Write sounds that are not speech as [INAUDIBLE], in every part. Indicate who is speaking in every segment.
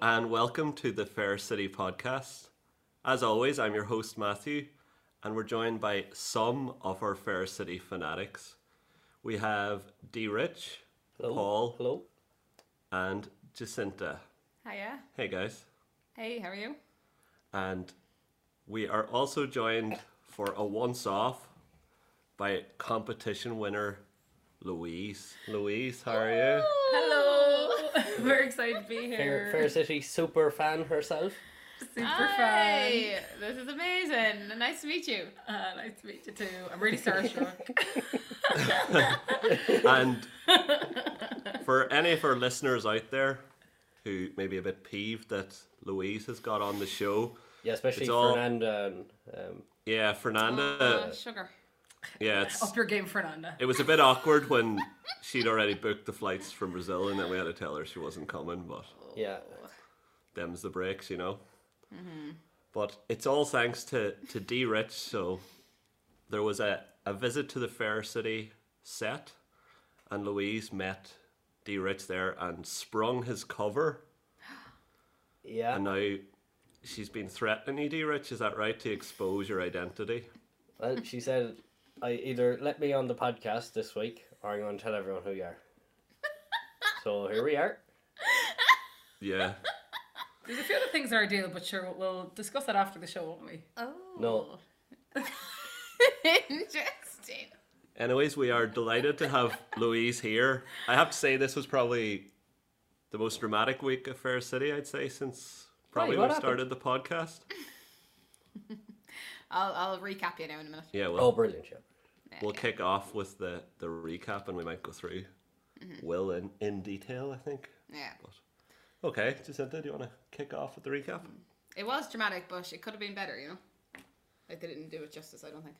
Speaker 1: and welcome to the Fair City podcast. As always, I'm your host, Matthew, and we're joined by some of our Fair City fanatics. We have D Rich,
Speaker 2: Hello.
Speaker 1: Paul,
Speaker 2: Hello.
Speaker 1: and Jacinta.
Speaker 3: Hiya.
Speaker 1: Hey guys.
Speaker 3: Hey, how are you?
Speaker 1: And we are also joined for a once off by competition winner Louise. Louise, how are you?
Speaker 3: Hello. We're excited to be
Speaker 2: Fair,
Speaker 3: here.
Speaker 4: Er.
Speaker 2: Fair City super fan herself.
Speaker 3: Super
Speaker 4: Hi, this is amazing. Nice to meet you.
Speaker 3: fun. Uh, nice to meet you too. I'm really [LAUGHS] starstruck.
Speaker 1: And for any of our listeners out there who may be a bit peeved that Louise has got on the show,
Speaker 2: Yeah, especially
Speaker 1: It's all-
Speaker 2: Fernanda and um,
Speaker 1: yeah, Fernanda,
Speaker 4: Uh, sugar.
Speaker 1: yeah, it's,
Speaker 3: Up your game, Fernanda.
Speaker 1: it was a bit awkward when she'd already booked the flights from Brazil and then we had to tell her she wasn't coming, but
Speaker 2: yeah.
Speaker 4: Oh.
Speaker 1: them's the breaks, you know. But it's all thanks to to D Rich. So there was a a visit to the Fair City set, and Louise met D Rich there and sprung his cover,
Speaker 2: Yeah.
Speaker 1: and now she's been threatening you, D Rich. Is that right? To expose your identity.
Speaker 2: Well, she said, "I either let me on the podcast this week, or I'm going to tell everyone who you
Speaker 4: [LAUGHS]
Speaker 2: are." so here we are.
Speaker 1: Yeah.
Speaker 3: There's a few other things that are ideal, but sure, we'll, we'll discuss that after the show, won't we?
Speaker 4: Oh.
Speaker 2: No.
Speaker 4: [LAUGHS] Interesting.
Speaker 1: Anyways, we are delighted to have Louise here. I have to say, this was probably the most dramatic week of Fair City, I'd say, since probably
Speaker 2: what
Speaker 1: we
Speaker 2: happened?
Speaker 1: started the podcast.
Speaker 4: I'll, I'll recap you now in a minute.
Speaker 1: Yeah, well,
Speaker 2: Oh, brilliant! Yeah.
Speaker 1: We'll kick off with the, the recap and we might go through Will in, in detail, I think.
Speaker 4: Yeah.
Speaker 1: Okay, Jacinta, do you want to kick off with the recap?
Speaker 4: It was dramatic, but it could have been better, you know? Like, they didn't do it justice, I don't think.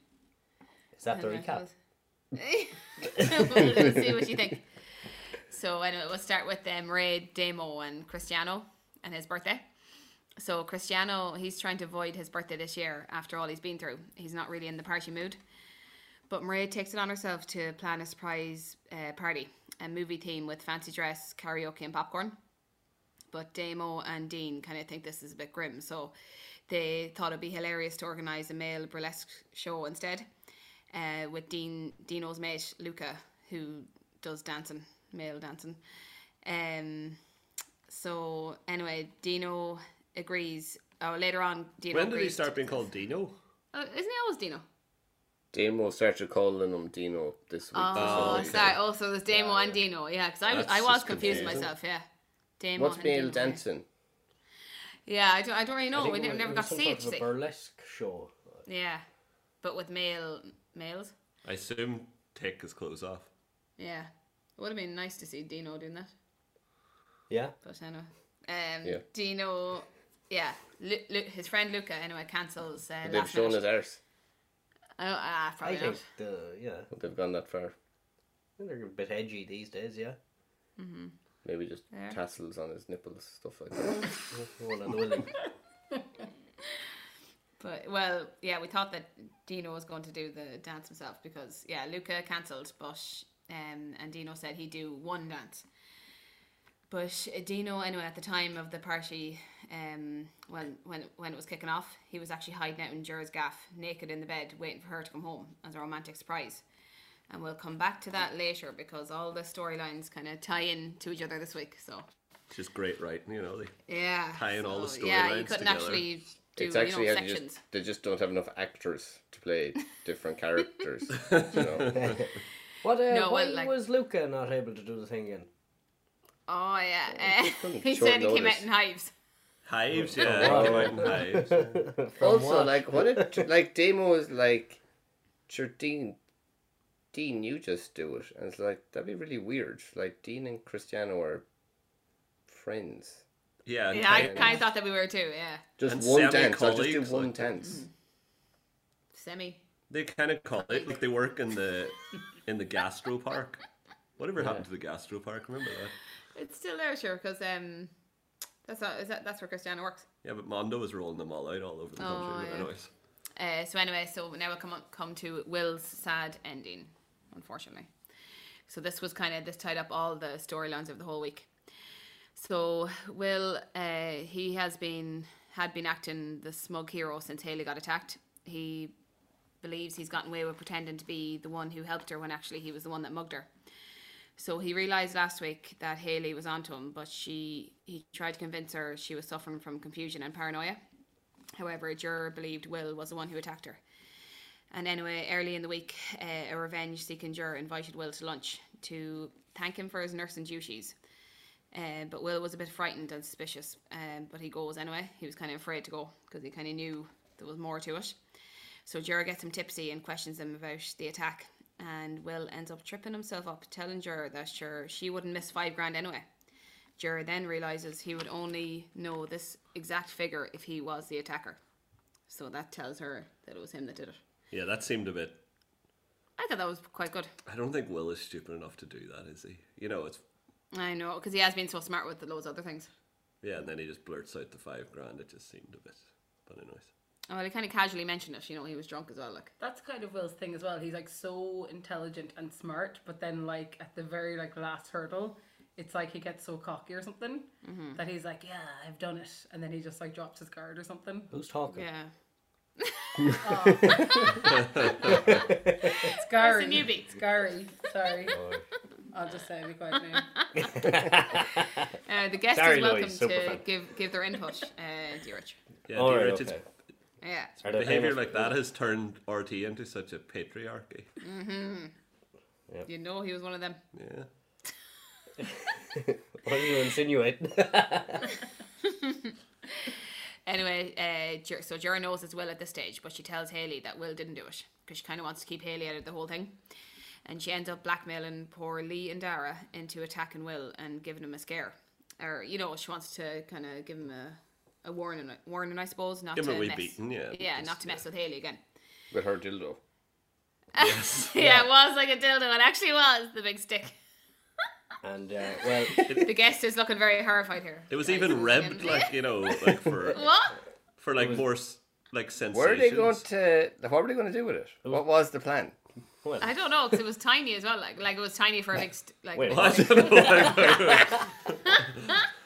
Speaker 2: Is that the
Speaker 4: Anyway,
Speaker 2: recap?
Speaker 4: we'll [LAUGHS] we'll see what you think. So I know we'll start with um, Ray, Demo, and Cristiano and his birthday. So Cristiano, he's trying to avoid his birthday this year after all he's been through. He's not really in the party mood. But Maria takes it on herself to plan a surprise uh, party, a movie theme with fancy dress, karaoke, and popcorn. But Damo and Dean kind of think this is a bit grim, so they thought it'd be hilarious to organise a male burlesque show instead, uh, with Dean Dino's mate Luca, who does dancing, male dancing. Um, so anyway, Dino agrees. Oh, later on, Dino.
Speaker 1: When did he
Speaker 4: agrees to-
Speaker 1: start being called Dino?
Speaker 4: Oh, isn't he always Dino?
Speaker 5: Damo started calling him Dino this week.
Speaker 4: Oh,
Speaker 1: okay.
Speaker 4: sorry. Oh, so there's Damo and Dino. Yeah, because I, was-
Speaker 5: That's
Speaker 4: I was
Speaker 5: just
Speaker 4: confused
Speaker 5: confusing.
Speaker 4: myself. Yeah. Damo
Speaker 5: What's
Speaker 4: and
Speaker 5: male
Speaker 4: Dino, yeah.
Speaker 5: dancing?
Speaker 4: Yeah, I don't, I don't really
Speaker 2: I
Speaker 4: know.
Speaker 2: think
Speaker 4: Oh, We
Speaker 2: it
Speaker 4: never,
Speaker 2: was-
Speaker 4: never
Speaker 2: it
Speaker 4: got
Speaker 2: was
Speaker 4: to
Speaker 2: some
Speaker 4: see
Speaker 2: sort of
Speaker 4: it. you
Speaker 2: a
Speaker 4: see.
Speaker 2: burlesque show.
Speaker 4: Yeah, but with male males.
Speaker 1: I assume take his clothes off.
Speaker 4: Yeah, it would have been nice to see Dino doing that.
Speaker 2: Yeah.
Speaker 4: But anyway, um,
Speaker 5: Yeah.
Speaker 4: Dino, yeah, Lu- Lu- his friend Luca anyway cancels uh,
Speaker 5: They've
Speaker 4: last
Speaker 5: shown
Speaker 4: minute.
Speaker 5: his arse.
Speaker 4: Oh, ah,
Speaker 2: I
Speaker 4: probably
Speaker 2: think
Speaker 4: not.
Speaker 2: the yeah
Speaker 5: But They've gone that far.
Speaker 2: they're a bit edgy these days. Yeah.
Speaker 5: Maybe just
Speaker 4: Yeah.
Speaker 5: tassels on his nipples, stuff like that.
Speaker 2: One and willing.
Speaker 4: But well, yeah, we thought that Dino was going to do the dance himself because yeah, Luca cancelled, but um, and Dino said he'd do one dance. But Dino, anyway, at the time of the party, um, when when when it was kicking off, he was actually hiding out in Jura's gaff, naked in the bed, waiting for her to come home as a romantic surprise. And we'll come back to that later because all the storylines kind of tie in to each other this week. So
Speaker 1: Just great writing, you know. They,
Speaker 4: yeah,
Speaker 1: Tying all the
Speaker 4: so, Yeah, you
Speaker 1: storylines
Speaker 4: couldn't
Speaker 1: together.
Speaker 4: actually do
Speaker 5: it's actually
Speaker 4: you
Speaker 5: how
Speaker 4: know,
Speaker 5: they
Speaker 4: sections.
Speaker 5: just, they just don't have enough actors to play different characters. you know?
Speaker 2: What? Uh,
Speaker 4: No,
Speaker 2: why
Speaker 4: well, like-
Speaker 2: was Luca not able to do the thing again?
Speaker 4: Oh [LAUGHS] yeah,
Speaker 5: just
Speaker 4: uh,
Speaker 5: couldn't
Speaker 4: he
Speaker 5: short
Speaker 4: said he came
Speaker 5: notice.
Speaker 4: out in hives.
Speaker 5: [LAUGHS]
Speaker 1: hives,
Speaker 5: Oh,
Speaker 1: yeah. they came out in hives.
Speaker 5: also,
Speaker 2: what?
Speaker 5: like what if like Damo is like, sure Dean, Dean, you just do it, and it's like that'd be really weird. Like Dean and Cristiano are friends.
Speaker 1: Yeah, and
Speaker 4: Yeah, I
Speaker 1: Ty-
Speaker 4: kind of thought that we were too. Yeah,
Speaker 5: Just
Speaker 1: And
Speaker 5: one dance. I'll just do
Speaker 1: semi-colleagues,
Speaker 5: one
Speaker 1: like-
Speaker 5: dance.
Speaker 4: semi.
Speaker 1: they kind of call it like they work in the in the gastro park. Whatever happened to the gastro park? Remember that?
Speaker 4: It's still there, sure, because um, that's not, is that that's where Cristiano works.
Speaker 1: Yeah, but Mondo was rolling them all out all over the
Speaker 4: Oh,
Speaker 1: country. but
Speaker 4: yeah.
Speaker 1: Anyways,
Speaker 4: Uh, so anyway, so now we'll come on, come to Will's sad ending, unfortunately. So this was kind of this tied up all the storylines of the whole week. So Will, uh, he has been had been acting the smug hero since Haley got attacked. He believes he's gotten away with pretending to be the one who helped her when actually he was the one that mugged her. So he realized last week that Haley was onto him, but she he tried to convince her she was suffering from confusion and paranoia. However, a juror believed Will was the one who attacked her. And anyway, early in the week, uh, a revenge seeking juror invited Will to lunch to thank him for his nursing duties. Uh, but Will was a bit frightened and suspicious, um, but he goes anyway. He was kind of afraid to go because he kind of knew there was more to it. So Jura gets him tipsy and questions him about the attack, and Will ends up tripping himself up, telling Jura that sure she wouldn't miss five grand anyway. Jura then realizes he would only know this exact figure if he was the attacker. So that tells her that it was him that did it.
Speaker 1: Yeah, that seemed a bit.
Speaker 4: I thought that was quite good.
Speaker 1: I don't think Will is stupid enough to do that, is he? You know, it's
Speaker 4: I know, because he has been so smart with the loads of other things.
Speaker 1: yeah. And then he just blurts out the five grand. It just seemed a bit. But anyways,
Speaker 4: Oh, Well, he kind of casually mentioned it. You know, he was drunk as well. Like,
Speaker 3: That's kind of Will's thing as well. He's like so intelligent and smart, but then like at the very like last hurdle, it's like he gets so cocky or something that he's like, "Yeah, I've done it," and then he just like drops his card or something.
Speaker 2: [LAUGHS] Who's talking?
Speaker 4: yeah,
Speaker 3: It's Gary.
Speaker 4: newbie.
Speaker 3: It's Gary. Sorry, I'll just say be quiet now.
Speaker 4: uh, the guest
Speaker 2: Sorry,
Speaker 4: is welcome
Speaker 2: Louise,
Speaker 4: to
Speaker 2: super fan.
Speaker 4: give give their input, uh, dear Rich.
Speaker 1: yeah,
Speaker 2: All right,
Speaker 1: Richard's
Speaker 2: okay.
Speaker 4: Yeah,
Speaker 2: Are there
Speaker 1: behavior
Speaker 2: famous-
Speaker 1: like
Speaker 2: [LAUGHS]
Speaker 1: that has turned RT into such a patriarchy.
Speaker 4: you know, he was one of them.
Speaker 1: Yeah.
Speaker 2: What are you insinuating?
Speaker 4: Anyway, uh, Jer- so Jura knows it's Will at this stage, but she tells Haley that Will didn't do it because she kind of wants to keep Haley out of the whole thing. And she ends up blackmailing poor Lee and Dara into attacking Will and giving him a scare. Or, you know, she wants to kind of give him a, a warning, warning, I suppose, not
Speaker 1: Give
Speaker 4: to
Speaker 1: him a wee
Speaker 4: mess.
Speaker 1: beating, yeah,
Speaker 4: Yeah,
Speaker 1: because-
Speaker 4: not to mess with Haley again. [LAUGHS]
Speaker 5: with her dildo.
Speaker 1: Yes.
Speaker 4: Yeah, it was like a dildo. It actually was the big stick.
Speaker 2: [LAUGHS] and uh,
Speaker 4: [LAUGHS]
Speaker 2: well,
Speaker 4: The guest is looking very horrified here.
Speaker 1: It was
Speaker 4: Guys,
Speaker 1: even
Speaker 4: again.
Speaker 1: rebbed, like you know, like for
Speaker 4: [LAUGHS] What?
Speaker 1: for like more s- like sensations.
Speaker 5: Were they going to? What were they going to do with it? What was the plan?
Speaker 2: well
Speaker 4: I don't know because it was tiny as well. Like, like it was tiny for a big st- like.
Speaker 2: Wait,
Speaker 4: [LAUGHS] big-
Speaker 1: I don't know. [LAUGHS]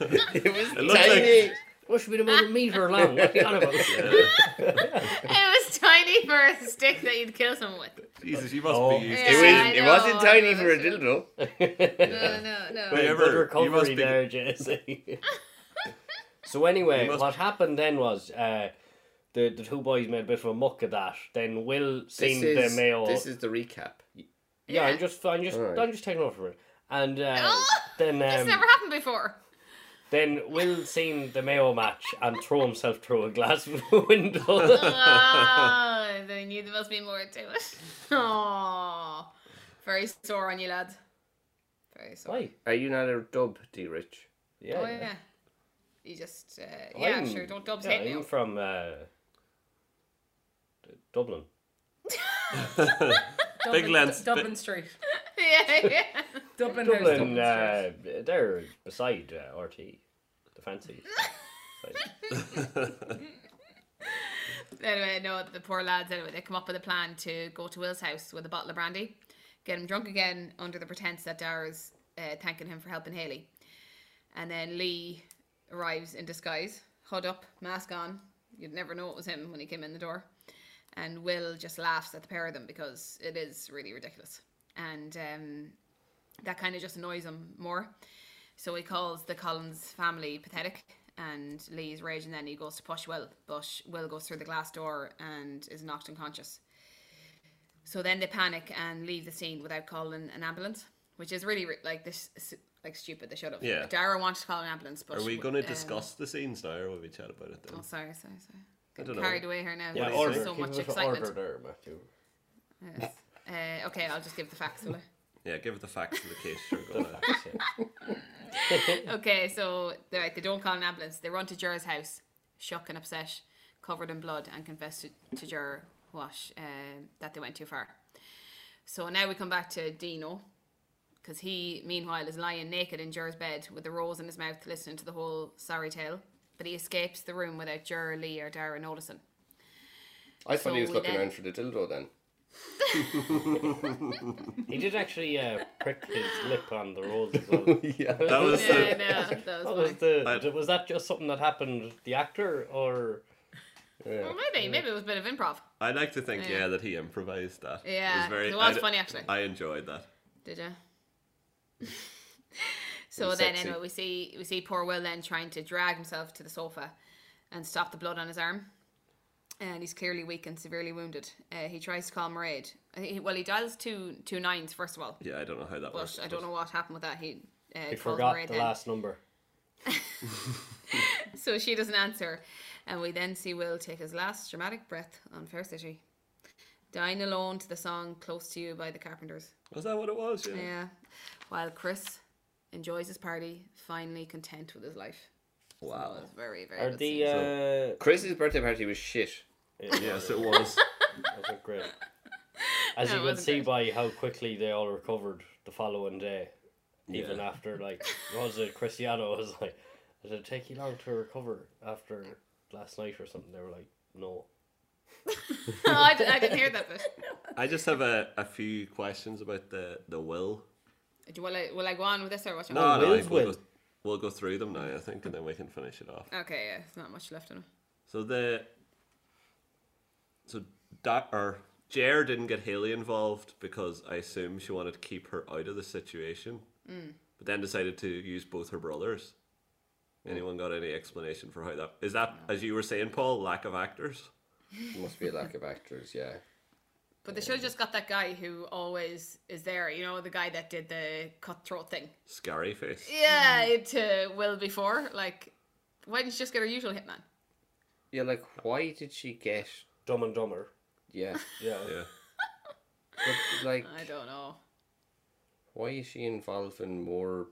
Speaker 5: It was
Speaker 1: It looks like
Speaker 2: what should be about a meter long? What are you on [LAUGHS] about?
Speaker 4: [LAUGHS] It was tiny for a stick that you'd kill someone with.
Speaker 1: Jesus, you must
Speaker 2: Oh.
Speaker 1: be used.
Speaker 4: Yeah.
Speaker 1: to
Speaker 5: it
Speaker 4: I
Speaker 5: was. It wasn't
Speaker 4: know,
Speaker 5: tiny
Speaker 4: I know,
Speaker 5: for a
Speaker 4: that's it.
Speaker 5: dildo.
Speaker 4: No, no, no.
Speaker 1: Wait.
Speaker 2: Good
Speaker 1: Ever, you
Speaker 2: recovery
Speaker 1: must be-
Speaker 2: there,
Speaker 4: [LAUGHS]
Speaker 2: Jesse. so anyway,
Speaker 1: You must-
Speaker 2: what happened then was uh, the the two boys made a bit of a muck of that. Then Will
Speaker 5: This
Speaker 2: seen the
Speaker 5: is,
Speaker 2: Mayo.
Speaker 5: this is the recap.
Speaker 2: yeah, I'm
Speaker 4: Yeah.
Speaker 2: just I'm just
Speaker 5: Alright.
Speaker 2: I'm just taking over for it. And uh,
Speaker 4: [LAUGHS] Oh,
Speaker 2: then
Speaker 4: It's
Speaker 2: um,
Speaker 4: never happened before.
Speaker 2: then Will seen the Mayo match and throw himself through a glass [LAUGHS] window. [LAUGHS]
Speaker 4: [LAUGHS] Oh, they knew there must be more to it. [LAUGHS] Oh, very sore on you, lad. Very sore.
Speaker 2: Why?
Speaker 5: Are you not a dub, D. Rich?
Speaker 2: Yeah.
Speaker 4: Oh
Speaker 2: yeah.
Speaker 4: yeah. You just uh, yeah,
Speaker 2: I'm-
Speaker 4: sure. Don't dubs
Speaker 2: yeah,
Speaker 4: hate
Speaker 2: I'm
Speaker 4: me.
Speaker 2: from uh, D- Dublin.
Speaker 3: Dublin,
Speaker 1: Lance-
Speaker 3: Dublin Street.
Speaker 4: [LAUGHS] yeah, yeah.
Speaker 3: Dublin, House,
Speaker 2: Dublin,
Speaker 3: Dublin Street.
Speaker 2: uh, they're beside uh, RT, the
Speaker 4: [LAUGHS]
Speaker 2: fancy. side.
Speaker 4: Anyway, no, the poor lads, anyway, they come up with a plan to go to Will's house with a bottle of brandy, get him drunk again under the pretense that Dara's uh, thanking him for helping Haley. And then Lee arrives in disguise, hood up, mask on. You'd never know it was him when he came in the door. And Will just laughs at the pair of them because it is really ridiculous. And um, that kind of just annoys him more. So he calls the Collins family pathetic, and Lee's raging. Then he goes to push Will, but Will goes through the glass door and is knocked unconscious. So then they panic and leave the scene without calling an ambulance, which is really ri- like this, s- like stupid. They should have.
Speaker 1: Yeah.
Speaker 4: Dara wants to call an ambulance, but
Speaker 1: Are we
Speaker 4: w-
Speaker 1: going to
Speaker 4: um,
Speaker 1: discuss the scenes now, or will we chat about it then?
Speaker 4: oh, sorry, sorry, sorry.
Speaker 1: don't
Speaker 4: Getting
Speaker 1: know.
Speaker 4: carried away here now.
Speaker 2: Yeah,
Speaker 4: There's
Speaker 1: order,
Speaker 4: so much excitement.
Speaker 2: there, Matthew.
Speaker 4: Yes. Uh, okay, I'll just give the facts. Will I?
Speaker 1: Yeah, give it the facts of the case. Sure, go
Speaker 4: [LAUGHS]
Speaker 1: on.
Speaker 4: Okay, so they're right, they don't call an ambulance. They run to Jur's house, shook and upset, covered in blood, and confess to, to Jur what uh, that they went too far. So now we come back to Dino, because he meanwhile is lying naked in Jur's bed with a rose in his mouth, listening to the whole sorry tale. But he escapes the room without Jur, Lee, or Dara noticing.
Speaker 5: I thought
Speaker 4: So
Speaker 5: he was
Speaker 4: we
Speaker 5: looking
Speaker 4: then-
Speaker 5: around for the dildo. Then
Speaker 2: He did actually uh, prick his lip on the road as
Speaker 4: [LAUGHS]
Speaker 2: well.
Speaker 5: yeah.
Speaker 1: That was
Speaker 4: Yeah,
Speaker 1: the-
Speaker 4: I [LAUGHS] know. That
Speaker 2: What
Speaker 4: was
Speaker 2: was
Speaker 4: funny.
Speaker 2: the? Was that just something that happened the actor or?
Speaker 5: yeah.
Speaker 4: Well, maybe, maybe it was a bit of improv.
Speaker 1: I like to think,
Speaker 4: Yeah.
Speaker 1: yeah, that he improvised that.
Speaker 4: Yeah, it
Speaker 1: I
Speaker 4: was
Speaker 1: d-
Speaker 4: funny, actually.
Speaker 1: I enjoyed that.
Speaker 4: Did you? [LAUGHS] so
Speaker 5: was
Speaker 4: then
Speaker 5: sexy.
Speaker 4: anyway, we see we see poor Will then trying to drag himself to the sofa and stop the blood on his arm. And he's clearly weak and severely wounded. Uh, he tries to call Maraid. I think he, well, he dials two two nines first of all,
Speaker 1: Yeah, I don't know how that
Speaker 4: but
Speaker 1: works.
Speaker 4: I don't know what happened with that. He uh,
Speaker 2: He
Speaker 4: calls
Speaker 2: forgot
Speaker 4: Maraid
Speaker 2: the
Speaker 4: then.
Speaker 2: last number.
Speaker 4: So she doesn't answer, and we then see Will take his last dramatic breath on Fair City, dying alone to the song "Close to You" by the Carpenters.
Speaker 1: Was that what it was? Yeah.
Speaker 4: Yeah. While Chris enjoys his party, finally content with his life. That
Speaker 1: Wow.
Speaker 4: was very, very
Speaker 2: Or
Speaker 4: good [LAUGHS]
Speaker 2: the
Speaker 4: scene.
Speaker 2: uh,
Speaker 5: Chris's birthday party was shit.
Speaker 1: Yes, it was.
Speaker 2: wasn't
Speaker 4: [LAUGHS]
Speaker 2: great. As
Speaker 4: No, it
Speaker 2: you can
Speaker 4: wasn't
Speaker 2: see
Speaker 4: great.
Speaker 2: by how quickly they all recovered the following day, even after like
Speaker 4: [LAUGHS]
Speaker 2: what was it Cristiano was like, did it take you long to recover after last night or something? They were like, no.
Speaker 4: oh, I, did, I didn't hear that bit.
Speaker 1: I just have a, a few questions about the, the will.
Speaker 4: Do, will, I, will I go on with this or what? you
Speaker 1: No,
Speaker 4: want?
Speaker 1: no,
Speaker 2: Will's
Speaker 1: Oh, we'll
Speaker 2: will.
Speaker 1: go, we'll go through them now, I think, and then we can finish it off.
Speaker 4: Okay, yeah, there's not much left in it.
Speaker 1: So the so that or Jer didn't get Haley involved because I assume she wanted to keep her out of the situation, but then decided to use both her brothers. Anyone got any explanation for how that is that as you were saying, Paul, lack of actors?
Speaker 5: Must be a lack of actors, yeah.
Speaker 4: But they should have just got that guy who always is there, you know, the guy that did the cutthroat thing.
Speaker 1: Scary face.
Speaker 4: Yeah, to Will before. Like, why didn't you just get her usual hitman?
Speaker 5: Yeah, like why did she get?
Speaker 2: Dumb and Dumber.
Speaker 5: Yeah,
Speaker 2: Yeah.
Speaker 1: Yeah.
Speaker 4: [LAUGHS]
Speaker 5: but like
Speaker 4: I don't know.
Speaker 5: why is she involved in more?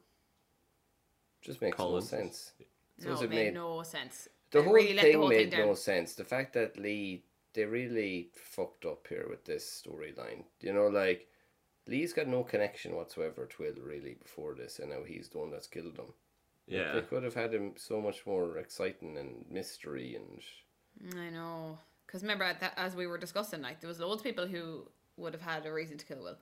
Speaker 5: Just makes
Speaker 1: Collins.
Speaker 5: no sense.
Speaker 4: No,
Speaker 5: Suppose
Speaker 4: it
Speaker 5: it
Speaker 4: made
Speaker 5: made-
Speaker 4: no sense.
Speaker 5: The
Speaker 4: It
Speaker 5: whole
Speaker 4: really let the
Speaker 5: thing
Speaker 4: whole thing
Speaker 5: made
Speaker 4: down.
Speaker 5: no sense. The fact that Lee, they really fucked up here with this storyline. You know, like Lee's got no connection whatsoever to Will really before this, and now he's the one that's killed him.
Speaker 1: Yeah.
Speaker 5: They could have had him so much more exciting and mystery and
Speaker 4: I know. Because remember, at that, as we were discussing, like, there was loads of people who would have had a reason to kill Will.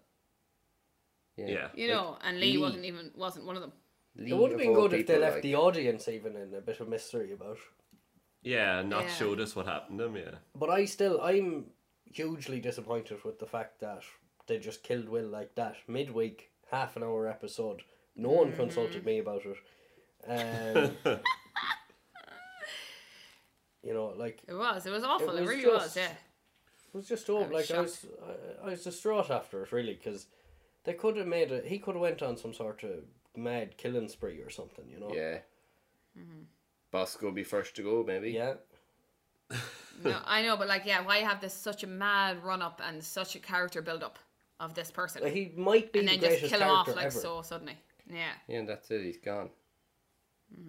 Speaker 1: Yeah.
Speaker 4: You
Speaker 5: Like,
Speaker 4: know, and Lee,
Speaker 5: Lee.
Speaker 4: wasn't even wasn't one of them.
Speaker 5: Lee
Speaker 2: It would have
Speaker 5: of
Speaker 2: been
Speaker 5: all
Speaker 2: good if they
Speaker 5: people,
Speaker 2: left
Speaker 5: like-
Speaker 2: the audience even in a bit of mystery about.
Speaker 1: Yeah, and not
Speaker 4: Yeah.
Speaker 1: showed us what happened to him, yeah.
Speaker 2: But I still, I'm hugely disappointed with the fact that they just killed Will like that midweek, half an hour episode. No
Speaker 4: Mm-hmm.
Speaker 2: one consulted me about it.
Speaker 4: [LAUGHS]
Speaker 2: Um, you know, like
Speaker 4: It was. It was awful. It,
Speaker 2: was
Speaker 4: really was.
Speaker 2: just- [LAUGHS]
Speaker 4: Yeah.
Speaker 2: it was just over.
Speaker 4: was
Speaker 2: Like I was, I, I was distraught after it really because they could have made it. He could have went on some sort of mad killing spree or something. You know.
Speaker 5: Yeah. Bosco be first to go, maybe.
Speaker 2: Yeah.
Speaker 4: No, I know, but like, yeah, why have this such a mad run up and such a character build up of this person,
Speaker 2: Like, he might be
Speaker 4: and
Speaker 2: the
Speaker 4: then just
Speaker 2: greatest
Speaker 4: kill him
Speaker 2: character
Speaker 4: off like
Speaker 2: ever.
Speaker 4: so suddenly? Yeah.
Speaker 5: Yeah, and that's it. He's gone.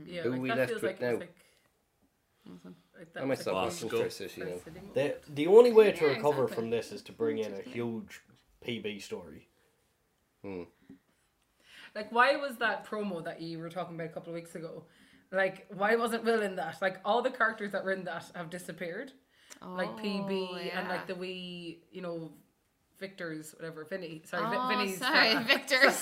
Speaker 3: Yeah,
Speaker 5: Who
Speaker 3: like
Speaker 5: we
Speaker 3: that
Speaker 5: left
Speaker 3: feels
Speaker 5: with
Speaker 3: like it was
Speaker 5: now?
Speaker 3: like. like that
Speaker 5: I might
Speaker 3: was
Speaker 5: stop
Speaker 3: like
Speaker 5: watching
Speaker 1: Bosco.
Speaker 5: Fair City now.
Speaker 3: first sitting-
Speaker 2: The the only way to
Speaker 4: Yeah,
Speaker 2: recover
Speaker 4: exactly.
Speaker 2: from this is to bring in a huge PB story.
Speaker 3: Like, why was that promo that you were talking about a couple of weeks ago? Like, why wasn't Will in that? Like, all the characters that were in that have disappeared. like PB
Speaker 4: Oh,
Speaker 3: and like
Speaker 4: yeah.
Speaker 3: the wee, you know, Victor's whatever Vinny. Sorry,
Speaker 4: Oh,
Speaker 3: Vi- Vinny's.
Speaker 4: sorry,
Speaker 3: [LAUGHS] fella.
Speaker 4: Victor's.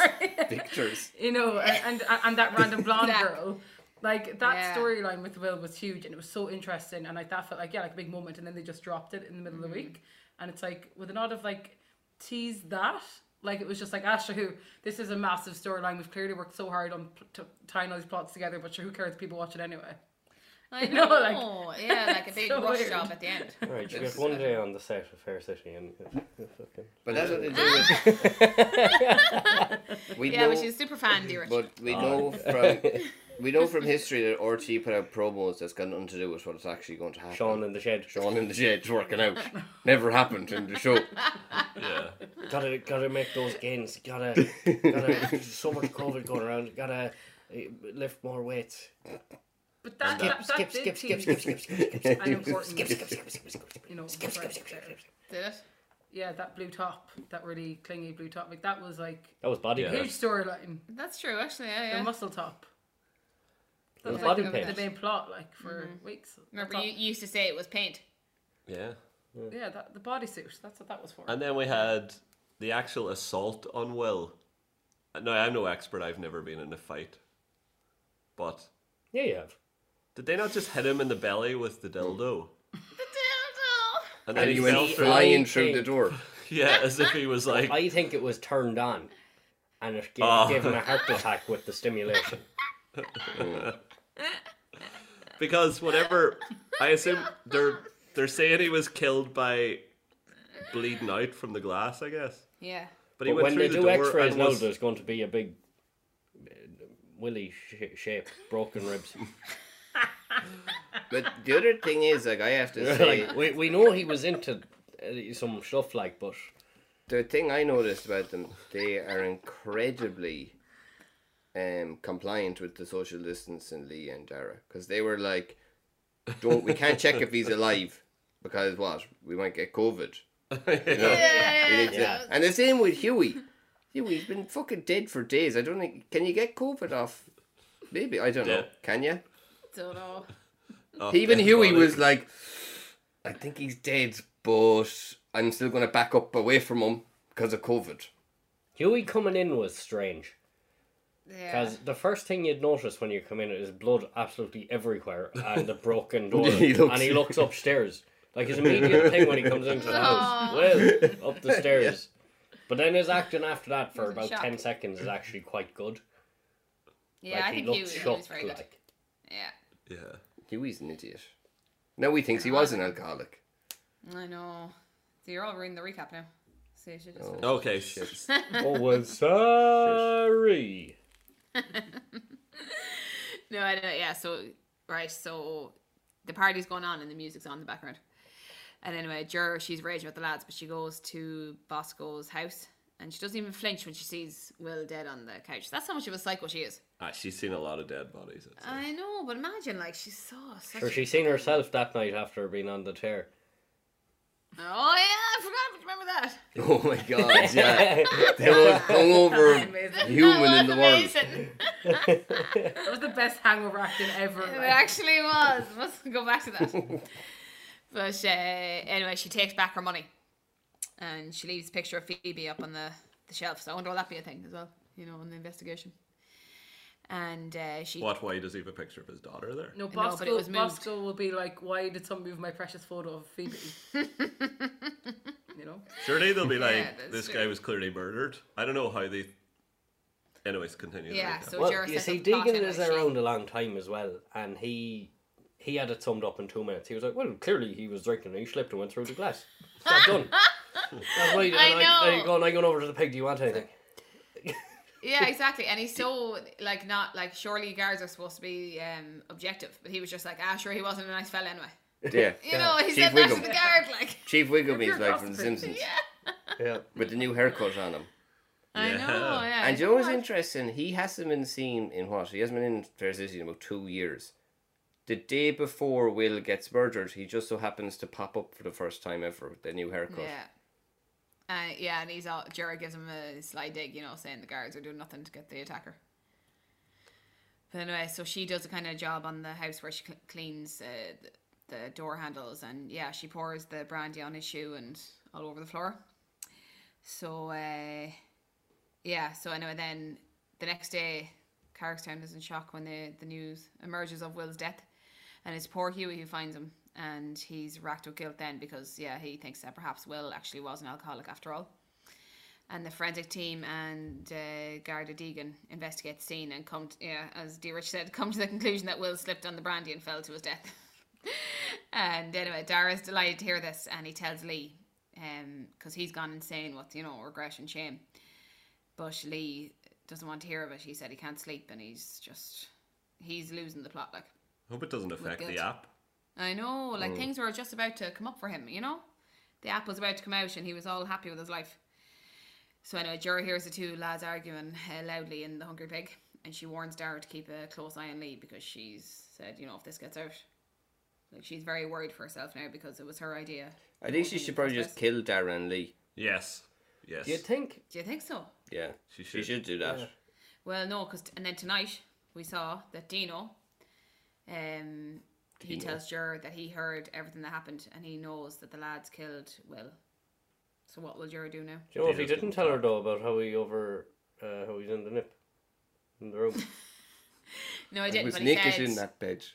Speaker 5: Pictures.
Speaker 3: you know, and and, and that
Speaker 2: [LAUGHS]
Speaker 3: random blonde
Speaker 4: Zach.
Speaker 3: girl. Like that
Speaker 4: Yeah.
Speaker 3: storyline with Will was huge, and it was so interesting, and like that felt like yeah, like a big moment, and then they just dropped it in the middle of the
Speaker 2: Mm-hmm.
Speaker 3: week, and it's like with a nod of like tease that. Like it was just like ah, Shahu, this is a massive storyline. We've clearly worked so hard on p- to tying all these plots together, but sure, who cares? People watch it anyway. [LAUGHS]
Speaker 4: I
Speaker 3: know,
Speaker 4: know.
Speaker 3: like-
Speaker 4: yeah, like a big
Speaker 3: [LAUGHS] so
Speaker 4: rush
Speaker 3: weird.
Speaker 4: job at the end.
Speaker 2: Right, you get one day on the set of Fair City and fucking.
Speaker 5: But that's what they do. With... [LAUGHS] we
Speaker 4: Yeah,
Speaker 5: know,
Speaker 4: but she's super fan, dear. Rich.
Speaker 5: but we know from we know from history that RT put out promos that's got nothing to do with what's actually going to happen.
Speaker 2: Sean in the shed.
Speaker 5: Sean in the shed's working out. Never happened in the show.
Speaker 1: Yeah. [LAUGHS]
Speaker 2: Gotta gotta make those gains. Gotta gotta [LAUGHS] so much COVID going around. Gotta uh, lift more weights.
Speaker 3: But that that, that
Speaker 2: Skip
Speaker 3: did
Speaker 2: skip skip
Speaker 3: tease
Speaker 2: skip skip skip skip skip
Speaker 3: an important,
Speaker 2: skip skip skip skip skip.
Speaker 3: you know, right there.
Speaker 4: Did it?
Speaker 3: yeah, that blue top, that really clingy blue top, like that was like
Speaker 2: That was body
Speaker 1: Yeah.
Speaker 2: paint.
Speaker 3: huge storyline.
Speaker 4: That's true, actually. Yeah,
Speaker 3: The
Speaker 4: yeah.
Speaker 3: muscle top. That
Speaker 2: The
Speaker 3: was
Speaker 2: body
Speaker 3: like the,
Speaker 2: paint.
Speaker 4: Mm-hmm.
Speaker 3: the main plot, like for weeks.
Speaker 4: Remember,
Speaker 3: That's
Speaker 4: you, you used to say it was paint.
Speaker 1: Yeah.
Speaker 3: Yeah, that, the bodysuit. That's what that was for.
Speaker 1: And then we had the actual assault on Will. Uh, No, I'm no expert. I've never been in a fight. But
Speaker 2: Yeah, you have.
Speaker 1: did they not just hit him in the belly with the dildo? And then
Speaker 5: And
Speaker 1: he
Speaker 5: you
Speaker 1: fell
Speaker 5: went
Speaker 1: through.
Speaker 5: flying
Speaker 2: I
Speaker 5: through the
Speaker 2: think-
Speaker 5: door.
Speaker 1: Yeah, as if he was
Speaker 2: [LAUGHS]
Speaker 1: like,
Speaker 2: I think it was turned on, and it gave,
Speaker 1: Oh.
Speaker 2: gave him a heart attack with the stimulation.
Speaker 1: because whatever. I assume they're they're saying he was killed by bleeding out from the glass. I guess.
Speaker 4: Yeah.
Speaker 1: But he went
Speaker 2: But when
Speaker 1: through
Speaker 2: they
Speaker 1: the
Speaker 2: do
Speaker 1: door
Speaker 2: X-rays
Speaker 1: and
Speaker 2: now,
Speaker 1: was-
Speaker 2: there's going to be a big uh, willy sh- shape, broken
Speaker 1: [LAUGHS]
Speaker 2: ribs.
Speaker 5: But the other thing is, like, I have
Speaker 2: [LAUGHS]
Speaker 5: to say,
Speaker 2: like, we we know he was into uh, some stuff like, but
Speaker 5: the thing I noticed about them, they are incredibly um, compliant with the social distancing, Lee and Dara, because they were like, "Don't we can't check
Speaker 2: [LAUGHS]
Speaker 5: if he's alive because what we might get COVID." You know? We need
Speaker 2: [LAUGHS]
Speaker 5: to-
Speaker 2: Yeah.
Speaker 5: And the same with Huey. Huey's been fucking dead for days. I don't think can you get COVID off? Maybe I don't know.
Speaker 1: Yeah.
Speaker 5: Can you?
Speaker 4: Don't know.
Speaker 1: Oh,
Speaker 5: Even Huey
Speaker 1: everybody.
Speaker 5: was like, I think he's dead, but I'm still going to back up away from him because of COVID.
Speaker 2: Huey coming in was strange.
Speaker 4: Yeah.
Speaker 2: Because the first thing you'd notice when you come in is blood absolutely everywhere
Speaker 1: [LAUGHS]
Speaker 2: and the broken door.
Speaker 5: He looks-
Speaker 2: and he looks upstairs. Like his immediate
Speaker 1: [LAUGHS]
Speaker 2: thing when he comes into the house.
Speaker 4: [LAUGHS]
Speaker 2: Well, up the stairs. But then his acting after that for
Speaker 4: was in
Speaker 2: about
Speaker 4: shock.
Speaker 2: 10 seconds is actually quite good.
Speaker 4: Yeah,
Speaker 2: like,
Speaker 4: I
Speaker 2: he
Speaker 4: think
Speaker 2: looked
Speaker 4: he, was- he
Speaker 2: shocked,
Speaker 4: was very good.
Speaker 2: like.
Speaker 4: Yeah.
Speaker 1: Yeah.
Speaker 5: Huey's an idiot. Now he thinks he was an alcoholic.
Speaker 4: I know. So you're all ruining the recap now. So you should just.
Speaker 5: Oh.
Speaker 1: Okay.
Speaker 2: [LAUGHS]
Speaker 1: s-
Speaker 2: Oh,
Speaker 4: [LAUGHS]
Speaker 2: well, sorry.
Speaker 4: No, I don't. Yeah, so right, so the party's going on and the music's on in the background. And anyway, Jur, she's raging with the lads, but she goes to Bosco's house and she doesn't even flinch when she sees Will dead on the couch. That's how much of a psycho she is.
Speaker 1: Ah, she's seen a lot of dead bodies. I'd say.
Speaker 2: Uh,
Speaker 4: I know, but imagine like she saw such.
Speaker 2: Sure, she seen herself that night after being on the chair.
Speaker 4: Oh yeah, I forgot. Remember that?
Speaker 5: [LAUGHS] Oh my [LAUGHS] god, yeah. The most hungover
Speaker 3: Amazing.
Speaker 5: [LAUGHS] human in the
Speaker 4: That
Speaker 5: world.
Speaker 4: was amazing.
Speaker 3: That was the best hangover acting ever.
Speaker 4: It
Speaker 3: Like.
Speaker 4: actually was. Let's go back to that. [LAUGHS] but uh, anyway, she takes back her money, and she leaves a picture of Phoebe up on the, the shelf. So I wonder will that be a thing as well, you know, in the investigation. And uh, she
Speaker 1: What? Why does he have a picture of his daughter there?
Speaker 3: No,
Speaker 4: but it
Speaker 3: Bosco,
Speaker 4: was moved.
Speaker 3: Bosco will be like, why did someone move my precious photo
Speaker 4: [LAUGHS]
Speaker 3: of Phoebe? you know?
Speaker 1: Surely they'll be like,
Speaker 4: that's
Speaker 1: this
Speaker 4: true.
Speaker 1: guy was clearly murdered. I don't know how they. Anyways, continue.
Speaker 4: Yeah,
Speaker 1: Rita.
Speaker 4: so
Speaker 2: Well,
Speaker 4: Jura
Speaker 2: you
Speaker 4: set
Speaker 2: see,
Speaker 4: up the plot
Speaker 2: Deegan
Speaker 4: anyway,
Speaker 2: is
Speaker 4: she-
Speaker 2: around a long time as well, and he he had it summed up in two minutes. He was like, "Well, clearly he was drinking, and he slipped and went through the glass. It's not
Speaker 4: [LAUGHS]
Speaker 2: done." That's right. And
Speaker 4: I
Speaker 2: I,
Speaker 4: know.
Speaker 2: I go, and I go over to the pig. Do you want anything? [LAUGHS]
Speaker 4: Yeah, exactly. And he's so like not like surely guards are supposed to be um objective, but he was just like, ah, sure, he wasn't a nice fella anyway.
Speaker 5: Yeah.
Speaker 4: You know, he
Speaker 5: Chief
Speaker 4: said that to
Speaker 5: Wiggum.
Speaker 4: the guard, like.
Speaker 5: Chief Wiggleby's like from
Speaker 3: gossiping.
Speaker 5: The Simpsons
Speaker 2: Yeah.
Speaker 5: with the new haircut on him.
Speaker 4: I know.
Speaker 1: Yeah.
Speaker 4: Yeah.
Speaker 5: And you know what's interesting? He hasn't been seen in what? He hasn't been in Fair City in about two years. The day before Will gets murdered, he just so happens to pop up for the first time ever with a new haircut.
Speaker 4: Yeah. Uh, yeah, and he's all Jura gives him a sly dig, you know, saying the guards are doing nothing to get the attacker. But anyway, so she does a kind of job on the house where she cl- cleans uh, th- the door handles, and yeah, she pours the brandy on his shoe and all over the floor. So uh, yeah, so anyway, then the next day, Carrickstown is in shock when the the news emerges of Will's death, and it's poor Huey who finds him, and he's racked with guilt then because yeah, he thinks that perhaps Will actually was an alcoholic after all. And the forensic team and uh, Garda Deegan investigate the scene and come, to, yeah, as D. Rich said, [LAUGHS] come to the conclusion that Will slipped on the brandy and fell to his death. [LAUGHS] and anyway, Dara's delighted to hear this, and he tells Lee, because he's gone insane with you know regret and shame. But Lee doesn't want to hear of it. He said he can't sleep, and he's just he's losing the plot. Like
Speaker 1: Hope it doesn't affect
Speaker 4: guilt.
Speaker 1: the app.
Speaker 4: I know, like things were just about to come up for him, you know? The app was about to come out and he was all happy with his life. So anyway, Jura hears the two lads arguing uh, loudly in the Hungry Pig and she warns Dara to keep a close eye on Lee because she's said, you know, if this gets out, like she's very worried for herself now because it was her idea.
Speaker 5: I think she should probably just kill Darren Lee.
Speaker 1: Yes. Yes.
Speaker 2: Do you think?
Speaker 4: Do you think so?
Speaker 5: Yeah.
Speaker 1: She
Speaker 5: She
Speaker 1: should.
Speaker 5: should do that.
Speaker 4: Well, no, because and then tonight we saw that Dino, um, he tells Jur that he heard everything that happened and he knows that the lads killed Will. So what will Jur do now?
Speaker 2: Do you know what
Speaker 1: They
Speaker 2: he
Speaker 1: just
Speaker 2: didn't tell her though about how he over uh, how he's in the nip in the
Speaker 4: [LAUGHS]
Speaker 2: room,
Speaker 4: No, I
Speaker 5: I
Speaker 4: didn't.
Speaker 5: was
Speaker 4: but he
Speaker 5: naked
Speaker 4: said,
Speaker 5: in that bed.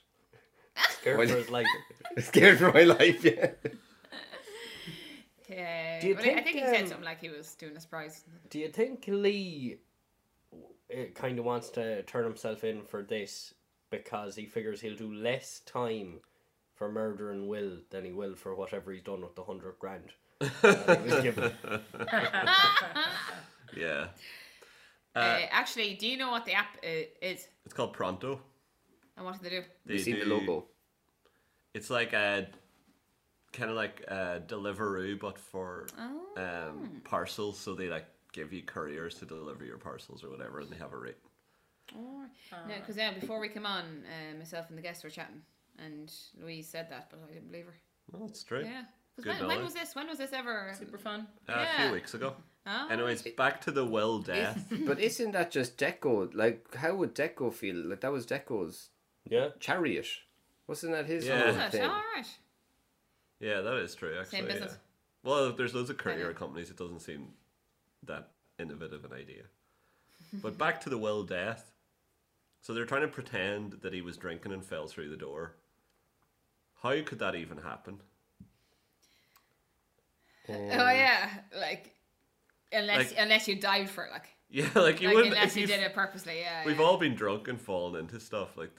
Speaker 2: scared for his life.
Speaker 5: Scared for my life, [LAUGHS] yeah.
Speaker 4: Yeah,
Speaker 2: Do you
Speaker 4: but I- I
Speaker 2: think,
Speaker 4: think he said
Speaker 2: um,
Speaker 4: something like he was doing a surprise.
Speaker 2: Do you think Lee kind of wants to turn himself in for this because he figures he'll do less time for murdering Will than he will for whatever he's done with the hundred grand? that
Speaker 1: [LAUGHS]
Speaker 2: he was given?
Speaker 1: Yeah.
Speaker 4: Uh, actually, do you know what the app uh, is
Speaker 1: It's called Pronto.
Speaker 4: and what do they do?
Speaker 1: They
Speaker 5: You see the
Speaker 1: do-
Speaker 5: logo.
Speaker 1: It's like a kind of like a Deliveroo, but for
Speaker 4: Oh.
Speaker 1: um, parcels. So they like give you couriers to deliver your parcels or whatever, and they have a rate.
Speaker 4: Oh, no, because now before we came on, uh, myself and the guests were chatting, and Louise said that, but I didn't believe her.
Speaker 1: Well, that's true.
Speaker 4: Yeah,
Speaker 1: Good
Speaker 4: because when, when
Speaker 1: knowledge.
Speaker 4: was this? When was this ever?
Speaker 3: Super fun.
Speaker 1: Uh, A
Speaker 4: Yeah.
Speaker 1: few weeks ago.
Speaker 4: Oh.
Speaker 1: Anyways, back to the Will death.
Speaker 5: But isn't that just Deco? Like, how would Deco feel? Like, that was Deco's
Speaker 2: yeah,
Speaker 5: chariot. Wasn't that his
Speaker 1: Yeah.
Speaker 5: whole
Speaker 4: Alright,
Speaker 5: thing?
Speaker 4: alright.
Speaker 1: yeah, that is true. Actually,
Speaker 4: Same
Speaker 1: Yeah.
Speaker 4: business.
Speaker 1: Well, there's loads of courier
Speaker 4: know.
Speaker 1: companies. It doesn't seem that innovative an idea. But back to the Will death. So they're trying to pretend that he was drinking and fell through the door. How could that even happen? [LAUGHS]
Speaker 4: Oh yeah, like unless
Speaker 1: Like-
Speaker 4: unless you dived for it, like,
Speaker 1: Yeah, like you
Speaker 4: like
Speaker 1: wouldn't.
Speaker 4: unless
Speaker 1: if
Speaker 4: you,
Speaker 1: you-
Speaker 4: did it purposely. Yeah.
Speaker 1: We've
Speaker 4: yeah.
Speaker 1: all been drunk and fallen into stuff like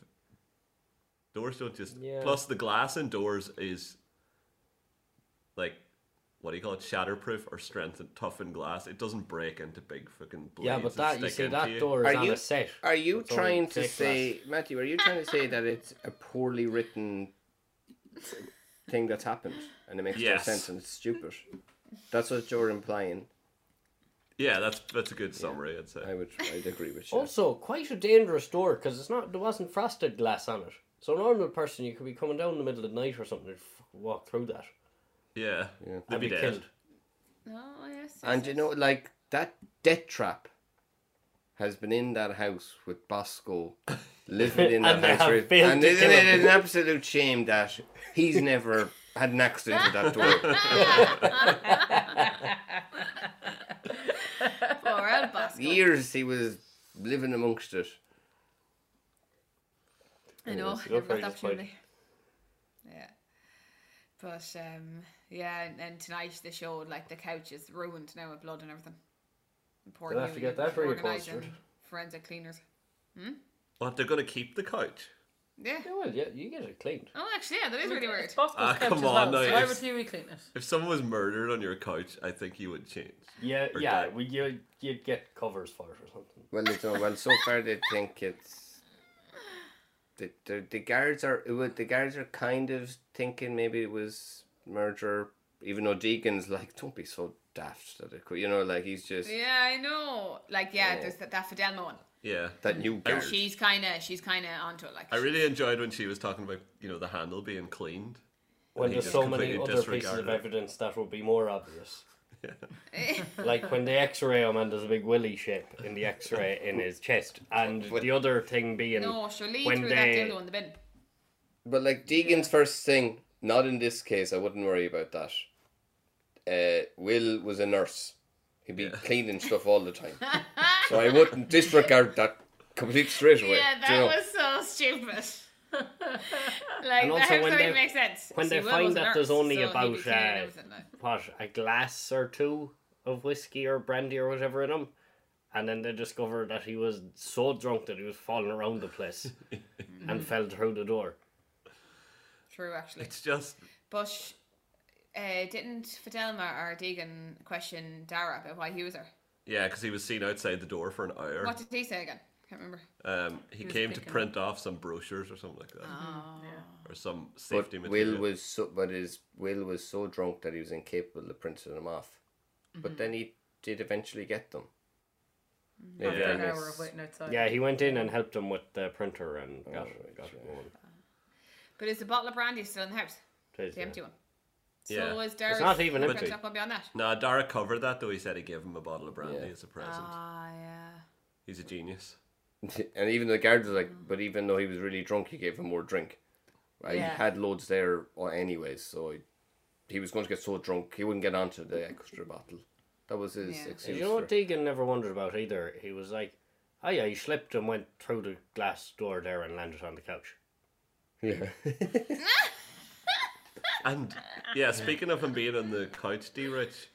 Speaker 1: doors don't just.
Speaker 2: Yeah.
Speaker 1: Plus, the glass in doors is like what do you call it? Shatterproof or strength and toughened glass. It doesn't break into big fucking blades.
Speaker 2: yeah, but
Speaker 1: that
Speaker 2: that you see that door is
Speaker 5: Are
Speaker 2: on
Speaker 5: you-
Speaker 2: a set.
Speaker 5: Are you
Speaker 2: It's all
Speaker 5: trying to
Speaker 2: fake
Speaker 5: say, Matthew, are you trying to say that it's a poorly written thing that's happened and it makes
Speaker 1: Yes.
Speaker 5: no sense and it's stupid? That's what you're implying.
Speaker 1: Yeah, that's that's a good summary. I'd say.
Speaker 5: I would I'd agree with you.
Speaker 2: Also, quite a dangerous door because it's not there wasn't frosted glass on it. So a normal person, you could be coming down in the middle of the night or something, and fuck walk through that
Speaker 1: yeah,
Speaker 5: Yeah.
Speaker 1: they'd
Speaker 2: and
Speaker 1: be,
Speaker 2: be,
Speaker 1: dead.
Speaker 2: killed.
Speaker 4: Oh yes.
Speaker 5: And
Speaker 4: yes,
Speaker 5: you know, like that death trap has been in that house
Speaker 2: [LAUGHS]
Speaker 5: with Bosco living in that
Speaker 2: And they
Speaker 5: house,
Speaker 2: have
Speaker 5: with-
Speaker 2: failed
Speaker 5: and
Speaker 2: to
Speaker 5: isn't
Speaker 2: kill
Speaker 5: it
Speaker 2: him.
Speaker 5: an absolute shame that he's never had an accident with that door?
Speaker 2: [LAUGHS]
Speaker 4: yes. Poor old Bosco.
Speaker 5: Years he was living amongst it.
Speaker 4: I know.
Speaker 2: Anyways, go
Speaker 4: Never
Speaker 2: for
Speaker 4: got
Speaker 2: it,
Speaker 4: the
Speaker 2: it's fine.
Speaker 4: opportunity. Yeah. But um, yeah, and, and tonight they showed like the couch is ruined now with blood and everything. And poor
Speaker 2: They'll have to
Speaker 4: Huey
Speaker 2: get that
Speaker 4: was
Speaker 2: reupholstered.
Speaker 4: organising Forensic cleaners.
Speaker 1: What they're gonna keep the couch?
Speaker 4: Yeah.
Speaker 2: Yeah, well, yeah, you get it cleaned.
Speaker 4: Oh, actually, yeah, that is really weird.
Speaker 3: It's Bosco's
Speaker 1: Ah,
Speaker 3: couch
Speaker 1: come
Speaker 3: as
Speaker 1: on,
Speaker 3: well, so
Speaker 1: no,
Speaker 3: why would
Speaker 1: it's-
Speaker 3: Huey clean it?
Speaker 1: If someone was murdered on your couch, I think you would change.
Speaker 2: Yeah,
Speaker 1: Or
Speaker 2: yeah,
Speaker 1: dead.
Speaker 2: we you you'd get covers for it or something.
Speaker 5: Well, it's, oh, well, so far they think it's the, the the guards are it would- the guards are kind of thinking maybe it was murder, even though Deacon's like, don't be so daft that it could, you know, like he's just
Speaker 4: Yeah, I know. Like, yeah, there's that, that Fidelma one.
Speaker 1: Yeah.
Speaker 5: that new guard.
Speaker 4: She's kind of, she's kind of onto it. Like,
Speaker 1: I really enjoyed when she was talking about you know the handle being cleaned.
Speaker 2: When
Speaker 1: he
Speaker 2: there's
Speaker 1: just
Speaker 2: so many
Speaker 1: completely
Speaker 2: other pieces of
Speaker 1: disregarded it.
Speaker 2: evidence that would be more obvious. like when they X-ray him and there's a big willy shape in the X-ray in his chest, and the other thing being
Speaker 4: no, surely
Speaker 2: Mm. when
Speaker 4: threw
Speaker 2: they-
Speaker 4: that dildo in the bin.
Speaker 5: But like Deegan's first thing, not in this case, I wouldn't worry about that. Uh, Will was a nurse. He'd be cleaning stuff all the time. so I wouldn't disregard that complete straight away.
Speaker 4: Yeah,
Speaker 5: do
Speaker 4: that
Speaker 5: you know?
Speaker 4: was so stupid. [LAUGHS] like,
Speaker 2: And
Speaker 4: that
Speaker 2: also when
Speaker 4: absolutely
Speaker 2: they-
Speaker 4: makes sense.
Speaker 2: when they
Speaker 4: Will
Speaker 2: find
Speaker 4: was a
Speaker 2: that there's only
Speaker 4: he'd be
Speaker 2: about,
Speaker 4: cleaning
Speaker 2: uh,
Speaker 4: everything, like.
Speaker 2: what a glass or two of whiskey or brandy or whatever in him, and then they discover that he was so drunk that he was falling around the place and fell through the door.
Speaker 4: True, actually.
Speaker 1: It's just
Speaker 4: But sh- uh, didn't Fidelma or Deegan question Dara about why he was there?
Speaker 1: yeah, because he was seen outside the door for an hour.
Speaker 4: What did he say again? can't remember.
Speaker 1: Um, he,
Speaker 3: was
Speaker 1: came to
Speaker 3: picking Oh.
Speaker 1: print off some brochures or something like that, or some safety
Speaker 5: but
Speaker 1: material.
Speaker 5: Will was so, but his Will was so drunk that he was incapable of printing them off. But then he did eventually get them. Maybe
Speaker 3: After
Speaker 5: I
Speaker 3: an hour
Speaker 5: miss-
Speaker 3: of waiting outside.
Speaker 2: Yeah, he went in and helped him with the printer and got,
Speaker 1: Oh,
Speaker 2: got it going.
Speaker 4: But is the bottle of brandy still in the house?
Speaker 2: Please,
Speaker 4: The
Speaker 2: yeah.
Speaker 4: empty one.
Speaker 1: Yeah.
Speaker 4: So is Dara.
Speaker 2: It's not even
Speaker 1: empty.
Speaker 4: Not going to be on that.
Speaker 1: Nah, Dara covered that though. He said he gave him a bottle of brandy as a present.
Speaker 3: Oh.
Speaker 4: Ah, yeah.
Speaker 1: He's a genius.
Speaker 5: [LAUGHS] and even the guard was like, but even though he was really drunk, he gave him more drink. I
Speaker 3: Yeah.
Speaker 5: had loads there uh, anyways, so I, he was going to get so drunk he wouldn't get onto the extra bottle. That was his
Speaker 4: Yeah.
Speaker 5: excuse.
Speaker 2: You know what
Speaker 5: for-
Speaker 2: Deegan never wondered about either? He was like, oh yeah, he slipped and went through the glass door there and landed on the couch.
Speaker 5: yeah. [LAUGHS]
Speaker 1: And
Speaker 3: [LAUGHS]
Speaker 1: yeah, speaking of him being on the couch, D Rich,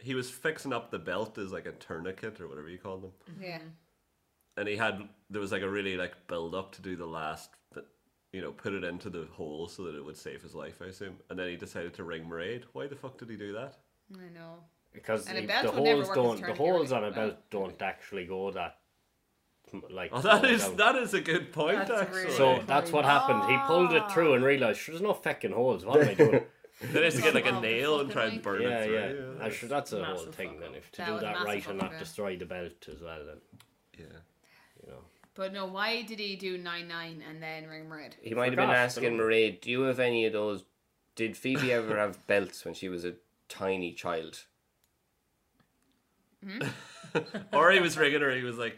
Speaker 1: he was fixing up the belt as like a tourniquet or whatever you call them.
Speaker 3: Mm.
Speaker 4: Yeah.
Speaker 1: And he had there was like a really like build up to do the last, bit, you know, put it into the hole so that it would save his life, I assume. And then he decided to ring Maraid. Why the fuck did he do that?
Speaker 4: I know.
Speaker 2: Because
Speaker 4: And a
Speaker 2: he-
Speaker 4: belt
Speaker 2: the
Speaker 4: would never
Speaker 2: holes
Speaker 4: work as
Speaker 2: don't, the
Speaker 4: tourniquet,
Speaker 2: holes
Speaker 4: right?
Speaker 2: on a
Speaker 4: Well,
Speaker 2: belt don't actually go that, like.
Speaker 1: Oh, [LAUGHS] that
Speaker 2: go
Speaker 1: is
Speaker 2: down.
Speaker 1: that is a good point.
Speaker 3: That's
Speaker 1: actually,
Speaker 3: really
Speaker 2: So
Speaker 3: Right.
Speaker 2: that's what happened. He pulled it through
Speaker 4: Oh.
Speaker 2: and realized there's no fucking holes. What am I doing?
Speaker 1: then he has to get like a
Speaker 4: Oh,
Speaker 1: nail and try
Speaker 4: fucking
Speaker 1: and burn
Speaker 2: yeah,
Speaker 1: it
Speaker 2: yeah.
Speaker 1: through.
Speaker 2: I'm sure that's a whole
Speaker 3: Massive
Speaker 2: thing
Speaker 3: fuck
Speaker 2: then.
Speaker 3: up.
Speaker 2: If to
Speaker 4: That
Speaker 2: do
Speaker 4: was
Speaker 2: that
Speaker 4: massive
Speaker 2: right and
Speaker 4: fuck up,
Speaker 2: not
Speaker 4: yeah.
Speaker 2: destroy the belt as well, then
Speaker 1: yeah. yeah.
Speaker 2: you know.
Speaker 4: But no, why did he do nine nine and then ring red?
Speaker 5: He might have been
Speaker 2: Forgot,
Speaker 5: asking
Speaker 2: didn't he?
Speaker 5: Marie, do you have any of those? Did Phoebe ever have belts when she was a tiny child?
Speaker 1: Or he was ringing her. He was like,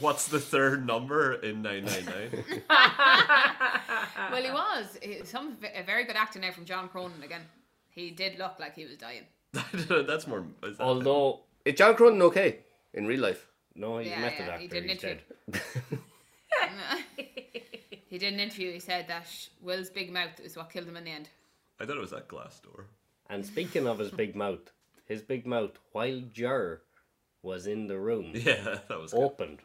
Speaker 1: "What's the third number in 999? [LAUGHS]
Speaker 4: Well,
Speaker 5: [LAUGHS]
Speaker 4: he was he, some a very good actor now from John Cronin again. He did look like he was dying.
Speaker 1: That's more. Is that
Speaker 2: Although
Speaker 5: Is John Cronin okay in real life?
Speaker 2: no, he's
Speaker 4: Yeah,
Speaker 2: a method
Speaker 4: yeah,
Speaker 2: actor.
Speaker 4: he didn't
Speaker 2: he's
Speaker 4: interview.
Speaker 2: dead.
Speaker 4: he did an interview. He said that Will's big mouth is what killed him in the
Speaker 5: [LAUGHS]
Speaker 4: end.
Speaker 1: I thought it was that glass door. [LAUGHS]
Speaker 2: And speaking of his big mouth, his big mouth, while Jur was in the room,
Speaker 1: Yeah, that was. Good.
Speaker 2: opened.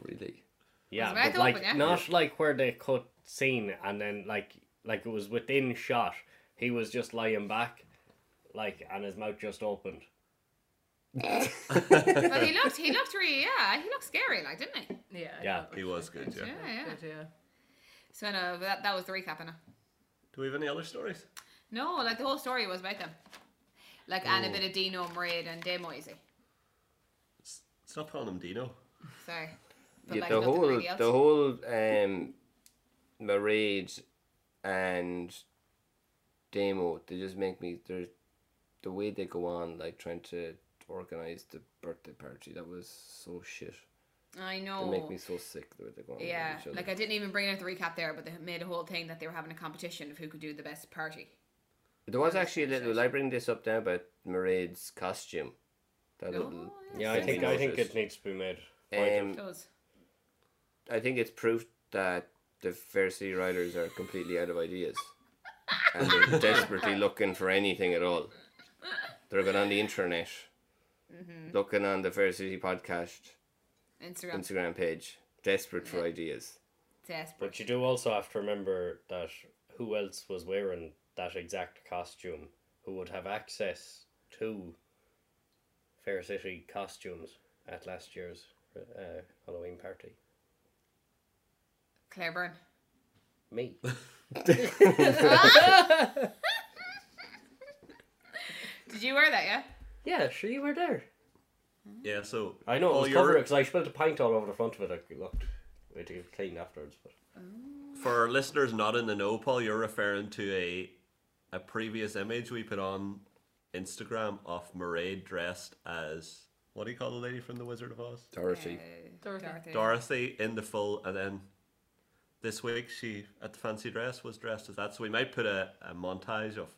Speaker 5: Really?
Speaker 2: Yeah,
Speaker 4: His mouth
Speaker 2: but like
Speaker 4: opened, yeah.
Speaker 2: not like where they cut scene and then like like it was within shot. He was just lying back, like, and his mouth just opened.
Speaker 4: But he looked, he looked really, yeah, he looked scary, like didn't he?
Speaker 3: yeah, I
Speaker 2: Yeah.
Speaker 3: thought it
Speaker 1: He was good. Yeah.
Speaker 4: Yeah, yeah.
Speaker 3: good, yeah.
Speaker 4: So no, that, that was the recap, innit?
Speaker 1: Do we have any other stories?
Speaker 4: No, like the whole story was about them, like and a bit of Dino Maraid and Demoisey.
Speaker 1: Stop calling him Dino.
Speaker 4: Sorry, but
Speaker 5: Yeah,
Speaker 4: like
Speaker 5: the
Speaker 4: nothing
Speaker 5: whole
Speaker 4: really else.
Speaker 5: the whole um Maraid and Demo, they just make me they're the way they go on, like trying to organize the birthday party, that was so shit.
Speaker 4: I
Speaker 5: They
Speaker 4: know.
Speaker 5: make me so sick the way they go on. with
Speaker 4: Oh. Yeah,
Speaker 5: each other.
Speaker 4: like I didn't even bring out the recap there, but they made a whole thing that they were having a competition of who could do the best party.
Speaker 5: There was actually a little. I bring this up now about Maraid's costume. That little.
Speaker 4: Oh,
Speaker 2: Yeah, I
Speaker 5: thing
Speaker 2: think
Speaker 5: we
Speaker 2: I think
Speaker 5: noticed.
Speaker 2: it needs to be made.
Speaker 5: Um,
Speaker 4: Those.
Speaker 5: I think it's proof that the Fair City Riders are completely out of ideas, and they're desperately looking for anything at all. They're going on the internet, looking on the Fair City podcast
Speaker 4: Instagram.
Speaker 5: Instagram page, desperate for ideas.
Speaker 4: Desperate.
Speaker 2: But you do also have to remember that who else was wearing that exact costume who would have access to Fair City costumes at last year's uh, Halloween party.
Speaker 4: Claire Byrne.
Speaker 2: [LAUGHS] Me.
Speaker 4: Did you wear that? Yeah.
Speaker 2: yeah, sure you were there.
Speaker 3: Mm.
Speaker 1: Yeah. So
Speaker 2: I know it
Speaker 1: all
Speaker 2: was
Speaker 1: your-
Speaker 2: covered because I spilled a pint all over the front of it. It looked it got cleaned afterwards, but
Speaker 1: for our listeners not in the know, Paul, you're referring to a a previous image we put on Instagram of Maraid dressed as what do you call the lady from The Wizard of Oz?
Speaker 5: Dorothy.
Speaker 3: Dorothy.
Speaker 1: Dorothy in the full, and then this week she at the fancy dress was dressed as that. So we might put a, a montage of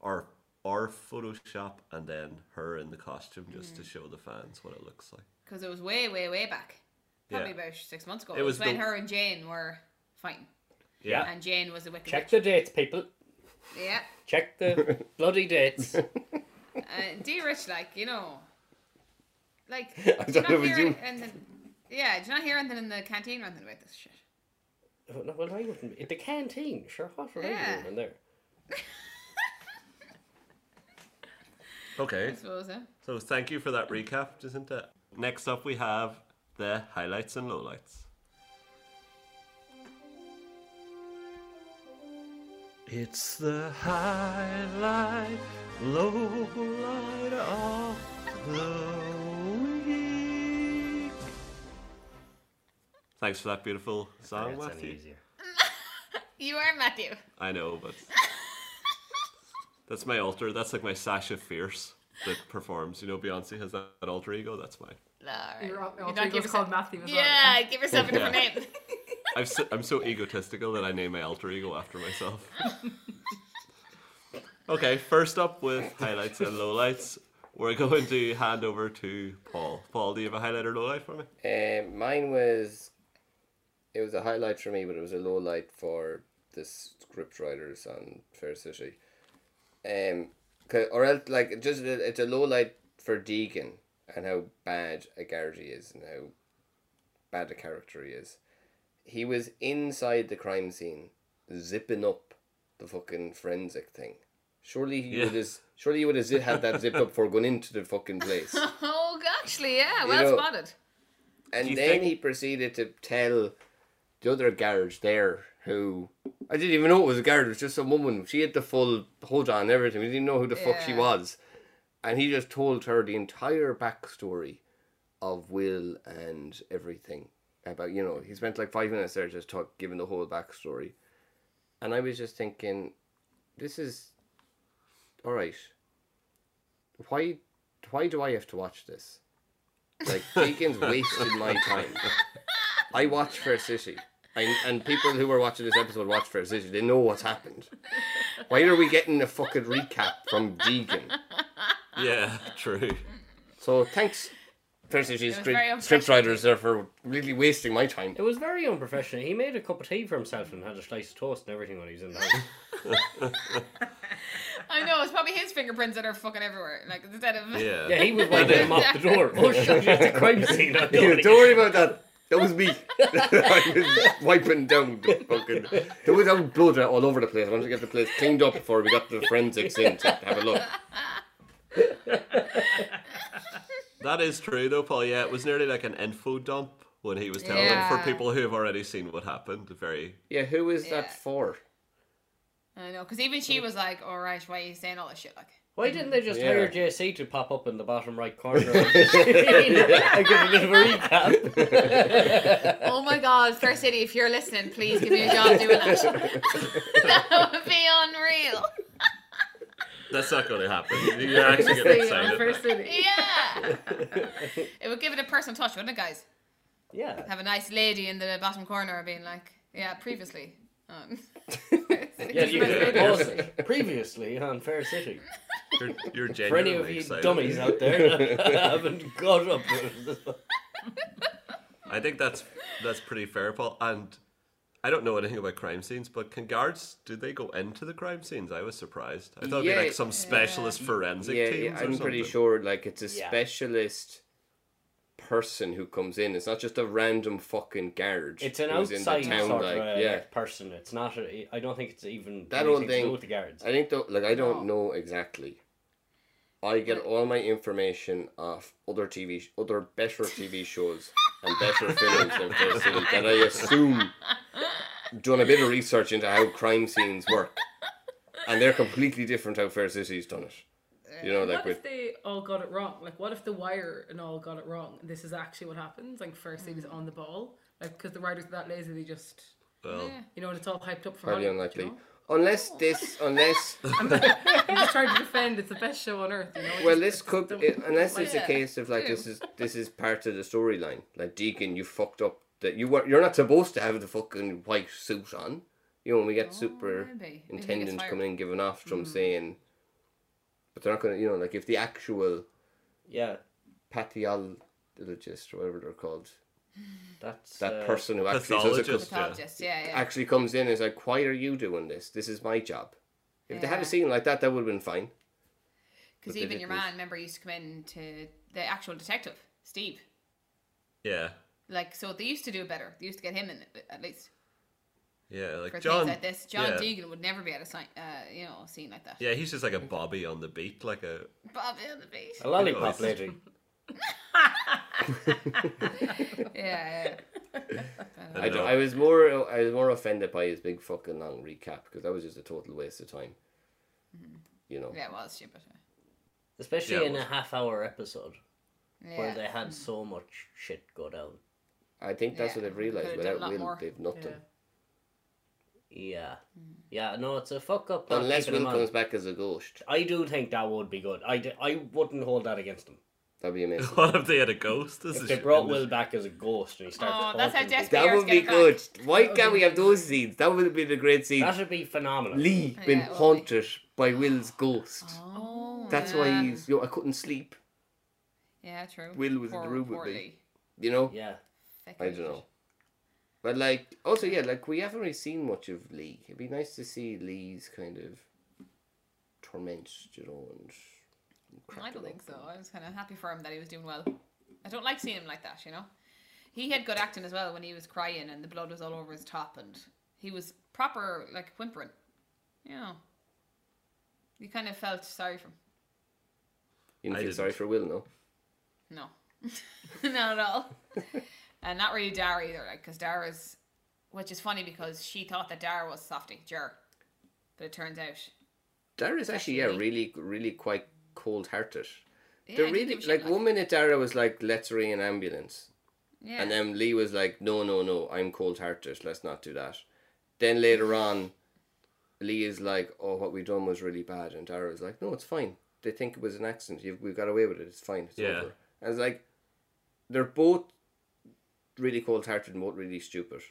Speaker 1: our our Photoshop and then her in the costume just to show the fans what it looks like.
Speaker 4: Because it was way, way, way back. Probably
Speaker 1: Yeah.
Speaker 4: about six months ago.
Speaker 1: It
Speaker 4: It was
Speaker 1: was
Speaker 4: when
Speaker 1: the-
Speaker 4: her and Jane were fighting,
Speaker 1: Yeah.
Speaker 4: and Jane was a wicked
Speaker 2: check
Speaker 4: witch.
Speaker 2: the dates, people.
Speaker 4: Yeah.
Speaker 2: Check the [LAUGHS] bloody dates.
Speaker 4: Uh, D Rich, like you know, like
Speaker 5: [LAUGHS]
Speaker 4: do
Speaker 5: I
Speaker 4: you
Speaker 5: thought
Speaker 4: not
Speaker 5: it was
Speaker 4: hear
Speaker 5: you.
Speaker 4: anything? Yeah, do you not hear anything in the canteen or anything about this shit?
Speaker 2: well, I wouldn't. be- The canteen, sure. What were I
Speaker 4: Yeah.
Speaker 2: doing in there?
Speaker 1: Okay.
Speaker 4: I suppose. Huh?
Speaker 1: So thank you for that recap, Jacinta. Next up we have the highlights and lowlights. It's the highlight, lowlight of the week. Thanks for that beautiful song,
Speaker 2: That's any
Speaker 1: Matthew.
Speaker 2: easier.
Speaker 4: You are Matthew.
Speaker 1: I know, but that's my alter. That's like my Sasha Fierce that performs. You know, Beyonce has that, that alter ego. That's mine.
Speaker 4: All right.
Speaker 3: Your al-
Speaker 4: You
Speaker 3: alter
Speaker 4: don't
Speaker 3: ego's
Speaker 4: yourself-
Speaker 3: called Matthew as well,
Speaker 4: Yeah, give yourself a different name. [LAUGHS]
Speaker 1: I've so, I'm so egotistical that I name my alter ego after myself. okay, first up with highlights and lowlights, we're going to hand over to Paul. Paul, do you have a highlight or lowlight for me?
Speaker 5: Um, mine was, it was a highlight for me, but it was a low light for the scriptwriters on Fair City. Um, 'cause- or else like just a- it's a low light for Deegan and how bad a Garrity is and how bad a character he is. He was inside the crime scene, zipping up the fucking forensic thing. Surely he
Speaker 1: Yeah.
Speaker 5: would have. Surely he would have zi- had that zipped up before going into the fucking place.
Speaker 4: Oh, actually, yeah, well
Speaker 1: [LAUGHS]
Speaker 5: know-
Speaker 4: spotted.
Speaker 5: And
Speaker 1: Do you
Speaker 5: then
Speaker 1: think-
Speaker 5: he proceeded to tell the other garage there who I didn't even know it was a garage, it was just some woman. She had the full hood on and everything. We didn't know who the fuck she
Speaker 4: Yeah.
Speaker 5: was. And he just told her the entire backstory of Will and everything. About you know, he spent like five minutes there just talk giving the whole backstory. And I was just thinking, this is alright. Why why do I have to watch this? Like Deacon's wasted my time. I watch Fair City. I, and people who are watching this episode watch Fair City. They know what's happened. Why are we getting a fucking recap from Deacon?
Speaker 2: Ah.
Speaker 1: Yeah, true.
Speaker 5: So thanks, Fair City
Speaker 4: was
Speaker 5: script,
Speaker 4: very unprofessional.
Speaker 5: scriptwriters there for really wasting my time.
Speaker 2: It was very unprofessional. He made a cup of tea for himself and had a slice of toast and everything when he was in the
Speaker 5: [LAUGHS]
Speaker 2: house.
Speaker 4: I know it's probably his fingerprints that are fucking everywhere. Like instead of
Speaker 1: Yeah.
Speaker 2: yeah, he was wiping him off the door. Oh shit, it's a crime scene.
Speaker 5: [LAUGHS]
Speaker 2: I'm
Speaker 5: Yeah,
Speaker 2: doing
Speaker 5: don't worry about that. That was me. [LAUGHS] I was wiping down the fucking. There was out blood all over the place. I wanted to get the place cleaned up before we got the forensics in to have a look.
Speaker 1: That is true though, Paul. Yeah, it was nearly like an info dump when he was telling them
Speaker 4: Yeah.
Speaker 1: for people who have already seen what happened. Very
Speaker 5: Yeah, who is
Speaker 4: Yeah.
Speaker 5: that for?
Speaker 4: [LAUGHS] I know, because even she was like, "All right, why are you saying all this shit?" Like,
Speaker 2: Why didn't they just
Speaker 5: Yeah.
Speaker 2: hire JC to pop up in the bottom right corner
Speaker 5: [LAUGHS]
Speaker 2: of the
Speaker 3: [LAUGHS]
Speaker 2: screen [LAUGHS] and give a bit of a recap?
Speaker 4: oh my god, Fair City, if you're listening, please give me a job doing that. [LAUGHS] that would be unreal.
Speaker 1: that's not gonna
Speaker 2: [LAUGHS]
Speaker 1: happen. You're actually getting
Speaker 2: uh,
Speaker 3: Yeah,
Speaker 1: excited.
Speaker 3: Fair City.
Speaker 4: Yeah, it would give it a personal touch, wouldn't it, guys?
Speaker 2: Yeah.
Speaker 4: Have a nice lady in the bottom corner being like, "Yeah, previously." Um, [LAUGHS]
Speaker 2: Yeah, you
Speaker 1: Yeah.
Speaker 2: could pause it. Previously on Fair City.
Speaker 1: You're, you're
Speaker 2: For any of
Speaker 1: genuinely
Speaker 2: you
Speaker 1: excited.
Speaker 2: dummies out
Speaker 5: [LAUGHS]
Speaker 2: there [LAUGHS] that haven't got up to this.
Speaker 1: I think that's that's pretty fair, Paul. And I don't know anything about crime scenes, but can guards do they go into the crime scenes? I was surprised. I thought it'd
Speaker 5: Yeah.
Speaker 1: be like some specialist forensic
Speaker 5: yeah,
Speaker 1: teams.
Speaker 5: yeah,
Speaker 1: or
Speaker 5: I'm pretty
Speaker 1: something.
Speaker 5: sure like it's a
Speaker 2: Yeah.
Speaker 5: specialist person who comes in. It's not just a random fucking guard.
Speaker 2: It's an
Speaker 5: who's in the
Speaker 2: outside
Speaker 5: town,
Speaker 2: sort
Speaker 5: like,
Speaker 2: of uh,
Speaker 5: yeah.
Speaker 2: person. It's not. A, I don't think it's even
Speaker 5: That old
Speaker 2: anything to do
Speaker 5: thing-
Speaker 2: with the guards.
Speaker 5: I think though, like I don't know exactly. I get all my information off other TV, sh- other better TV shows and
Speaker 2: [LAUGHS]
Speaker 5: better films than Fair City that I assume done a bit of research into how crime scenes work, and they're completely different how Fair City's done it. You know, like
Speaker 3: What
Speaker 5: with
Speaker 3: if they all got it wrong? Like, what if The Wire and all got it wrong? And this is actually what happens. Like, Fair City's
Speaker 2: Mm.
Speaker 3: on the ball. Like, because the writers are that lazy, they just,
Speaker 1: Well,
Speaker 3: you know, and it's all hyped up for
Speaker 5: highly
Speaker 3: Hollywood,
Speaker 5: unlikely.
Speaker 3: You know?
Speaker 4: Oh.
Speaker 5: Unless this,
Speaker 4: [LAUGHS]
Speaker 5: unless
Speaker 3: I'm just trying to defend. It's the best show on earth. You
Speaker 5: [LAUGHS]
Speaker 3: know?
Speaker 5: well, this could
Speaker 3: don't-
Speaker 5: it, unless it's
Speaker 4: Yeah.
Speaker 5: a case of like this is this is part of the storyline. Like Deacon, you fucked up that you were you're not supposed to have the fucking white suit on. You know, when we get
Speaker 4: Oh, maybe. Maybe he gets
Speaker 5: superintendents
Speaker 4: fired. Mm-hmm.
Speaker 5: coming in giving off from saying, but they're not gonna, you know, like if the actual
Speaker 2: Yeah,
Speaker 5: pathologist or whatever they're called,
Speaker 2: that's
Speaker 5: that
Speaker 2: uh,
Speaker 5: person who actually does it, 'cause
Speaker 1: pathologist. Yeah.
Speaker 4: pathologist, yeah, yeah.
Speaker 5: actually comes in and is like, why are you doing this? This is my job. If they had
Speaker 4: Yeah.
Speaker 5: a scene like that, that would have been fine.
Speaker 4: Because
Speaker 5: But they
Speaker 4: even your
Speaker 5: didn't.
Speaker 4: man, remember, used to come in to the actual detective, Steve.
Speaker 1: yeah,
Speaker 4: Like, so they used to do it better. They used to get him in, at least.
Speaker 1: yeah,
Speaker 4: For
Speaker 1: like
Speaker 4: things
Speaker 1: John.
Speaker 4: like this, John
Speaker 1: yeah.
Speaker 4: Deegan would never be at a sign, uh, you know, a scene like that.
Speaker 1: Yeah, he's just like a bobby on the beat, like a
Speaker 4: Bob on the beat.
Speaker 2: a lollipop
Speaker 1: You know,
Speaker 2: lady.
Speaker 4: Yeah,
Speaker 1: I
Speaker 5: I,
Speaker 1: don't
Speaker 5: don't-
Speaker 1: know. [LAUGHS]
Speaker 5: I was more I was more offended by his big fucking long recap because that was just a total waste of time. You know,
Speaker 4: Mm-hmm. yeah, yeah. It was stupid.
Speaker 2: Especially
Speaker 1: Yeah, it
Speaker 2: in
Speaker 1: was.
Speaker 2: a half-hour episode where
Speaker 4: Yeah.
Speaker 2: they had so much shit go down.
Speaker 5: I think that's
Speaker 4: Yeah,
Speaker 5: what they've
Speaker 4: they could've
Speaker 5: realized.
Speaker 4: done a
Speaker 5: Without
Speaker 4: lot
Speaker 5: Will,
Speaker 4: more.
Speaker 5: they've nothing.
Speaker 2: Yeah,
Speaker 4: Mm.
Speaker 2: yeah. No, it's a fuck up. not
Speaker 5: Unless
Speaker 2: keeping
Speaker 5: Will
Speaker 2: him on.
Speaker 5: comes back as a ghost.
Speaker 2: I do think that would be good. I, d- I wouldn't hold that against them.
Speaker 5: That'd
Speaker 1: [LAUGHS]
Speaker 5: be amazing.
Speaker 1: What if they had a ghost? This
Speaker 2: If
Speaker 1: is
Speaker 2: they
Speaker 1: shit.
Speaker 2: brought Will back as a ghost and he starts
Speaker 4: Oh,
Speaker 2: haunting
Speaker 4: that's how
Speaker 2: people.
Speaker 4: desperate
Speaker 5: That
Speaker 4: Bears
Speaker 5: would be
Speaker 4: get a
Speaker 5: good. Why
Speaker 3: would
Speaker 5: can't
Speaker 3: be
Speaker 5: we have those scenes? That would have been a great scene.
Speaker 2: That would be phenomenal.
Speaker 5: Lee
Speaker 4: Yeah,
Speaker 5: been
Speaker 4: it would be.
Speaker 5: haunted by Will's ghost.
Speaker 4: Oh,
Speaker 5: That's why he's. You know, I couldn't sleep.
Speaker 4: Yeah, true.
Speaker 5: Will was in the room with me. You know.
Speaker 2: Yeah.
Speaker 5: I don't know. But like, also yeah, like we haven't really seen much of Lee. It'd be nice to see Lee's kind of torment, you know, and
Speaker 4: I don't think so. I was kind of happy for him that he was doing well. I don't like seeing him like that, you know. He had good acting as well when he was crying and the blood was all over his top and he was proper like whimpering. You know, you kind of felt sorry for him.
Speaker 5: you
Speaker 1: I
Speaker 5: didn't feel
Speaker 1: didn't.
Speaker 5: sorry for Will, no?
Speaker 4: No, [LAUGHS] not at all, and not really Dara either. Like, because Dara's, which is funny because she thought that Dara was softy, sure, but it turns out
Speaker 5: Dara is actually yeah,
Speaker 4: Actually.
Speaker 5: really, really quite cold-hearted.
Speaker 4: yeah,
Speaker 5: They're
Speaker 4: I didn't
Speaker 5: really
Speaker 4: give a shit,
Speaker 5: like one minute Dara was like, "Let's ring an ambulance,"
Speaker 4: yeah.
Speaker 5: And then Lee was like, no, no, no, I'm cold hearted. Let's not do that. Then later on, Lee is like, oh, what we done was really bad. And Dara was like, no, it's fine. They think it was an accident. You've, we got away with it. It's fine. It's
Speaker 1: Yeah.
Speaker 5: over. I was like, they're both really cold hearted and both really stupid.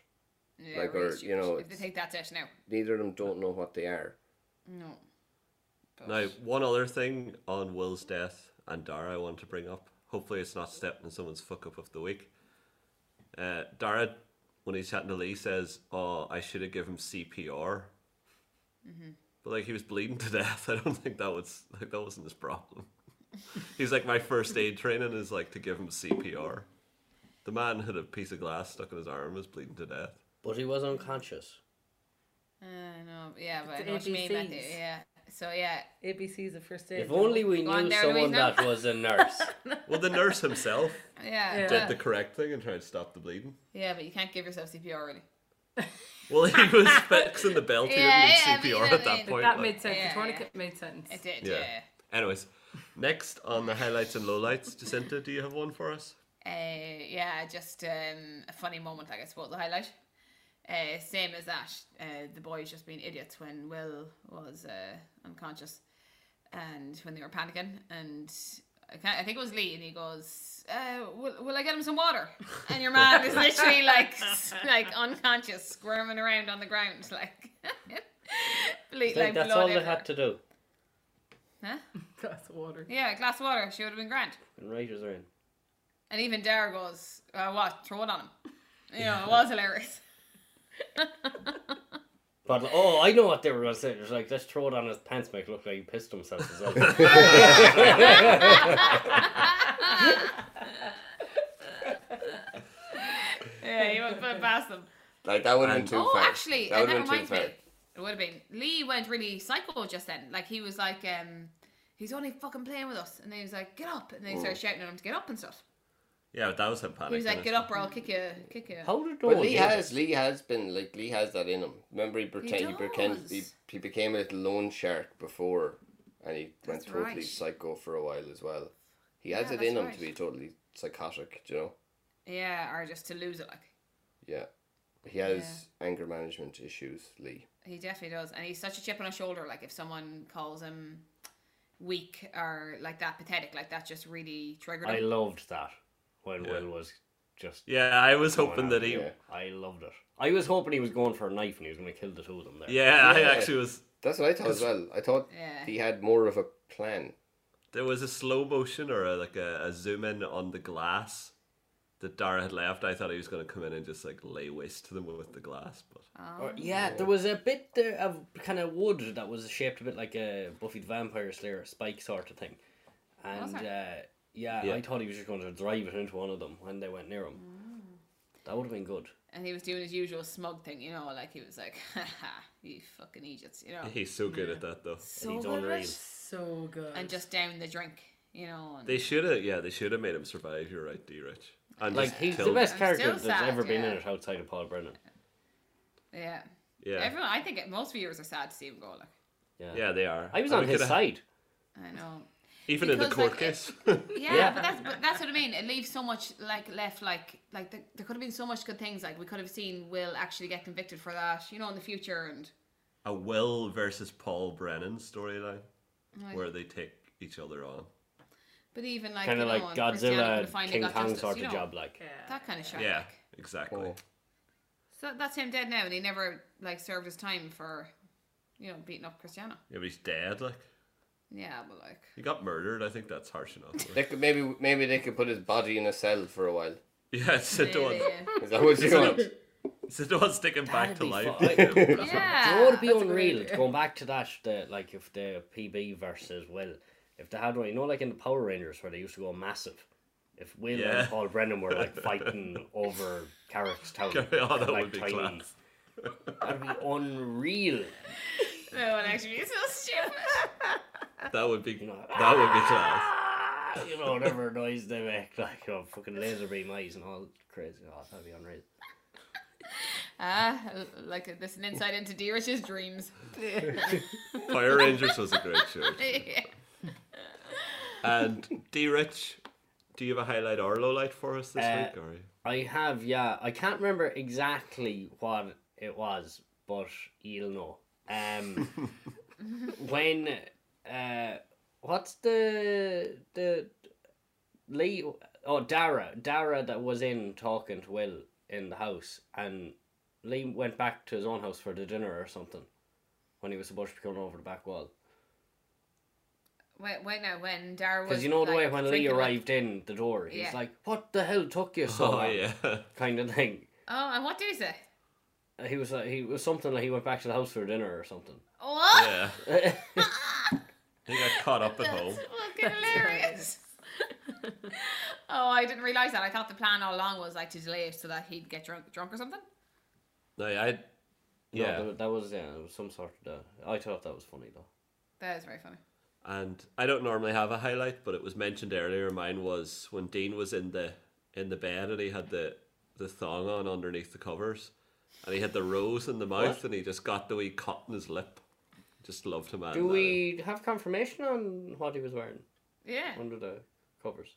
Speaker 4: Yeah,
Speaker 5: like,
Speaker 4: really
Speaker 5: or, you
Speaker 4: stupid.
Speaker 5: know,
Speaker 4: if they
Speaker 5: it's-
Speaker 4: take that out now,
Speaker 5: Neither of them don't know what they are.
Speaker 4: no.
Speaker 1: Now, one other thing on Will's death and Dara I want to bring up. Hopefully, it's not stepping in someone's fuck up of the week. Uh, Dara, when he's chatting to Lee, says, Oh, I should have given him CPR. But like he was bleeding to death. [LAUGHS] I don't think that was like that wasn't his problem. [LAUGHS] he's like my first aid training is like to give him CPR. The man had a piece of glass stuck in his arm, was bleeding to death.
Speaker 2: But he was unconscious.
Speaker 4: Uh, no, yeah, but I
Speaker 3: It's
Speaker 4: know what you mean. Matthew,
Speaker 3: ABCs.
Speaker 4: yeah. So yeah,
Speaker 3: ABC's a first aid.
Speaker 2: If only we
Speaker 4: Go on
Speaker 2: knew
Speaker 4: there,
Speaker 2: someone
Speaker 4: Louise, now.
Speaker 2: that
Speaker 4: [LAUGHS]
Speaker 2: was a nurse.
Speaker 1: Well, the nurse himself
Speaker 4: yeah,
Speaker 3: Yeah.
Speaker 1: did
Speaker 4: [LAUGHS] yeah.
Speaker 1: the correct thing and tried to stop the bleeding.
Speaker 4: Yeah, but you can't give yourself CPR really.
Speaker 1: Well, he
Speaker 4: [LAUGHS]
Speaker 1: was fixing the belt.
Speaker 4: Yeah, yeah,
Speaker 1: he didn't
Speaker 4: but
Speaker 1: need
Speaker 4: you
Speaker 1: CPR
Speaker 4: know
Speaker 1: at
Speaker 4: what I
Speaker 1: that
Speaker 4: mean.
Speaker 1: point.
Speaker 3: that
Speaker 1: like-
Speaker 3: made sense.
Speaker 4: Yeah,
Speaker 3: the tourniquet made sense.
Speaker 4: It
Speaker 3: [LAUGHS]
Speaker 4: did.
Speaker 1: Yeah.
Speaker 4: Yeah.
Speaker 1: Anyways, next on the highlights and lowlights, Jacinta, do you have one for us?
Speaker 4: Uh, yeah, just um, a funny moment, like I suppose the highlight. Uh, same as that, uh, the boys just being idiots when Will was uh, unconscious, and when they were panicking, and I, can't, I think it was Lee, and he goes, uh, "Will, will I get him some water?"
Speaker 2: [LAUGHS]
Speaker 4: And your man is literally like, s- like unconscious, squirming around on the ground, [LAUGHS] like, ble-
Speaker 2: Like, that's
Speaker 4: blood
Speaker 2: all they
Speaker 4: everywhere.
Speaker 2: had to do.
Speaker 4: Huh?
Speaker 3: That's water.
Speaker 4: Yeah, a glass of water. She would have been grand.
Speaker 2: And writers are in.
Speaker 4: And even Dara goes, uh, what? Throw it on him. You know, it was hilarious.
Speaker 2: But oh, I know what they were going to say. It was like, let's throw it on his pants, make it look like he pissed himself as well.
Speaker 5: [LAUGHS]
Speaker 4: Yeah, you went past
Speaker 5: [LAUGHS]
Speaker 4: them.
Speaker 5: Like, that would have been
Speaker 1: And-
Speaker 5: too
Speaker 4: Oh,
Speaker 5: far.
Speaker 4: actually,
Speaker 5: that
Speaker 4: and
Speaker 5: would
Speaker 4: that
Speaker 5: have been
Speaker 4: reminds
Speaker 5: too
Speaker 4: me.
Speaker 5: far.
Speaker 4: It would have been. Lee went really psycho just then. Like, he was like, um, he's only fucking playing with us. And then he was like, get up. And then he started shouting at him to get up and stuff.
Speaker 1: Yeah, but that was him panicking.
Speaker 4: He was like, get
Speaker 1: isn't
Speaker 4: up or I'll kick you. Kick you.
Speaker 2: How did
Speaker 5: But
Speaker 2: those
Speaker 5: Lee
Speaker 2: do
Speaker 5: has Lee has been like Lee has that in him. Remember he pretend he, pretend he,
Speaker 4: does.
Speaker 5: he became a little loan shark before, and he went
Speaker 4: That's
Speaker 5: totally
Speaker 4: right.
Speaker 5: psycho for a while as well. He has
Speaker 4: Yeah,
Speaker 5: it in
Speaker 4: that's
Speaker 5: him
Speaker 4: right.
Speaker 5: to be totally psychotic. Do you know?
Speaker 4: Yeah, or just to lose it. Like,
Speaker 5: Yeah, he has anger management issues. Lee.
Speaker 4: He definitely does, and he's such a chip on his shoulder. Like if someone calls him weak or like that, pathetic, like that just really triggered
Speaker 2: I
Speaker 4: him.
Speaker 2: loved that when
Speaker 1: Yeah.
Speaker 2: Will was just.
Speaker 1: he? Yeah, I was
Speaker 2: going
Speaker 1: hoping
Speaker 2: on,
Speaker 1: that he. Yeah,
Speaker 5: yeah.
Speaker 2: I loved it. I was hoping he was going for a knife and he was going to kill the two of them there.
Speaker 1: I
Speaker 5: Yeah.
Speaker 1: actually was.
Speaker 5: That's what I thought as well. I thought
Speaker 4: Yeah.
Speaker 5: he had more of a plan.
Speaker 1: There was a slow motion or a, like a, a zoom in on the glass that Dara had left. I thought he was going to come in and just like lay waste to them with the glass, but
Speaker 2: Or- yeah, there was a bit there of kind of wood that was shaped a bit like a Buffy the Vampire Slayer spike sort of thing, and uh, yeah,
Speaker 1: Yeah.
Speaker 2: I thought he was just going to drive it into one of them when they went near him.
Speaker 4: Mm.
Speaker 2: That would have been good.
Speaker 4: and he was doing his usual smug thing, you know, like he was like, [LAUGHS] "Haha, you fucking idiots," you know,
Speaker 1: he's so good at that though.
Speaker 4: so
Speaker 2: he's
Speaker 4: good at
Speaker 2: unreal.
Speaker 4: it.
Speaker 3: So good.
Speaker 4: and just down the drink, you know. And
Speaker 1: They should have. Yeah, they should have made him survive. You're right, D. Rich. And
Speaker 2: Like
Speaker 1: just
Speaker 2: he's the
Speaker 1: killed-
Speaker 2: best
Speaker 4: I'm
Speaker 2: character
Speaker 4: still
Speaker 2: that's
Speaker 4: sad,
Speaker 2: ever been
Speaker 4: yeah.
Speaker 2: in it outside of Paul Brennan.
Speaker 4: yeah.
Speaker 1: Yeah,
Speaker 4: everyone, I think it, most viewers are sad to see him go. Like,
Speaker 2: Yeah,
Speaker 1: yeah, they are.
Speaker 2: I was
Speaker 1: And
Speaker 2: on
Speaker 1: we
Speaker 2: his
Speaker 1: coulda-
Speaker 2: side.
Speaker 4: I know.
Speaker 1: even in the
Speaker 4: Because,
Speaker 1: court
Speaker 4: like, [LAUGHS]
Speaker 1: case.
Speaker 4: Yeah,
Speaker 2: Yeah.
Speaker 4: but that's but that's what I mean. It leaves so much like left, like like the, there could have been so much good things. Like we could have seen Will actually get convicted for that, you know, in the future. And
Speaker 1: a Will versus Paul Brennan storyline
Speaker 4: Right.
Speaker 1: where they take each other on.
Speaker 4: But even like
Speaker 2: kind
Speaker 4: you
Speaker 2: of
Speaker 4: know,
Speaker 2: like
Speaker 4: when Cristiano
Speaker 2: Godzilla,
Speaker 4: could've finally
Speaker 2: King
Speaker 4: got
Speaker 2: Kong
Speaker 4: justice,
Speaker 2: sort
Speaker 4: you
Speaker 2: of
Speaker 4: know,
Speaker 2: job, like.
Speaker 4: That kind of shit.
Speaker 1: Yeah,
Speaker 4: like.
Speaker 1: exactly.
Speaker 5: Oh.
Speaker 4: So that's him dead now, and he never like served his time for, you know, beating up Cristiano.
Speaker 1: Yeah, but he's dead. Like
Speaker 4: Yeah, but like
Speaker 1: he got murdered. I think that's harsh enough. [LAUGHS] like.
Speaker 5: They could, maybe maybe they could put his body in a cell for a while.
Speaker 1: yeah, it's the
Speaker 4: maybe,
Speaker 1: one.
Speaker 4: yeah.
Speaker 5: Is that what you want?
Speaker 4: [LAUGHS]
Speaker 1: It's the one sticking back to
Speaker 2: be
Speaker 1: life.
Speaker 2: fun.
Speaker 1: [LAUGHS]
Speaker 4: yeah.
Speaker 2: It would be
Speaker 3: Ah, that's a great
Speaker 2: unreal
Speaker 3: idea.
Speaker 2: going back to that. The like if the PB versus Will, if they had one, you know, like in the Power Rangers where they used to go massive. If Will
Speaker 1: Yeah.
Speaker 2: and Paul Brennan were
Speaker 1: [LAUGHS]
Speaker 2: like fighting over Carrick's Town,
Speaker 1: oh, that
Speaker 2: like,
Speaker 1: would be
Speaker 2: tiny-
Speaker 1: class.
Speaker 2: that'd be unreal.
Speaker 4: That one actually is so stupid. [LAUGHS]
Speaker 1: That would be.
Speaker 2: know.
Speaker 1: That would be class.
Speaker 2: Ah, you know, whatever noise they make, [LAUGHS] like you know, fucking laser beam eyes and all crazy. Oh, that'd be unreal.
Speaker 4: Ah, l- like this an insight into D
Speaker 2: [LAUGHS]
Speaker 4: Rich's dreams.
Speaker 1: Fire Rangers was a great
Speaker 4: [LAUGHS]
Speaker 1: show.
Speaker 4: yeah.
Speaker 1: And D Rich, do you have a highlight or low light for us this
Speaker 2: Uh,
Speaker 1: week? Or
Speaker 2: I have, yeah. I can't remember exactly what it was, but you'll know.
Speaker 4: [LAUGHS]
Speaker 2: Um, when, uh, what's the the Lee? Oh, Dara, Dara that was in talking to Will in the house, and Lee went back to his own house for the dinner or something. When he was supposed to be coming over the back wall,
Speaker 4: Wait, wait now, when Dara was
Speaker 2: because you know the
Speaker 4: like,
Speaker 2: way when Lee
Speaker 4: drinking with-
Speaker 2: arrived in the door, he's
Speaker 4: Yeah.
Speaker 2: like, "What the hell took you so
Speaker 1: oh [LAUGHS]
Speaker 2: long?"
Speaker 1: yeah.
Speaker 2: kind of thing.
Speaker 4: Oh, and what day is it?
Speaker 2: he was uh, he was something like he went back to the house for dinner or something. [LAUGHS]
Speaker 4: What?
Speaker 1: Yeah. he got caught
Speaker 4: [LAUGHS]
Speaker 1: up at home.
Speaker 4: Fucking hilarious. [LAUGHS] oh, I didn't realize that. I thought the plan all along was like to delay it so that he'd get drunk, drunk or something.
Speaker 1: No, I.
Speaker 2: No,
Speaker 1: Yeah.
Speaker 2: that, that was yeah, it was some sort of. Uh, I thought that was funny though.
Speaker 4: That is very funny.
Speaker 1: and I don't normally have a highlight, but it was mentioned earlier. Mine was when Dean was in the in the bed and he had the the thong on underneath the covers, and he had the rose in the mouth, and he just got the wee cut in his lip. Just loved him.
Speaker 2: Do we have confirmation on what he was wearing
Speaker 4: Yeah.
Speaker 2: under the covers?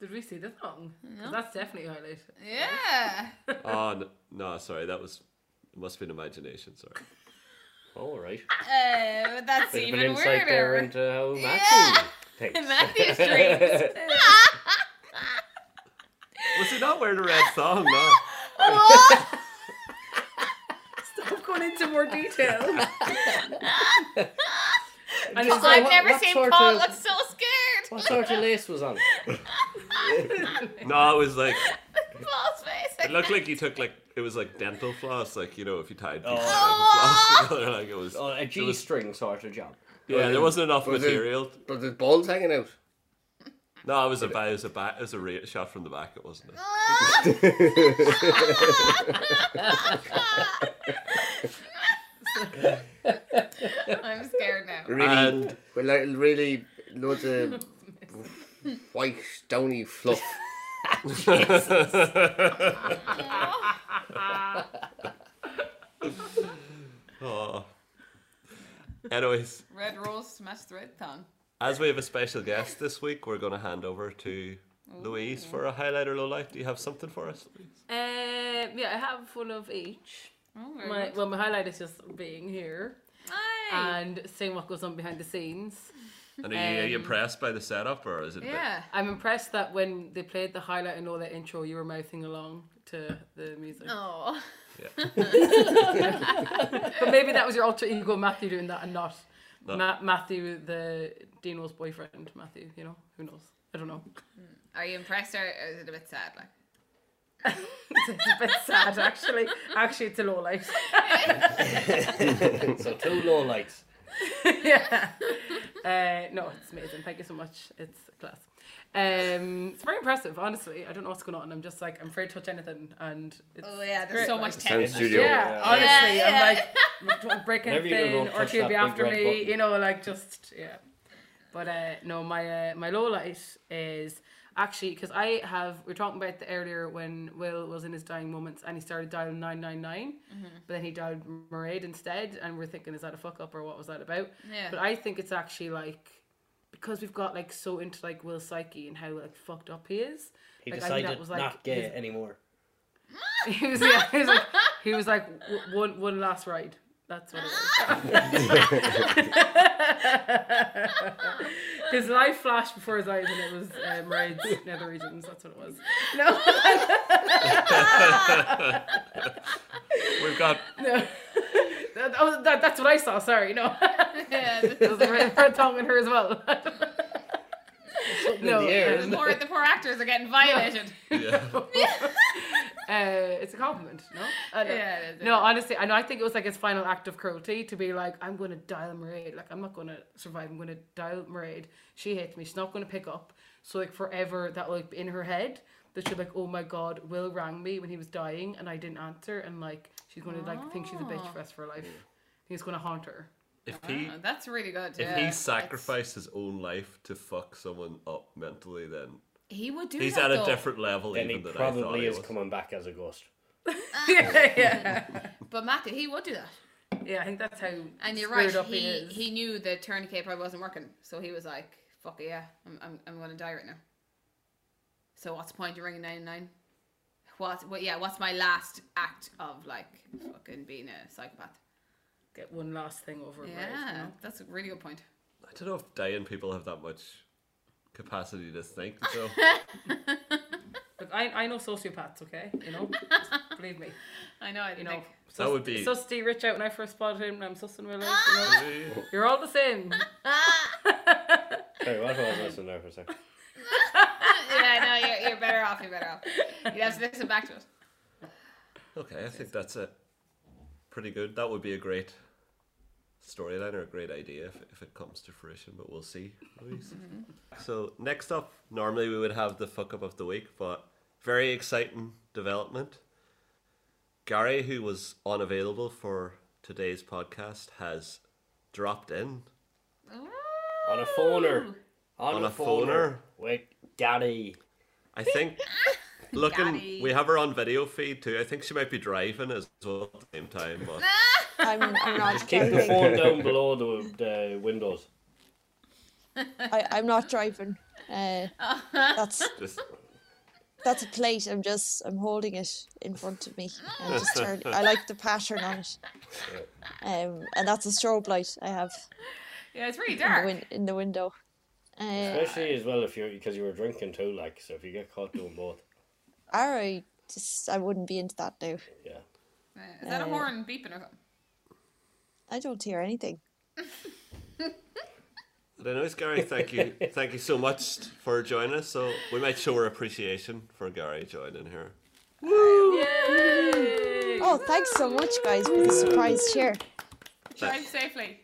Speaker 3: Did we see the thong? 'Cause That's definitely a [LAUGHS] highlight.
Speaker 4: [LAUGHS] Yeah.
Speaker 1: Oh n- no, sorry, that was it must be an imagination. Sorry.
Speaker 2: Oh right,
Speaker 4: Uh, but that's
Speaker 2: bit of
Speaker 4: even
Speaker 2: an insight
Speaker 4: weirder.
Speaker 2: there into how
Speaker 4: Yeah.
Speaker 2: Matthew
Speaker 4: [LAUGHS]
Speaker 2: thinks. [LAUGHS]
Speaker 4: Matthew's dreams.
Speaker 1: Was he not wearing a red thong?
Speaker 2: [LAUGHS]
Speaker 1: No.
Speaker 4: What?
Speaker 3: Stop going into
Speaker 2: [LAUGHS]
Speaker 3: more detail. and
Speaker 2: Just
Speaker 3: it's
Speaker 4: I've
Speaker 2: what-
Speaker 4: never
Speaker 2: what
Speaker 4: seen
Speaker 2: sort
Speaker 4: Paul
Speaker 2: of-
Speaker 4: look so scared.
Speaker 2: What sort of lace was on? it?
Speaker 1: no, it was like
Speaker 4: [LAUGHS] Paul's face.
Speaker 1: it looked like he took like it was like dental floss, like you know if you tied pieces
Speaker 4: Oh.
Speaker 1: of dental floss [LAUGHS] together, like it was.
Speaker 2: Oh, a
Speaker 1: it was-
Speaker 2: g-string sort of [LAUGHS] job.
Speaker 1: yeah, there wasn't enough
Speaker 5: Was it-
Speaker 1: material.
Speaker 5: But there's balls hanging out.
Speaker 1: No, it was a ba- it was a ba- it was a ra- shot from the back. It wasn't. It?
Speaker 4: I'm scared now.
Speaker 5: Really,
Speaker 1: And-
Speaker 5: well, like, really loads of white downy fluff.
Speaker 1: [LAUGHS]
Speaker 3: [LAUGHS]
Speaker 1: Oh. Anyways,
Speaker 4: Red rolls smashed the red tongue.
Speaker 1: as we have a special guest this week, we're going to hand over to Louise for a highlight or low light. Do you have something for us, Louise?
Speaker 3: Um, yeah, I have one of each.
Speaker 4: Oh, very
Speaker 3: My,
Speaker 4: good.
Speaker 3: well, uh, my highlight is just being here
Speaker 4: Aye.
Speaker 3: and seeing what goes on behind the scenes.
Speaker 1: And are you, are you
Speaker 3: Um,
Speaker 1: impressed by the setup, or is it? a bit-
Speaker 4: yeah.
Speaker 3: I'm impressed that when they played the highlight and all that intro, you were mouthing along to the music.
Speaker 4: Oh.
Speaker 3: But maybe that was your alter ego, Matthew, doing that and not Ma- Matthew, the Dino's boyfriend, Matthew, you know? Who knows?
Speaker 4: [LAUGHS]
Speaker 3: I don't know.
Speaker 4: Are you impressed or or is it a bit sad? Like,
Speaker 3: it's a bit sad, actually. Actually, it's a low light.
Speaker 2: So two low lights.
Speaker 3: [LAUGHS] yeah. Uh, no, it's amazing. Thank you so much. It's class. Um, it's very impressive, honestly. I don't know what's going on. I'm just like, I'm afraid to touch anything. And it's,
Speaker 4: [LAUGHS] oh yeah,
Speaker 3: it's
Speaker 4: there's
Speaker 3: great,
Speaker 4: so
Speaker 3: like-
Speaker 4: much
Speaker 3: [LAUGHS]
Speaker 5: Sound
Speaker 4: tension.
Speaker 5: studio.
Speaker 3: Yeah, honestly,
Speaker 4: Yeah, yeah. [LAUGHS]
Speaker 3: I'm like don't break
Speaker 2: Whenever you go,
Speaker 3: anything,
Speaker 2: don't
Speaker 3: or
Speaker 2: touch
Speaker 3: she'll
Speaker 2: that
Speaker 3: be
Speaker 2: big
Speaker 3: after
Speaker 2: red
Speaker 3: me.
Speaker 2: button.
Speaker 3: You know, like just yeah. But uh, no, my uh, my low light is actually because I have we were talking about the earlier when Will was in his dying moments and he started dialing nine nine nine,
Speaker 4: Mm-hmm.
Speaker 3: but then he dialed Mairead instead, and we're thinking is that a fuck up or what was that about?
Speaker 4: Yeah.
Speaker 3: But I think it's actually like because we've got like so into like Will's psyche and how like fucked up he is.
Speaker 2: He
Speaker 3: like, I think
Speaker 2: decided
Speaker 3: that was like
Speaker 2: not gay
Speaker 3: his
Speaker 2: anymore.
Speaker 3: [LAUGHS] he was yeah, he was like he was like w- one one last ride That's what it was. [LAUGHS] his life flashed before his eyes, and it was um, Raids Nether Regions. That's what it was. No, [LAUGHS]
Speaker 1: We've got
Speaker 3: no. That, oh, that, that's what I saw. Sorry, no. [LAUGHS]
Speaker 4: Yeah, this
Speaker 3: It was her, her tongue and her as well. [LAUGHS]
Speaker 5: in the air,
Speaker 4: [LAUGHS]
Speaker 3: um,
Speaker 4: is- the, poor, the poor actors are getting violated.
Speaker 1: yeah.
Speaker 3: uh, it's a compliment, no? I don't-
Speaker 4: Yeah, it is, it
Speaker 3: no,
Speaker 4: is.
Speaker 3: honestly, I know. I think it was like his final act of cruelty to be like, "I'm going to dial Maraid. Like, I'm not going to survive. I'm going to dial Maraid. She hates me. She's not going to pick up. So like forever, that will, like be in her head that she's like, oh my god, Will rang me when he was dying and I didn't answer, and like she's going to like think she's a
Speaker 4: Ah.
Speaker 3: bitch for the rest of her life. I think it's going to haunt her.
Speaker 1: If he
Speaker 4: Oh, that's really good.
Speaker 1: if
Speaker 4: yeah.
Speaker 1: he
Speaker 4: That's-
Speaker 1: sacrificed his own life to fuck someone up mentally, then
Speaker 4: he would do
Speaker 1: he's
Speaker 4: that.
Speaker 1: at a
Speaker 4: though.
Speaker 1: different level
Speaker 2: Then he
Speaker 1: even than I thought
Speaker 2: probably
Speaker 1: he
Speaker 2: is
Speaker 1: was.
Speaker 2: coming back as a ghost.
Speaker 4: Ah.
Speaker 3: [LAUGHS] yeah, yeah,
Speaker 4: But Matthew, he would do that.
Speaker 3: yeah. I think that's how.
Speaker 4: And you're
Speaker 3: screwed
Speaker 4: right.
Speaker 3: Up he,
Speaker 4: He
Speaker 3: is.
Speaker 4: he knew the tourniquet probably wasn't working, so he was like, "Fuck it, yeah, I'm I'm, I'm gonna die right now." So what's the point of ringing nine nine? What? What? Yeah. What's my last act of like fucking being a psychopath?
Speaker 3: get one last thing over.
Speaker 4: Yeah,
Speaker 3: Maraid, you know?
Speaker 4: that's a really good point.
Speaker 1: I don't know if dying people have that much capacity to think. So
Speaker 3: Look, I, I know sociopaths, okay?
Speaker 4: [LAUGHS]
Speaker 3: You know? Believe me.
Speaker 4: I know. I
Speaker 3: You
Speaker 4: didn't
Speaker 3: know.
Speaker 4: think.
Speaker 1: That would be-
Speaker 3: Sus D Rich out when I first spotted him and I'm sussing him. You know? You're all the [LAUGHS] same.
Speaker 2: Sorry, what was I listening there for a second?
Speaker 4: [LAUGHS] yeah, no, you're, you're better off. You're better off. [LAUGHS] You have to listen back to it.
Speaker 1: okay, I think that's a pretty good. That would be a great storyline or a great idea if, if it comes to fruition, but we'll see. Louise. So next up, normally we would have the fuck up of the week, but very exciting development. Gary, who was unavailable for today's podcast, has dropped in
Speaker 2: On a phoner.
Speaker 1: on, a phoner.
Speaker 2: With Daddy.
Speaker 1: I think looking
Speaker 4: Daddy.
Speaker 1: we have her on video feed too. I think she might be driving as well at the same time. But
Speaker 6: I'm not
Speaker 2: Keep the
Speaker 6: driving.
Speaker 2: phone down below the, the windows.
Speaker 6: I, I'm not driving. Uh, that's
Speaker 1: just
Speaker 6: that's a plate. I'm just I'm holding it in front of me. And
Speaker 2: [LAUGHS]
Speaker 6: just turn, I like the pattern on it. Um, and that's a strobe light I have
Speaker 4: Yeah, it's really
Speaker 6: in the,
Speaker 4: dark.
Speaker 6: win- in the window. Uh,
Speaker 2: Especially as well if you're because you were drinking too, like so if you get caught doing both,
Speaker 6: all right, just I wouldn't be into that now.
Speaker 2: yeah.
Speaker 4: Uh, Is that a horn beeping or something?
Speaker 6: I don't hear anything.
Speaker 1: anyways, Gary, thank you. Thank you so much for joining us. So we might show our appreciation for Gary joining here.
Speaker 3: Yay!
Speaker 6: Oh, thanks so much, guys, for the surprise cheer.
Speaker 4: Drive [LAUGHS] safely.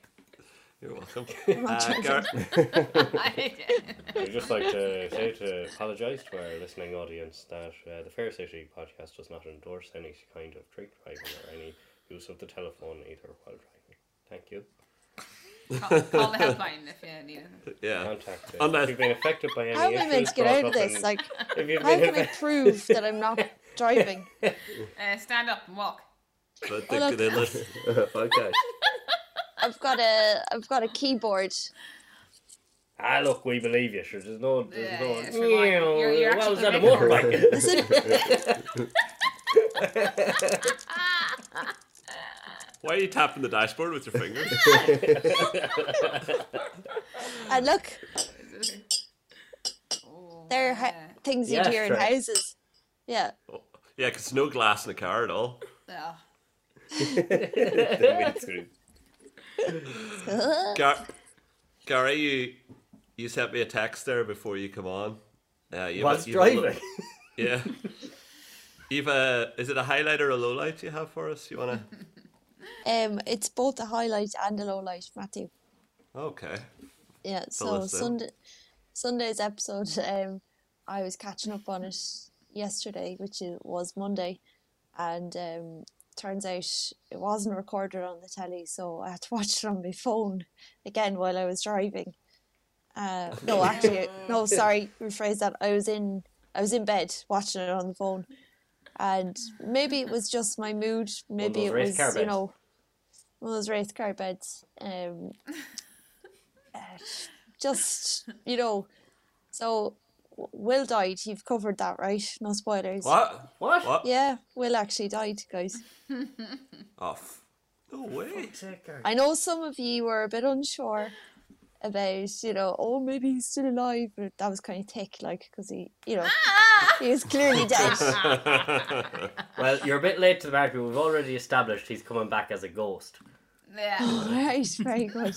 Speaker 1: You're welcome. Uh, Gar-
Speaker 2: I'd just like to say to apologise to our listening audience that uh, the Fair City podcast does not endorse any kind of drink driving or any use of the telephone either while driving. Thank you.
Speaker 4: [LAUGHS] Call, call the helpline if you need it.
Speaker 1: yeah.
Speaker 2: Contact us
Speaker 1: Unless-
Speaker 2: if you've been affected by any
Speaker 6: How am I
Speaker 2: issues.
Speaker 6: meant to get
Speaker 2: brought
Speaker 6: out of
Speaker 2: up
Speaker 6: this?
Speaker 2: in-
Speaker 6: Like,
Speaker 2: if you've
Speaker 6: how
Speaker 2: been
Speaker 6: can I
Speaker 2: affected,
Speaker 6: prove that
Speaker 2: [LAUGHS]
Speaker 6: I'm not driving?
Speaker 4: Uh, stand up and walk.
Speaker 1: But
Speaker 6: Oh,
Speaker 1: the,
Speaker 6: that's-
Speaker 1: the list, [LAUGHS]
Speaker 5: okay.
Speaker 6: I've got a I've got a keyboard.
Speaker 2: ah look, we believe you. Sure, there's no,
Speaker 4: Yeah,
Speaker 2: there's no.
Speaker 4: yeah, sure, why- you're- you're
Speaker 2: well, is
Speaker 4: actually
Speaker 6: [LAUGHS]
Speaker 2: that a
Speaker 4: making-
Speaker 2: motorbike? [LAUGHS]
Speaker 6: Is it?
Speaker 1: why are you tapping the dashboard with your fingers?
Speaker 6: And look,
Speaker 4: Oh,
Speaker 6: there are ha- things you'd
Speaker 2: Yeah,
Speaker 6: hear in
Speaker 2: sure.
Speaker 6: houses.
Speaker 2: [CLEARS THROAT]
Speaker 6: Yeah.
Speaker 1: Oh, yeah, because no glass in the car at all.
Speaker 4: Yeah.
Speaker 1: Gar- Gary, you you sent me a text there before you come on. Uh, you have a-
Speaker 2: Whilst
Speaker 1: you have a lo-
Speaker 2: driving.
Speaker 1: [LAUGHS] Yeah. You've a, is it a highlight or a low light you have for us? You wanna?
Speaker 6: Um, it's both a highlight and a low light, Matthew.
Speaker 1: Okay.
Speaker 6: Yeah.
Speaker 1: Fill
Speaker 6: So
Speaker 1: us in.
Speaker 6: Sunday, Sunday's episode. [LAUGHS] Um, I was catching up on it yesterday, which i- was Monday, and um, turns out it wasn't recorded on the telly, so I had to [LAUGHS] watch it on my phone again while I was driving. Uh,
Speaker 2: [LAUGHS]
Speaker 6: no, actually, no. Sorry, rephrase that. I was in I was in bed watching it on the phone, and maybe it was just my mood. Maybe
Speaker 2: those
Speaker 6: it
Speaker 2: race
Speaker 6: was
Speaker 2: car
Speaker 6: you
Speaker 2: beds.
Speaker 6: know one of those race car beds. Um, uh, just you know, so W- Will died. You've covered that, right? No spoilers.
Speaker 1: What?
Speaker 2: What?
Speaker 1: What?
Speaker 6: Yeah, Will actually died, guys.
Speaker 1: Off. Oh, No way.
Speaker 6: I know some of you were a bit unsure about, you know, oh, maybe he's still alive, but that was kind of thick, like, because he, you know,
Speaker 4: Ah!
Speaker 6: he is clearly dead.
Speaker 2: Well, you're a bit late to the party. We've already established he's coming back as a ghost.
Speaker 4: Yeah.
Speaker 6: All right, very good.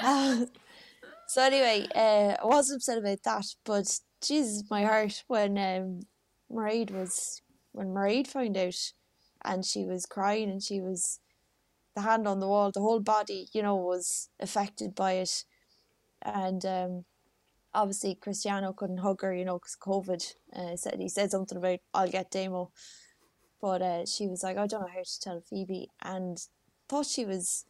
Speaker 6: Uh, [LAUGHS] so anyway, uh, I wasn't upset about that, but Jesus, my heart when um, Mairead was when Mairead found out, and she was crying and she was the hand on the wall, the whole body, you know, was affected by it, and um, obviously Cristiano couldn't hug her, you know, because COVID. Uh, he said he said something about I'll get Damo, but uh, she was like, I don't know how to tell Phoebe, and thought she was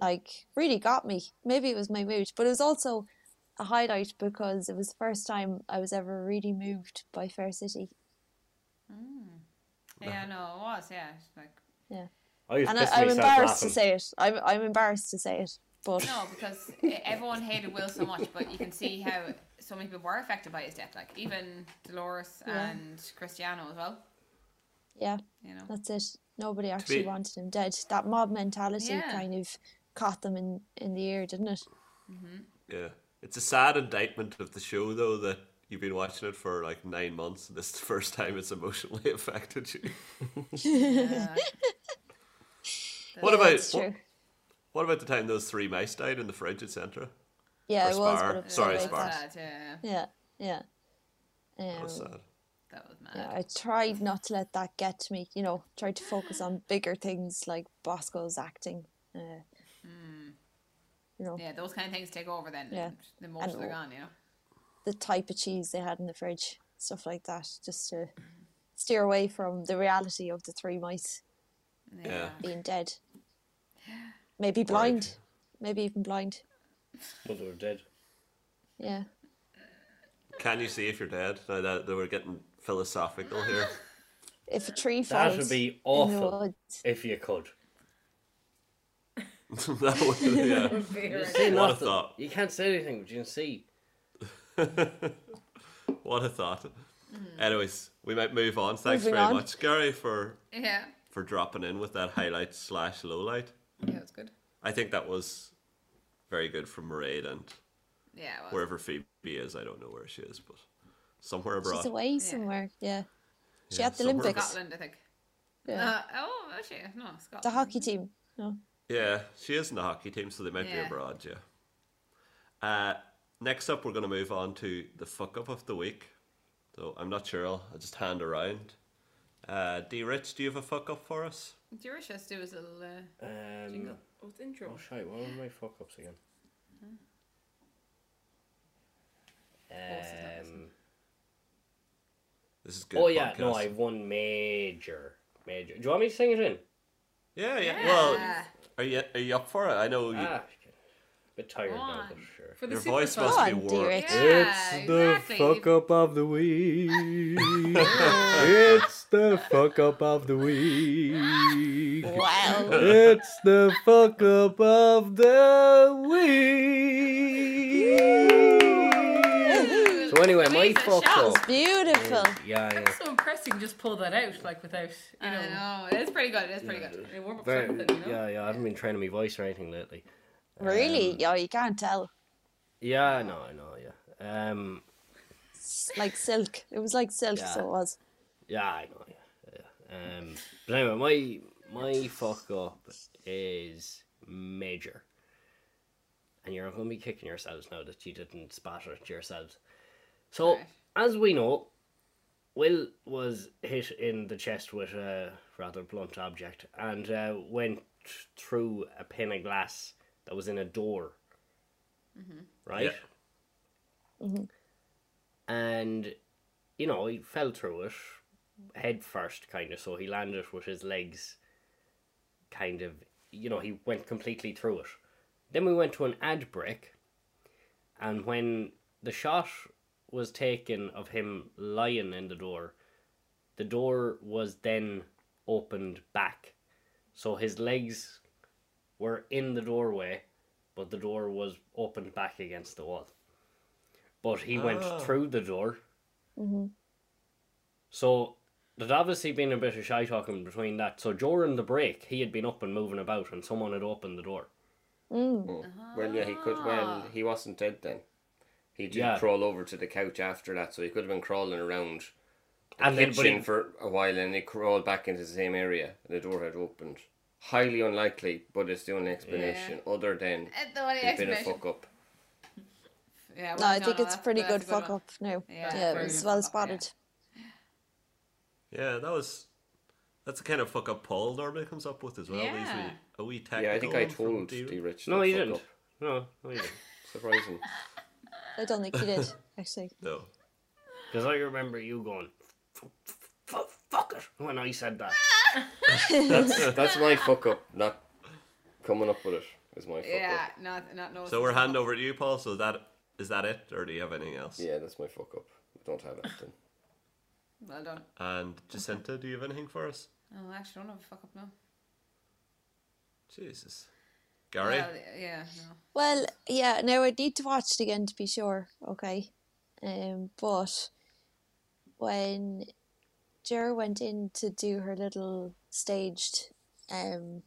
Speaker 6: like really got me. Maybe it was my mood, but it was also a highlight because it was the first time I was ever really moved by Fair City.
Speaker 4: Yeah, no, it was, yeah. It's like
Speaker 2: I was pissing
Speaker 6: And I, I'm
Speaker 2: myself
Speaker 6: embarrassed to
Speaker 2: laughing.
Speaker 6: say it. I'm I'm embarrassed to say it. But
Speaker 4: No, because e-, everyone hated Will so much, but you can see how so many people were affected by his death. Like even Dolores
Speaker 6: Yeah.
Speaker 4: and Cristiano as well.
Speaker 6: yeah,
Speaker 4: You know.
Speaker 6: that's it. Nobody actually
Speaker 1: be-
Speaker 6: wanted him dead. That mob mentality
Speaker 4: Yeah.
Speaker 6: kind of caught them in, in the ear, didn't it?
Speaker 1: Yeah. It's a sad indictment of the show, though, that you've been watching it for like nine months and this is the first time it's emotionally [LAUGHS] affected you.
Speaker 4: Yeah.
Speaker 1: what
Speaker 6: Yeah,
Speaker 1: about
Speaker 6: that's
Speaker 1: what,
Speaker 6: true.
Speaker 1: what about the time those three mice died in the fridge at Centra?
Speaker 6: Yeah,
Speaker 1: or
Speaker 6: I was
Speaker 1: Spar.
Speaker 6: but upset
Speaker 1: Sorry,
Speaker 6: about
Speaker 1: Spar.
Speaker 6: that.
Speaker 4: Sad, yeah,
Speaker 6: Yeah, yeah.
Speaker 1: That was
Speaker 6: Um,
Speaker 1: sad.
Speaker 4: that was
Speaker 6: yeah,
Speaker 4: mad.
Speaker 6: I tried not to let that get to me. You know, tried to focus on bigger things like Bosco's acting. Uh, You know,
Speaker 4: Yeah, those kind of things take over then.
Speaker 6: Yeah.
Speaker 4: and The emotions are
Speaker 6: And-
Speaker 4: gone, you know.
Speaker 6: the type of cheese they had in the fridge, stuff like that, just to steer away from the reality of the three mice
Speaker 4: Yeah.
Speaker 6: being dead. Maybe blind, maybe even blind.
Speaker 2: Well, they were dead.
Speaker 6: Yeah.
Speaker 1: Can you see if you're dead? Now that they were getting philosophical here. [LAUGHS]
Speaker 6: If a tree
Speaker 2: That
Speaker 6: falls,
Speaker 2: would be
Speaker 6: in the
Speaker 2: awful
Speaker 6: woods,
Speaker 2: if you could.
Speaker 1: that would, yeah.
Speaker 3: Would be
Speaker 2: You
Speaker 3: right.
Speaker 2: see
Speaker 1: What a
Speaker 2: nothing.
Speaker 1: thought.
Speaker 2: You can't say anything, but you can see.
Speaker 1: What a thought. Anyways, we might move on. Thanks
Speaker 6: Moving
Speaker 1: very
Speaker 6: on.
Speaker 1: much, Gary, for
Speaker 4: Yeah.
Speaker 1: for dropping in with that highlight slash lowlight.
Speaker 4: Yeah, it was good.
Speaker 1: I think that was very good from Mairead and
Speaker 4: Yeah, it was.
Speaker 1: wherever Phoebe is. I don't know where she is, but somewhere abroad.
Speaker 6: she's away somewhere. Yeah. She
Speaker 1: Yeah,
Speaker 6: had the
Speaker 1: somewhere
Speaker 6: Olympics.
Speaker 4: Scotland, I think.
Speaker 6: Yeah.
Speaker 4: Uh, oh, was she? No, Scotland.
Speaker 6: The hockey team. No.
Speaker 1: Yeah, she is in the hockey team, so they might
Speaker 4: Yeah.
Speaker 1: be abroad. Yeah. Uh, next up, we're going to move on to the fuck up of the week. So I'm not sure. I'll, I'll just hand around. Uh, D. Rich, do you have a fuck up for us?
Speaker 4: Jewish has to do his little. Uh,
Speaker 2: Um,
Speaker 3: Oh, it's intro.
Speaker 2: oh, shite, what were my fuck ups again?
Speaker 4: it's not this
Speaker 2: Um,
Speaker 1: This is good.
Speaker 2: oh, yeah,
Speaker 1: podcast.
Speaker 2: no, I have one major. Major. Do you want me to sing it in?
Speaker 1: Yeah, yeah. Well,
Speaker 4: yeah.
Speaker 1: are you are you up for it? I know you,
Speaker 2: Ah, bit tired now,
Speaker 4: on.
Speaker 2: but sure.
Speaker 3: For the
Speaker 1: your
Speaker 3: super
Speaker 1: voice
Speaker 3: fun.
Speaker 1: must be
Speaker 6: Go on,
Speaker 1: warm.
Speaker 6: Derek.
Speaker 4: Yeah, exactly. [LAUGHS]
Speaker 2: up of the week. it's the fuck up of the week.
Speaker 6: Wow.
Speaker 2: It's the fuck up of the week.
Speaker 4: Ooh,
Speaker 2: So anyway, my
Speaker 4: Jesus,
Speaker 2: fuck
Speaker 4: shots.
Speaker 2: up.
Speaker 6: [LAUGHS] Beautiful.
Speaker 2: Yeah, yeah.
Speaker 3: It's so impressive. You can just pull that out, like without you know.
Speaker 4: I know. It's pretty good. It's pretty good.
Speaker 3: They warm up
Speaker 2: Very,
Speaker 3: something, you know.
Speaker 2: yeah, yeah. I haven't been training my voice or anything lately.
Speaker 4: Um,
Speaker 6: Really? Yeah, you can't tell.
Speaker 2: Yeah, I know, I know, yeah. Um,
Speaker 6: It's like silk. It was like silk, so
Speaker 2: Yeah.
Speaker 6: it was.
Speaker 2: Yeah, I know. Yeah. yeah. Um, but anyway, my my fuck up is major, and you're going to be kicking yourselves now that you didn't spot it yourselves. So,
Speaker 4: Alright.
Speaker 2: as we know, Will was hit in the chest with a rather blunt object and uh, went through a pane of glass that was in a door. Right?
Speaker 1: Yeah.
Speaker 2: And, you know, he fell through it head first, kind of. So he landed with his legs kind of, you know, he went completely through it. Then we went to an ad break, and when the shot was taken of him lying in the door, the door was then opened back. So his legs were in the doorway, but the door was opened back against the wall. But he went
Speaker 1: Ah.
Speaker 2: through the door.
Speaker 6: Mm-hmm.
Speaker 2: So There'd obviously been a bit of shy talking between that. So during the break, he had been up and moving about, and someone had opened the door.
Speaker 5: Mm. Well, yeah, he could.
Speaker 4: Ah.
Speaker 5: Well, he wasn't dead then. He did
Speaker 2: Yeah.
Speaker 5: crawl over to the couch after that, so he could have been crawling around the
Speaker 2: And then, but
Speaker 5: kitchen
Speaker 2: he-
Speaker 5: for a while, and he crawled back into the same area. And the door had opened. Highly unlikely, but it's the only explanation. Other than
Speaker 4: At the only
Speaker 5: he's been a
Speaker 4: explanation.
Speaker 5: fuck up.
Speaker 4: Yeah,
Speaker 6: No,
Speaker 4: well,
Speaker 6: I think
Speaker 4: no,
Speaker 6: it's
Speaker 4: that's-
Speaker 6: pretty
Speaker 4: that's a
Speaker 6: good fuck
Speaker 4: one.
Speaker 6: up now.
Speaker 4: Yeah,
Speaker 6: Yeah,
Speaker 4: very
Speaker 6: it was
Speaker 4: good
Speaker 6: well
Speaker 4: fuck up, yeah.
Speaker 6: spotted.
Speaker 1: Yeah, that was. That's the kind of fuck up Paul normally comes up with as well. These wee,
Speaker 4: Yeah.
Speaker 1: a wee
Speaker 5: Yeah, I
Speaker 1: tactical
Speaker 5: think I
Speaker 1: one from
Speaker 5: told
Speaker 1: D-
Speaker 5: D Rich.
Speaker 2: No,
Speaker 5: that
Speaker 2: he
Speaker 5: fuck
Speaker 2: didn't.
Speaker 5: up.
Speaker 2: No, no, he didn't.
Speaker 5: Surprising. [LAUGHS]
Speaker 6: I don't think he did,
Speaker 4: [LAUGHS]
Speaker 6: actually.
Speaker 1: No.
Speaker 2: Because I remember you going, "F- f- f- fuck it, when I said that.
Speaker 5: That's my fuck up. Not coming up with it is my fuck
Speaker 4: Yeah,
Speaker 5: up.
Speaker 4: not not no.
Speaker 1: So we're hand over to you, Paul. So that is that it, or do you have anything else?
Speaker 5: Yeah, that's my fuck up. We don't have it then.
Speaker 4: Well done.
Speaker 1: And Jacinta, do you have anything for us?
Speaker 4: Oh, I actually don't have a fuck up now.
Speaker 1: Jesus. Gary.
Speaker 4: Well, yeah, no.
Speaker 6: Well, yeah, now I'd need to watch it again to be sure, okay? Um, but when Jer went in to do her little staged, um,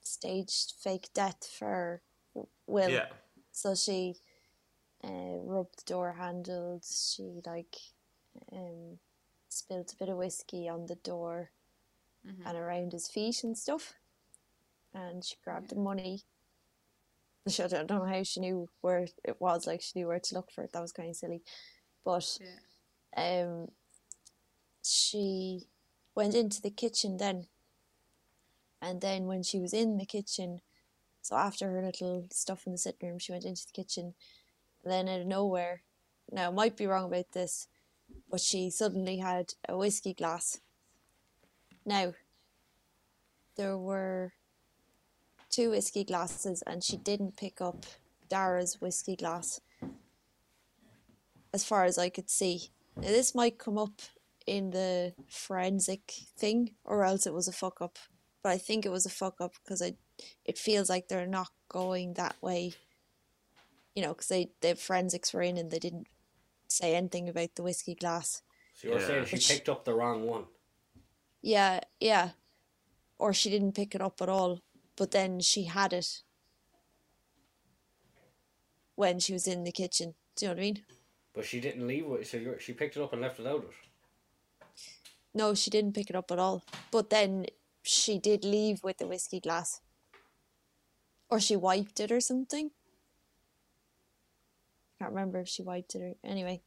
Speaker 6: staged fake death for Will,
Speaker 1: yeah.
Speaker 6: so she uh, rubbed the door handles, she like um, spilled a bit of whiskey on the door and around his feet and stuff. And she grabbed the money. [LAUGHS] She, I don't know how she knew where it was, like she knew where to look for it. That was kind of silly. But
Speaker 4: Yeah.
Speaker 6: um, she went into the kitchen then. And then when she was in the kitchen, so after her little stuff in the sitting room, she went into the kitchen. Then out of nowhere, now I might be wrong about this, but she suddenly had a whiskey glass. Now, there were two whiskey glasses, and she didn't pick up Dara's whiskey glass, as far as I could see. Now, this might come up in the forensic thing, or else it was a fuck up. But I think it was a fuck up because I, it feels like they're not going that way. You know, because they the forensics were in and they didn't say anything about the whiskey glass.
Speaker 2: So you're
Speaker 1: Yeah.
Speaker 2: saying she
Speaker 6: Which-
Speaker 2: picked up the wrong one.
Speaker 6: Yeah, yeah. Or she didn't pick it up at all, but then she had it when she was in the kitchen. Do you know what I mean?
Speaker 2: But she didn't leave it, so you're, she picked it up and left without it.
Speaker 6: No, she didn't pick it up at all. But then she did leave with the whiskey glass. Or she wiped it or something. Can't remember if she wiped it or anyway.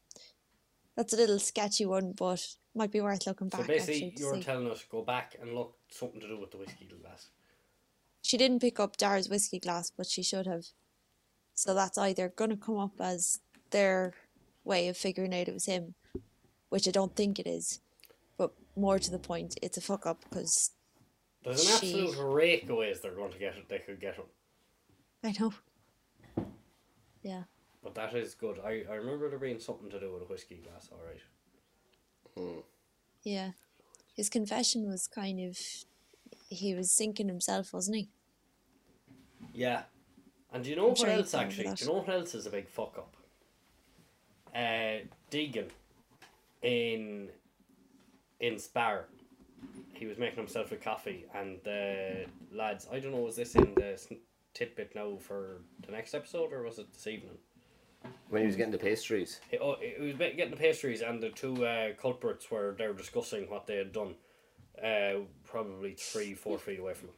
Speaker 6: That's a little sketchy one, but might be worth looking
Speaker 2: So
Speaker 6: back actually
Speaker 2: basically,
Speaker 6: to
Speaker 2: you're
Speaker 6: see.
Speaker 2: telling us go back and look something to do with the whiskey glass.
Speaker 6: she didn't pick up Dara's whiskey glass, but she should have. So that's either going to come up as their way of figuring out it was him, which I don't think it is. But more to the point, it's a fuck up because
Speaker 2: There's an
Speaker 6: She-
Speaker 2: absolute rake of ways they're going to get it. They could get him,
Speaker 6: I know. Yeah.
Speaker 2: but that is good. I, I remember there being something to do with a whiskey glass. All right.
Speaker 6: Yeah. His confession was kind of. He was sinking himself, wasn't he?
Speaker 2: Yeah. And do you know what
Speaker 6: sure you
Speaker 2: else
Speaker 6: can remember
Speaker 2: actually? Do
Speaker 6: that.
Speaker 2: you know what else is a big fuck up? Uh Deegan in in Spar. He was making himself a coffee and the lads I don't know, was this in the sn- tidbit now for the next episode or was it this evening?
Speaker 5: When he was getting the pastries.
Speaker 2: It, oh, it was about getting the pastries, and the two uh, culprits were there discussing what they had done, uh, probably three,
Speaker 6: [LAUGHS]
Speaker 2: four feet away from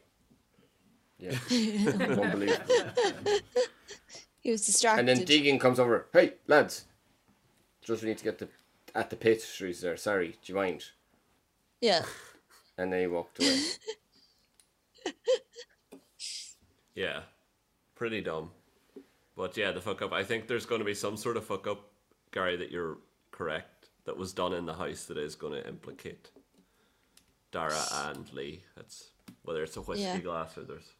Speaker 2: them.
Speaker 5: Yeah. Unbelievable.
Speaker 6: He was distracted.
Speaker 5: And then Deegan comes over. Hey, lads. Just we need to get the at the pastries there. Sorry, do you mind?
Speaker 6: yeah.
Speaker 5: And then he walked
Speaker 6: [LAUGHS]
Speaker 5: away.
Speaker 1: Yeah. Pretty dumb. But yeah, the fuck up. I think there's going to be some sort of fuck up, Gary, that you're correct, that was done in the house that is going to implicate Dara and Lee. That's whether it's a whiskey
Speaker 6: Yeah.
Speaker 1: glass or there's.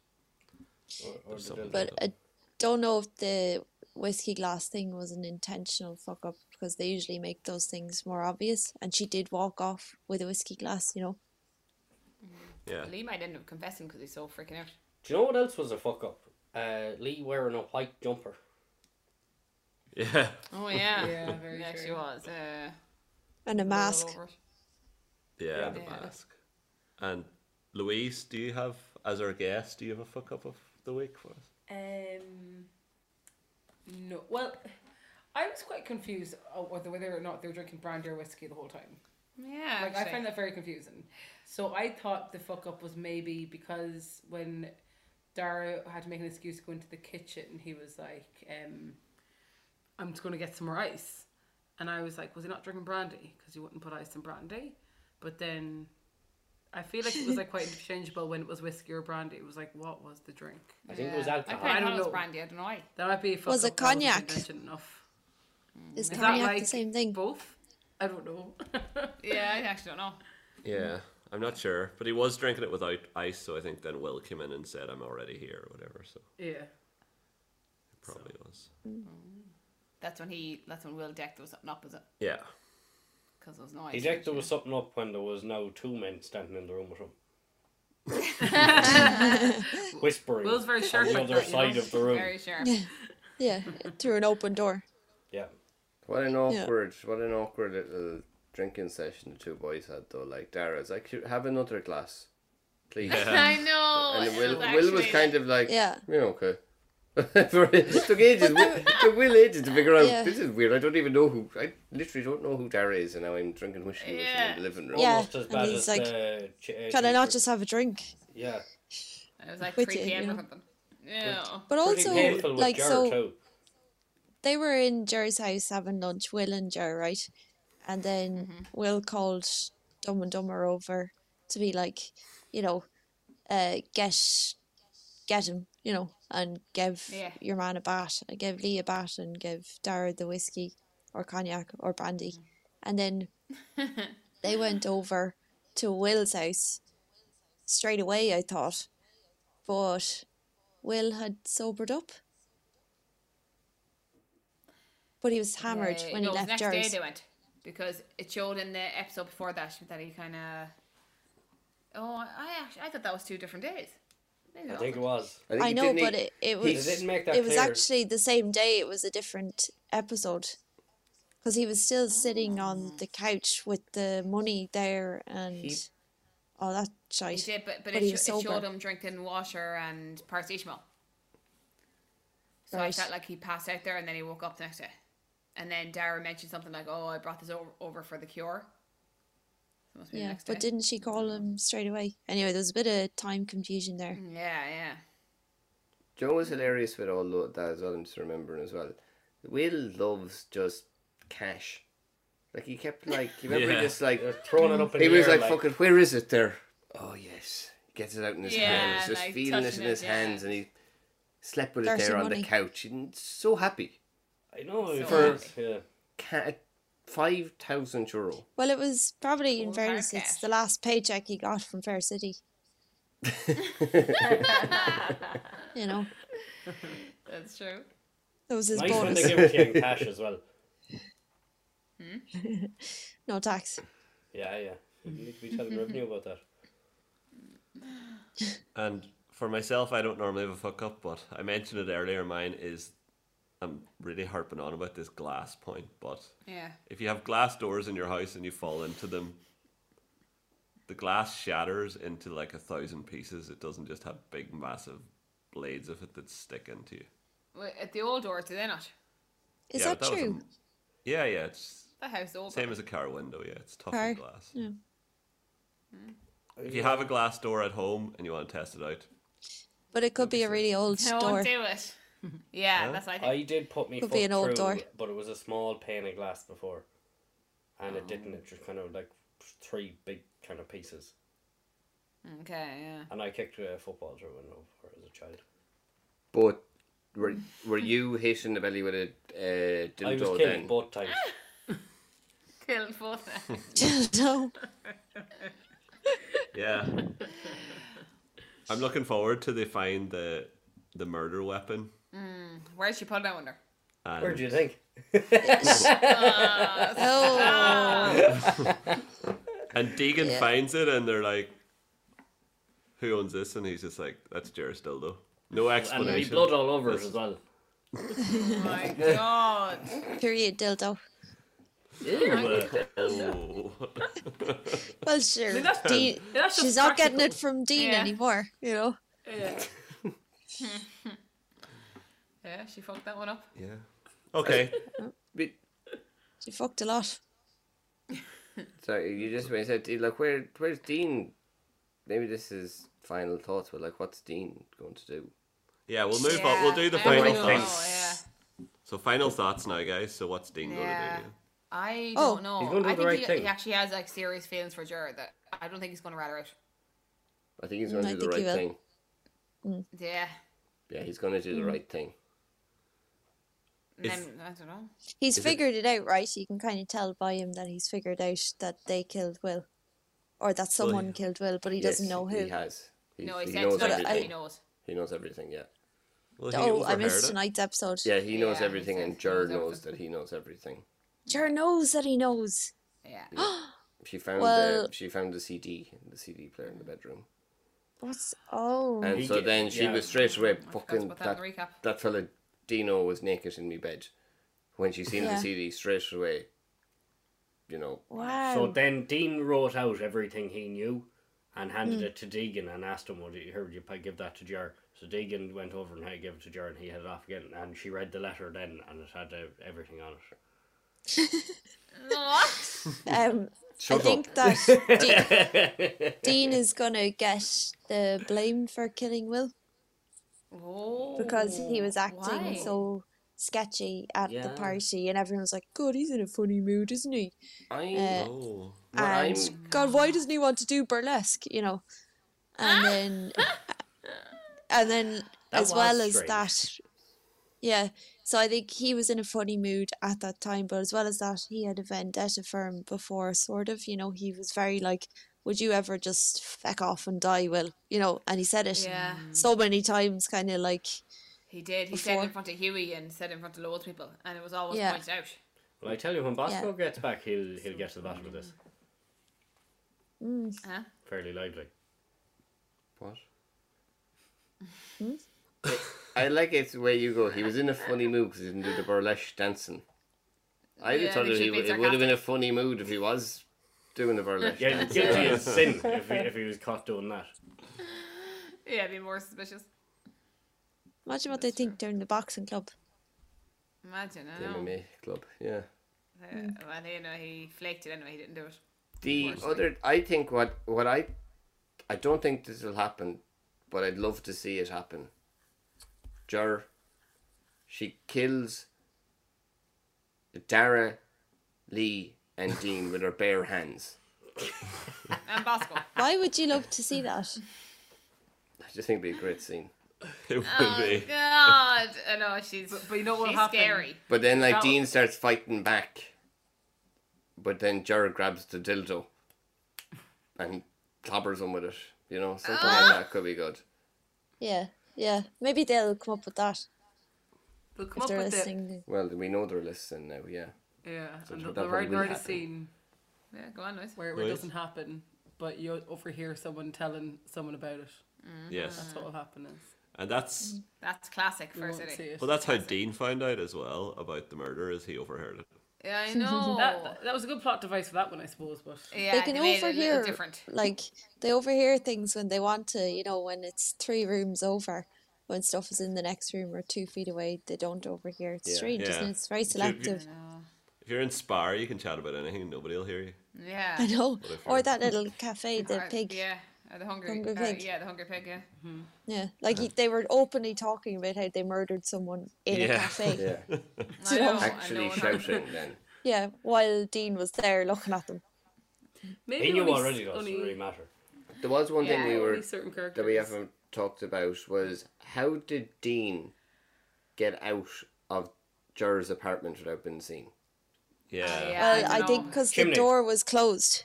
Speaker 2: Or, or did
Speaker 1: something.
Speaker 2: they-
Speaker 6: But I don't know if the whiskey glass thing was an intentional fuck up because they usually make those things more obvious. And she did walk off with a whiskey glass, you know.
Speaker 1: Yeah. [LAUGHS]
Speaker 4: Lee might end up confessing because he's so freaking out.
Speaker 2: Do you know what else was a fuck up? Uh, Lee wearing a white jumper.
Speaker 1: Yeah.
Speaker 4: Oh yeah, [LAUGHS]
Speaker 3: Yeah, very
Speaker 4: Yes,
Speaker 3: true.
Speaker 4: she was. Uh,
Speaker 6: And a
Speaker 4: all
Speaker 6: mask.
Speaker 4: over it.
Speaker 1: Yeah, the
Speaker 4: Yeah.
Speaker 1: mask. And Louise, do you have as our guest? Do you have a fuck up of the week for us?
Speaker 3: Um, no. Well, I was quite confused uh, whether whether or not they were drinking brandy or whiskey the whole time.
Speaker 4: Yeah,
Speaker 3: Like I
Speaker 4: actually.
Speaker 3: find that very confusing. So I thought the fuck up was maybe because when Dara had to make an excuse to go into the kitchen, he was like, um, "I'm just going to get some more ice," and I was like, "Was he not drinking brandy? Because you wouldn't put ice in brandy." But then I feel like it was
Speaker 6: [LAUGHS]
Speaker 3: like quite interchangeable when it was whiskey or brandy. It was like, what was the drink?
Speaker 2: I think it was alcohol.
Speaker 4: I, probably
Speaker 3: I don't
Speaker 4: thought it was
Speaker 3: know.
Speaker 4: brandy. I don't know. why.
Speaker 3: That might be a fuck
Speaker 6: Was it
Speaker 3: up, that
Speaker 6: cognac?
Speaker 3: wasn't mentioned enough.
Speaker 6: Is
Speaker 3: Is
Speaker 6: cognac
Speaker 3: that like
Speaker 6: the same thing?
Speaker 3: Both. I don't know. [LAUGHS]
Speaker 4: Yeah, I actually don't know.
Speaker 1: Yeah, I'm not sure, but he was drinking it without ice, so I think then Will came in and said, "I'm already here" or whatever. So
Speaker 3: yeah.
Speaker 1: it probably was.
Speaker 4: That's when he. That's when Will decked there was something up, was it?
Speaker 1: Yeah,
Speaker 4: Because there was no ice.
Speaker 2: He decked there was something up when there was now two men standing in the room with him. Whispering
Speaker 3: Will's very
Speaker 2: on
Speaker 3: sharp.
Speaker 2: the
Speaker 3: like
Speaker 2: other
Speaker 3: that, you know?
Speaker 2: side of the room.
Speaker 4: Very sure.
Speaker 6: Yeah, through an open door.
Speaker 2: Yeah.
Speaker 5: What an awkward, what an awkward little drinking session the two boys had though. Like Dara's like, "Here, have another glass, please.
Speaker 4: I know.
Speaker 5: And
Speaker 4: it [LAUGHS]
Speaker 5: Will,
Speaker 4: was
Speaker 5: Will was
Speaker 4: actually-
Speaker 5: kind of like,
Speaker 6: Yeah.
Speaker 5: yeah, okay. [LAUGHS] For it took ages. Will- it took Will ages to figure out.
Speaker 6: Yeah.
Speaker 5: This is weird. I don't even know who. I literally don't know who Dara is, and now I'm drinking whiskey with him in the
Speaker 4: Yeah.
Speaker 5: living room.
Speaker 6: Yeah.
Speaker 2: Almost as
Speaker 6: and
Speaker 2: bad
Speaker 6: he's
Speaker 2: as
Speaker 6: like,
Speaker 2: the. Ch- uh,
Speaker 6: Can I not
Speaker 2: teacher.
Speaker 6: just have a drink?
Speaker 2: Yeah.
Speaker 4: It was like
Speaker 6: With
Speaker 4: 3
Speaker 6: you,
Speaker 4: p.m.
Speaker 6: you
Speaker 4: or
Speaker 6: know.
Speaker 4: something. Yeah.
Speaker 6: But
Speaker 2: Pretty
Speaker 6: also,
Speaker 2: painful with
Speaker 6: like,
Speaker 2: Jar
Speaker 6: so
Speaker 2: too.
Speaker 6: they were in Jerry's house having lunch, Will and Jer, right? And then Will called Dumb and Dumber over to be like, you know, uh, get get him, you know, and give
Speaker 4: Yeah.
Speaker 6: your man a bat, uh, give Lee a bat, and give Dara the whiskey or cognac or brandy, and then they went over to Will's house straight away. I thought, but Will had sobered up. But he was hammered
Speaker 4: Uh,
Speaker 6: when
Speaker 4: no,
Speaker 6: he
Speaker 4: it was
Speaker 6: left
Speaker 4: next day
Speaker 6: Jerry's.
Speaker 4: they went because it showed in the episode before that that he kind of. Oh, I actually I thought that was two different days. Maybe
Speaker 2: I
Speaker 4: that
Speaker 2: think it
Speaker 4: wasn't.
Speaker 2: was.
Speaker 5: think
Speaker 6: I
Speaker 5: he
Speaker 6: know,
Speaker 5: didn't e-
Speaker 6: but
Speaker 5: eat-
Speaker 6: it, it
Speaker 2: They
Speaker 6: was
Speaker 2: didn't make that
Speaker 6: it was
Speaker 2: clear.
Speaker 6: actually the same day. It was a different episode because he was still sitting
Speaker 4: Ah.
Speaker 6: on the couch with the money there and all that
Speaker 4: He
Speaker 6: shite.
Speaker 4: did, but, but,
Speaker 6: But
Speaker 4: it,
Speaker 6: he
Speaker 4: sho-
Speaker 6: was
Speaker 4: it showed
Speaker 6: sober.
Speaker 4: him drinking water and paracetamol. So I
Speaker 6: Right.
Speaker 4: felt like he passed out there and then he woke up the next day. And then Dara mentioned something like, "Oh, I brought this over, over for the cure." It must be the
Speaker 6: Yeah,
Speaker 4: next
Speaker 6: but
Speaker 4: day.
Speaker 6: didn't she call him straight away? Anyway, there was a bit of time confusion there.
Speaker 4: yeah, yeah.
Speaker 5: Joe was hilarious with all tho- that as well. I'm just remembering as well. Will loves just cash. Like he kept like you remember
Speaker 1: Yeah.
Speaker 5: he just like
Speaker 2: They're throwing it up in
Speaker 5: he
Speaker 2: the
Speaker 5: was
Speaker 2: air,
Speaker 5: like, fucking where is it there? Oh yes. He gets it out in his
Speaker 4: Yeah,
Speaker 5: hands, just
Speaker 4: like,
Speaker 5: feeling it
Speaker 4: touching
Speaker 5: in his
Speaker 4: it, yeah.
Speaker 5: hands and he slept with
Speaker 6: Dirty
Speaker 5: it there on
Speaker 6: money.
Speaker 5: the couch and so happy.
Speaker 2: I know. it
Speaker 4: So
Speaker 2: was, yeah.
Speaker 5: Ca- five thousand euro.
Speaker 6: Well, it was probably in
Speaker 4: Full hard
Speaker 6: fairness, it's
Speaker 4: cash.
Speaker 6: the last paycheck he got from Fair City. you know,
Speaker 4: That's true.
Speaker 6: that was his
Speaker 2: Nice when they
Speaker 6: bonus.
Speaker 2: give it to you in cash as well.
Speaker 6: No tax.
Speaker 2: Yeah, yeah. You need to be
Speaker 3: [LAUGHS]
Speaker 2: telling revenue about that.
Speaker 1: and for myself, I don't normally have a fuck up, but I mentioned it earlier. Mine is I'm really harping on about this glass point, but
Speaker 4: Yeah.
Speaker 1: if you have glass doors in your house and you fall into them, the glass shatters into like a thousand pieces. It doesn't just have big, massive blades of it that stick into you.
Speaker 4: Well, At the old door, do they not?
Speaker 6: Is
Speaker 1: Yeah,
Speaker 6: that,
Speaker 1: but was a-
Speaker 6: true?
Speaker 1: yeah, yeah. It's
Speaker 4: The house old.
Speaker 1: same
Speaker 4: door.
Speaker 1: as a car window. Yeah, it's tough
Speaker 6: Car,
Speaker 1: in glass.
Speaker 6: yeah.
Speaker 1: If you have a glass door at home and you want to test it out,
Speaker 6: But it could be a really old
Speaker 4: Don't
Speaker 6: door. [LAUGHS]
Speaker 4: do it. [LAUGHS] Yeah, that's what I think.
Speaker 2: I did put me
Speaker 6: Could
Speaker 2: foot
Speaker 6: be an old
Speaker 2: through,
Speaker 6: door.
Speaker 2: but it was a small pane of glass before, and it
Speaker 6: Oh.
Speaker 2: didn't. It just kind of like three big kind of pieces,
Speaker 4: Okay, yeah.
Speaker 2: and I kicked a football through a window before as a child.
Speaker 5: But were, were you hit in the belly with a uh,
Speaker 2: I was
Speaker 5: dildo
Speaker 2: killed
Speaker 5: then?
Speaker 2: both
Speaker 6: [LAUGHS]
Speaker 2: times.
Speaker 4: Killed both. of them.
Speaker 6: no.
Speaker 1: yeah. I'm looking forward to they find the the murder weapon.
Speaker 4: Where'd she put it? I wonder.
Speaker 1: And
Speaker 2: Where do you think?
Speaker 6: Oh,
Speaker 1: And Deegan
Speaker 6: Yeah.
Speaker 1: finds it, and they're like, "Who owns this?" And he's just like, "That's Jairus dildo." No
Speaker 2: And
Speaker 1: explanation.
Speaker 2: there'd be blood all over it as well.
Speaker 4: Oh my god.
Speaker 6: period dildo.
Speaker 2: Ew, uh,
Speaker 1: Oh. [LAUGHS]
Speaker 6: Well, sure.
Speaker 3: See, that's-
Speaker 6: Dean,
Speaker 3: that's just
Speaker 6: she's not getting it
Speaker 3: practical.
Speaker 6: from Dean
Speaker 4: Yeah.
Speaker 6: anymore, you know.
Speaker 3: Yeah.
Speaker 4: Yeah, she fucked that one up.
Speaker 5: Yeah.
Speaker 1: Okay.
Speaker 5: But,
Speaker 6: She fucked a lot.
Speaker 5: sorry, you just when you said Dean, like where where's Dean? Maybe this is final thoughts, but like what's Dean going to do?
Speaker 1: Yeah, we'll move on.
Speaker 4: Yeah,
Speaker 1: We'll do the
Speaker 4: I
Speaker 1: final
Speaker 4: don't know,
Speaker 1: thoughts.
Speaker 4: yeah.
Speaker 1: So final thoughts now, guys. So what's Dean
Speaker 4: Yeah.
Speaker 1: gonna do?
Speaker 4: I
Speaker 6: Oh.
Speaker 4: don't know.
Speaker 2: He's gonna do
Speaker 4: I
Speaker 2: the
Speaker 4: think
Speaker 2: right
Speaker 4: he,
Speaker 2: thing.
Speaker 4: he actually has like serious feelings for Jared that I don't think he's gonna rat her out.
Speaker 5: I think he's
Speaker 6: Mm,
Speaker 5: going
Speaker 6: I
Speaker 5: to do the
Speaker 6: think he
Speaker 5: right
Speaker 6: will.
Speaker 5: thing.
Speaker 4: Yeah.
Speaker 5: Yeah, he's going to do
Speaker 6: Mm-hmm.
Speaker 5: the right thing.
Speaker 4: And
Speaker 1: Is-
Speaker 4: then, I don't know.
Speaker 6: He's
Speaker 5: Is it-
Speaker 6: figured it... out, right? You can kind of tell by him that he's figured out that they killed Will, or that
Speaker 1: he-
Speaker 6: someone killed Will, but he doesn't
Speaker 5: Yes,
Speaker 6: know who.
Speaker 5: He has. He,
Speaker 4: No, he,
Speaker 5: he
Speaker 4: said
Speaker 5: knows
Speaker 4: tonight
Speaker 5: everything.
Speaker 4: that
Speaker 6: I-
Speaker 4: he knows.
Speaker 5: He knows everything. Yeah.
Speaker 1: Well, he
Speaker 6: Oh, I
Speaker 1: overheard
Speaker 6: missed
Speaker 1: it.
Speaker 6: tonight's episode.
Speaker 5: Yeah, he knows
Speaker 4: Yeah, he
Speaker 5: everything,
Speaker 4: said
Speaker 5: and
Speaker 4: he knows
Speaker 5: Jared knows
Speaker 4: everything.
Speaker 5: that he knows everything.
Speaker 6: Jar knows that he knows.
Speaker 4: Yeah.
Speaker 5: She found
Speaker 6: Well-
Speaker 5: the she found the CD, the CD player in the bedroom,
Speaker 6: What's oh?
Speaker 5: and
Speaker 2: He
Speaker 5: so
Speaker 2: get-
Speaker 5: then she
Speaker 2: yeah.
Speaker 5: was straight away fucking
Speaker 4: about
Speaker 5: that
Speaker 4: that in
Speaker 5: that,
Speaker 4: the recap. [LAUGHS]
Speaker 5: fella Dino was naked in me bed when she seen
Speaker 6: Yeah.
Speaker 5: the CD straight away. You know,
Speaker 6: wow.
Speaker 2: uh, So then Dean wrote out everything he knew and
Speaker 6: Hmm.
Speaker 2: handed it to Deegan and asked him, Would you heard you pa- give that to Jar? So Deegan went over and had gave it to Jar and he had it off again. And she read the letter then and it had uh, everything on it.
Speaker 4: What?
Speaker 6: um, I
Speaker 5: shut
Speaker 6: think
Speaker 5: up.
Speaker 6: that Dean,
Speaker 5: [LAUGHS]
Speaker 6: Dean is gonna get the blame for killing Will
Speaker 4: oh,
Speaker 6: because he was acting
Speaker 4: why?
Speaker 6: so sketchy at the
Speaker 5: Yeah.
Speaker 6: party, and everyone's like, "God, he's in a funny mood, isn't he?"
Speaker 5: I
Speaker 6: Uh,
Speaker 1: Oh.
Speaker 5: Well,
Speaker 6: and
Speaker 5: I'm-
Speaker 6: God, why doesn't he want to do burlesque? You know, and then and then
Speaker 2: That
Speaker 6: as well
Speaker 2: was
Speaker 6: as
Speaker 2: strange.
Speaker 6: that, yeah. So I think he was in a funny mood at that time, but as well as that, he had a vendetta firm before, sort of. You know, he was very like, "Would you ever just feck off and die, Will?" You know, and he said it
Speaker 4: Yeah.
Speaker 6: so many times, kind of like,
Speaker 4: He did. He said
Speaker 6: Before.
Speaker 4: it in front of Huey and said it in front of loads of people, and it was always
Speaker 6: Yeah.
Speaker 4: pointed out.
Speaker 2: Well, I tell you, when Bosco gets back, he'll he'll get to the bottom of this
Speaker 4: Huh?
Speaker 2: fairly lively.
Speaker 5: What?
Speaker 4: Hmm?
Speaker 5: I like it where you go. He was in a funny mood because he didn't do the burlesque dancing. I
Speaker 4: Yeah,
Speaker 5: just thought
Speaker 4: they
Speaker 5: that he,
Speaker 4: should be
Speaker 5: it would have been a
Speaker 4: sarcastic.
Speaker 5: funny mood if he was doing the burlesque
Speaker 2: Yeah,
Speaker 5: dancing.
Speaker 2: guilty as [LAUGHS] sin if he, if he was caught doing that.
Speaker 4: Yeah, be more suspicious.
Speaker 6: "Imagine what they think during the boxing club."
Speaker 4: Imagine. I
Speaker 5: The
Speaker 4: know.
Speaker 5: MMA club, yeah.
Speaker 4: Uh, well, you know, he flaked it anyway. He didn't do it.
Speaker 5: The
Speaker 4: Worst thing.
Speaker 5: other, I think what what I, I don't think this will happen, but I'd love to see it happen. Jur, she kills. Dara, Lee, and Dean with her bare hands.
Speaker 4: And
Speaker 3: [LAUGHS]
Speaker 4: Bosco.
Speaker 6: Why would you love to see that?
Speaker 5: I just think it'd be a great scene.
Speaker 1: [LAUGHS] It would be.
Speaker 4: Oh, God, I know she's.
Speaker 3: But- but you know what'll
Speaker 4: she's
Speaker 3: happen?
Speaker 4: scary.
Speaker 5: But then, like,
Speaker 3: That-
Speaker 5: Dean starts fighting back. But then Jared grabs the dildo and clobbers him with it. You know, something
Speaker 4: Ah.
Speaker 5: like that could be good.
Speaker 6: Yeah, yeah. Maybe they'll come up with that
Speaker 3: They'll come
Speaker 6: if
Speaker 3: up
Speaker 6: they're
Speaker 3: with it.
Speaker 6: listening.
Speaker 5: Well, we know they're listening now, yeah.
Speaker 3: Yeah, and they'll-
Speaker 5: that probably
Speaker 3: they'll write
Speaker 5: will
Speaker 3: write a
Speaker 5: happen.
Speaker 3: scene
Speaker 4: Yeah, go on, Louis.
Speaker 3: where where it
Speaker 1: Right.
Speaker 3: doesn't happen, but you overhear someone telling someone about it.
Speaker 1: Yes.
Speaker 4: Uh-huh.
Speaker 3: That's what will happen is.
Speaker 1: And that's
Speaker 4: That's classic
Speaker 3: You
Speaker 4: for a
Speaker 3: won't
Speaker 4: city.
Speaker 3: see it.
Speaker 1: well that's how Dean found out as well about the murder is he overheard it.
Speaker 4: Yeah,
Speaker 6: [LAUGHS]
Speaker 4: I know.
Speaker 3: That, that, that was a good plot device for that one, I suppose. But
Speaker 4: yeah,
Speaker 6: they can
Speaker 4: made it a little
Speaker 6: overhear
Speaker 4: different.
Speaker 6: like they overhear things when they want to you know when it's three rooms over when stuff is in the next room or two feet away they don't overhear it's
Speaker 5: Yeah.
Speaker 6: strange isn't
Speaker 1: Yeah.
Speaker 6: it? it's
Speaker 4: [LAUGHS]
Speaker 6: very selective
Speaker 1: If you're in Spar you can chat about anything and nobody'll hear you.
Speaker 4: Yeah.
Speaker 6: i know
Speaker 1: if
Speaker 6: or
Speaker 1: you're-
Speaker 6: that little cafe the
Speaker 4: Uh,
Speaker 6: pig yeah,
Speaker 4: Yeah, uh, the hungry.
Speaker 6: Hungry
Speaker 4: uh,
Speaker 6: pig.
Speaker 4: yeah, the hungry pig.
Speaker 6: [LAUGHS]
Speaker 4: Yeah.
Speaker 6: like he- they were openly talking about how they murdered someone in a
Speaker 1: Yeah.
Speaker 6: cafe yeah.
Speaker 5: [LAUGHS] Yeah.
Speaker 4: [LAUGHS] I know, I
Speaker 5: Actually
Speaker 4: know, I know.
Speaker 5: shouting then.
Speaker 6: while dean was there looking at them
Speaker 3: maybe
Speaker 2: He knew
Speaker 3: only s-
Speaker 2: already, though, so it
Speaker 3: only-
Speaker 2: doesn't really matter.
Speaker 5: There was one
Speaker 4: Yeah,
Speaker 5: thing we
Speaker 3: only
Speaker 5: were
Speaker 3: certain characters.
Speaker 5: that we haven't talked about was how did Dean get out of Jur's apartment without being seen?
Speaker 1: Yeah.
Speaker 4: [LAUGHS] yeah.
Speaker 6: well
Speaker 4: I
Speaker 6: i, think
Speaker 4: know.
Speaker 6: because the
Speaker 2: Chimney.
Speaker 6: door was closed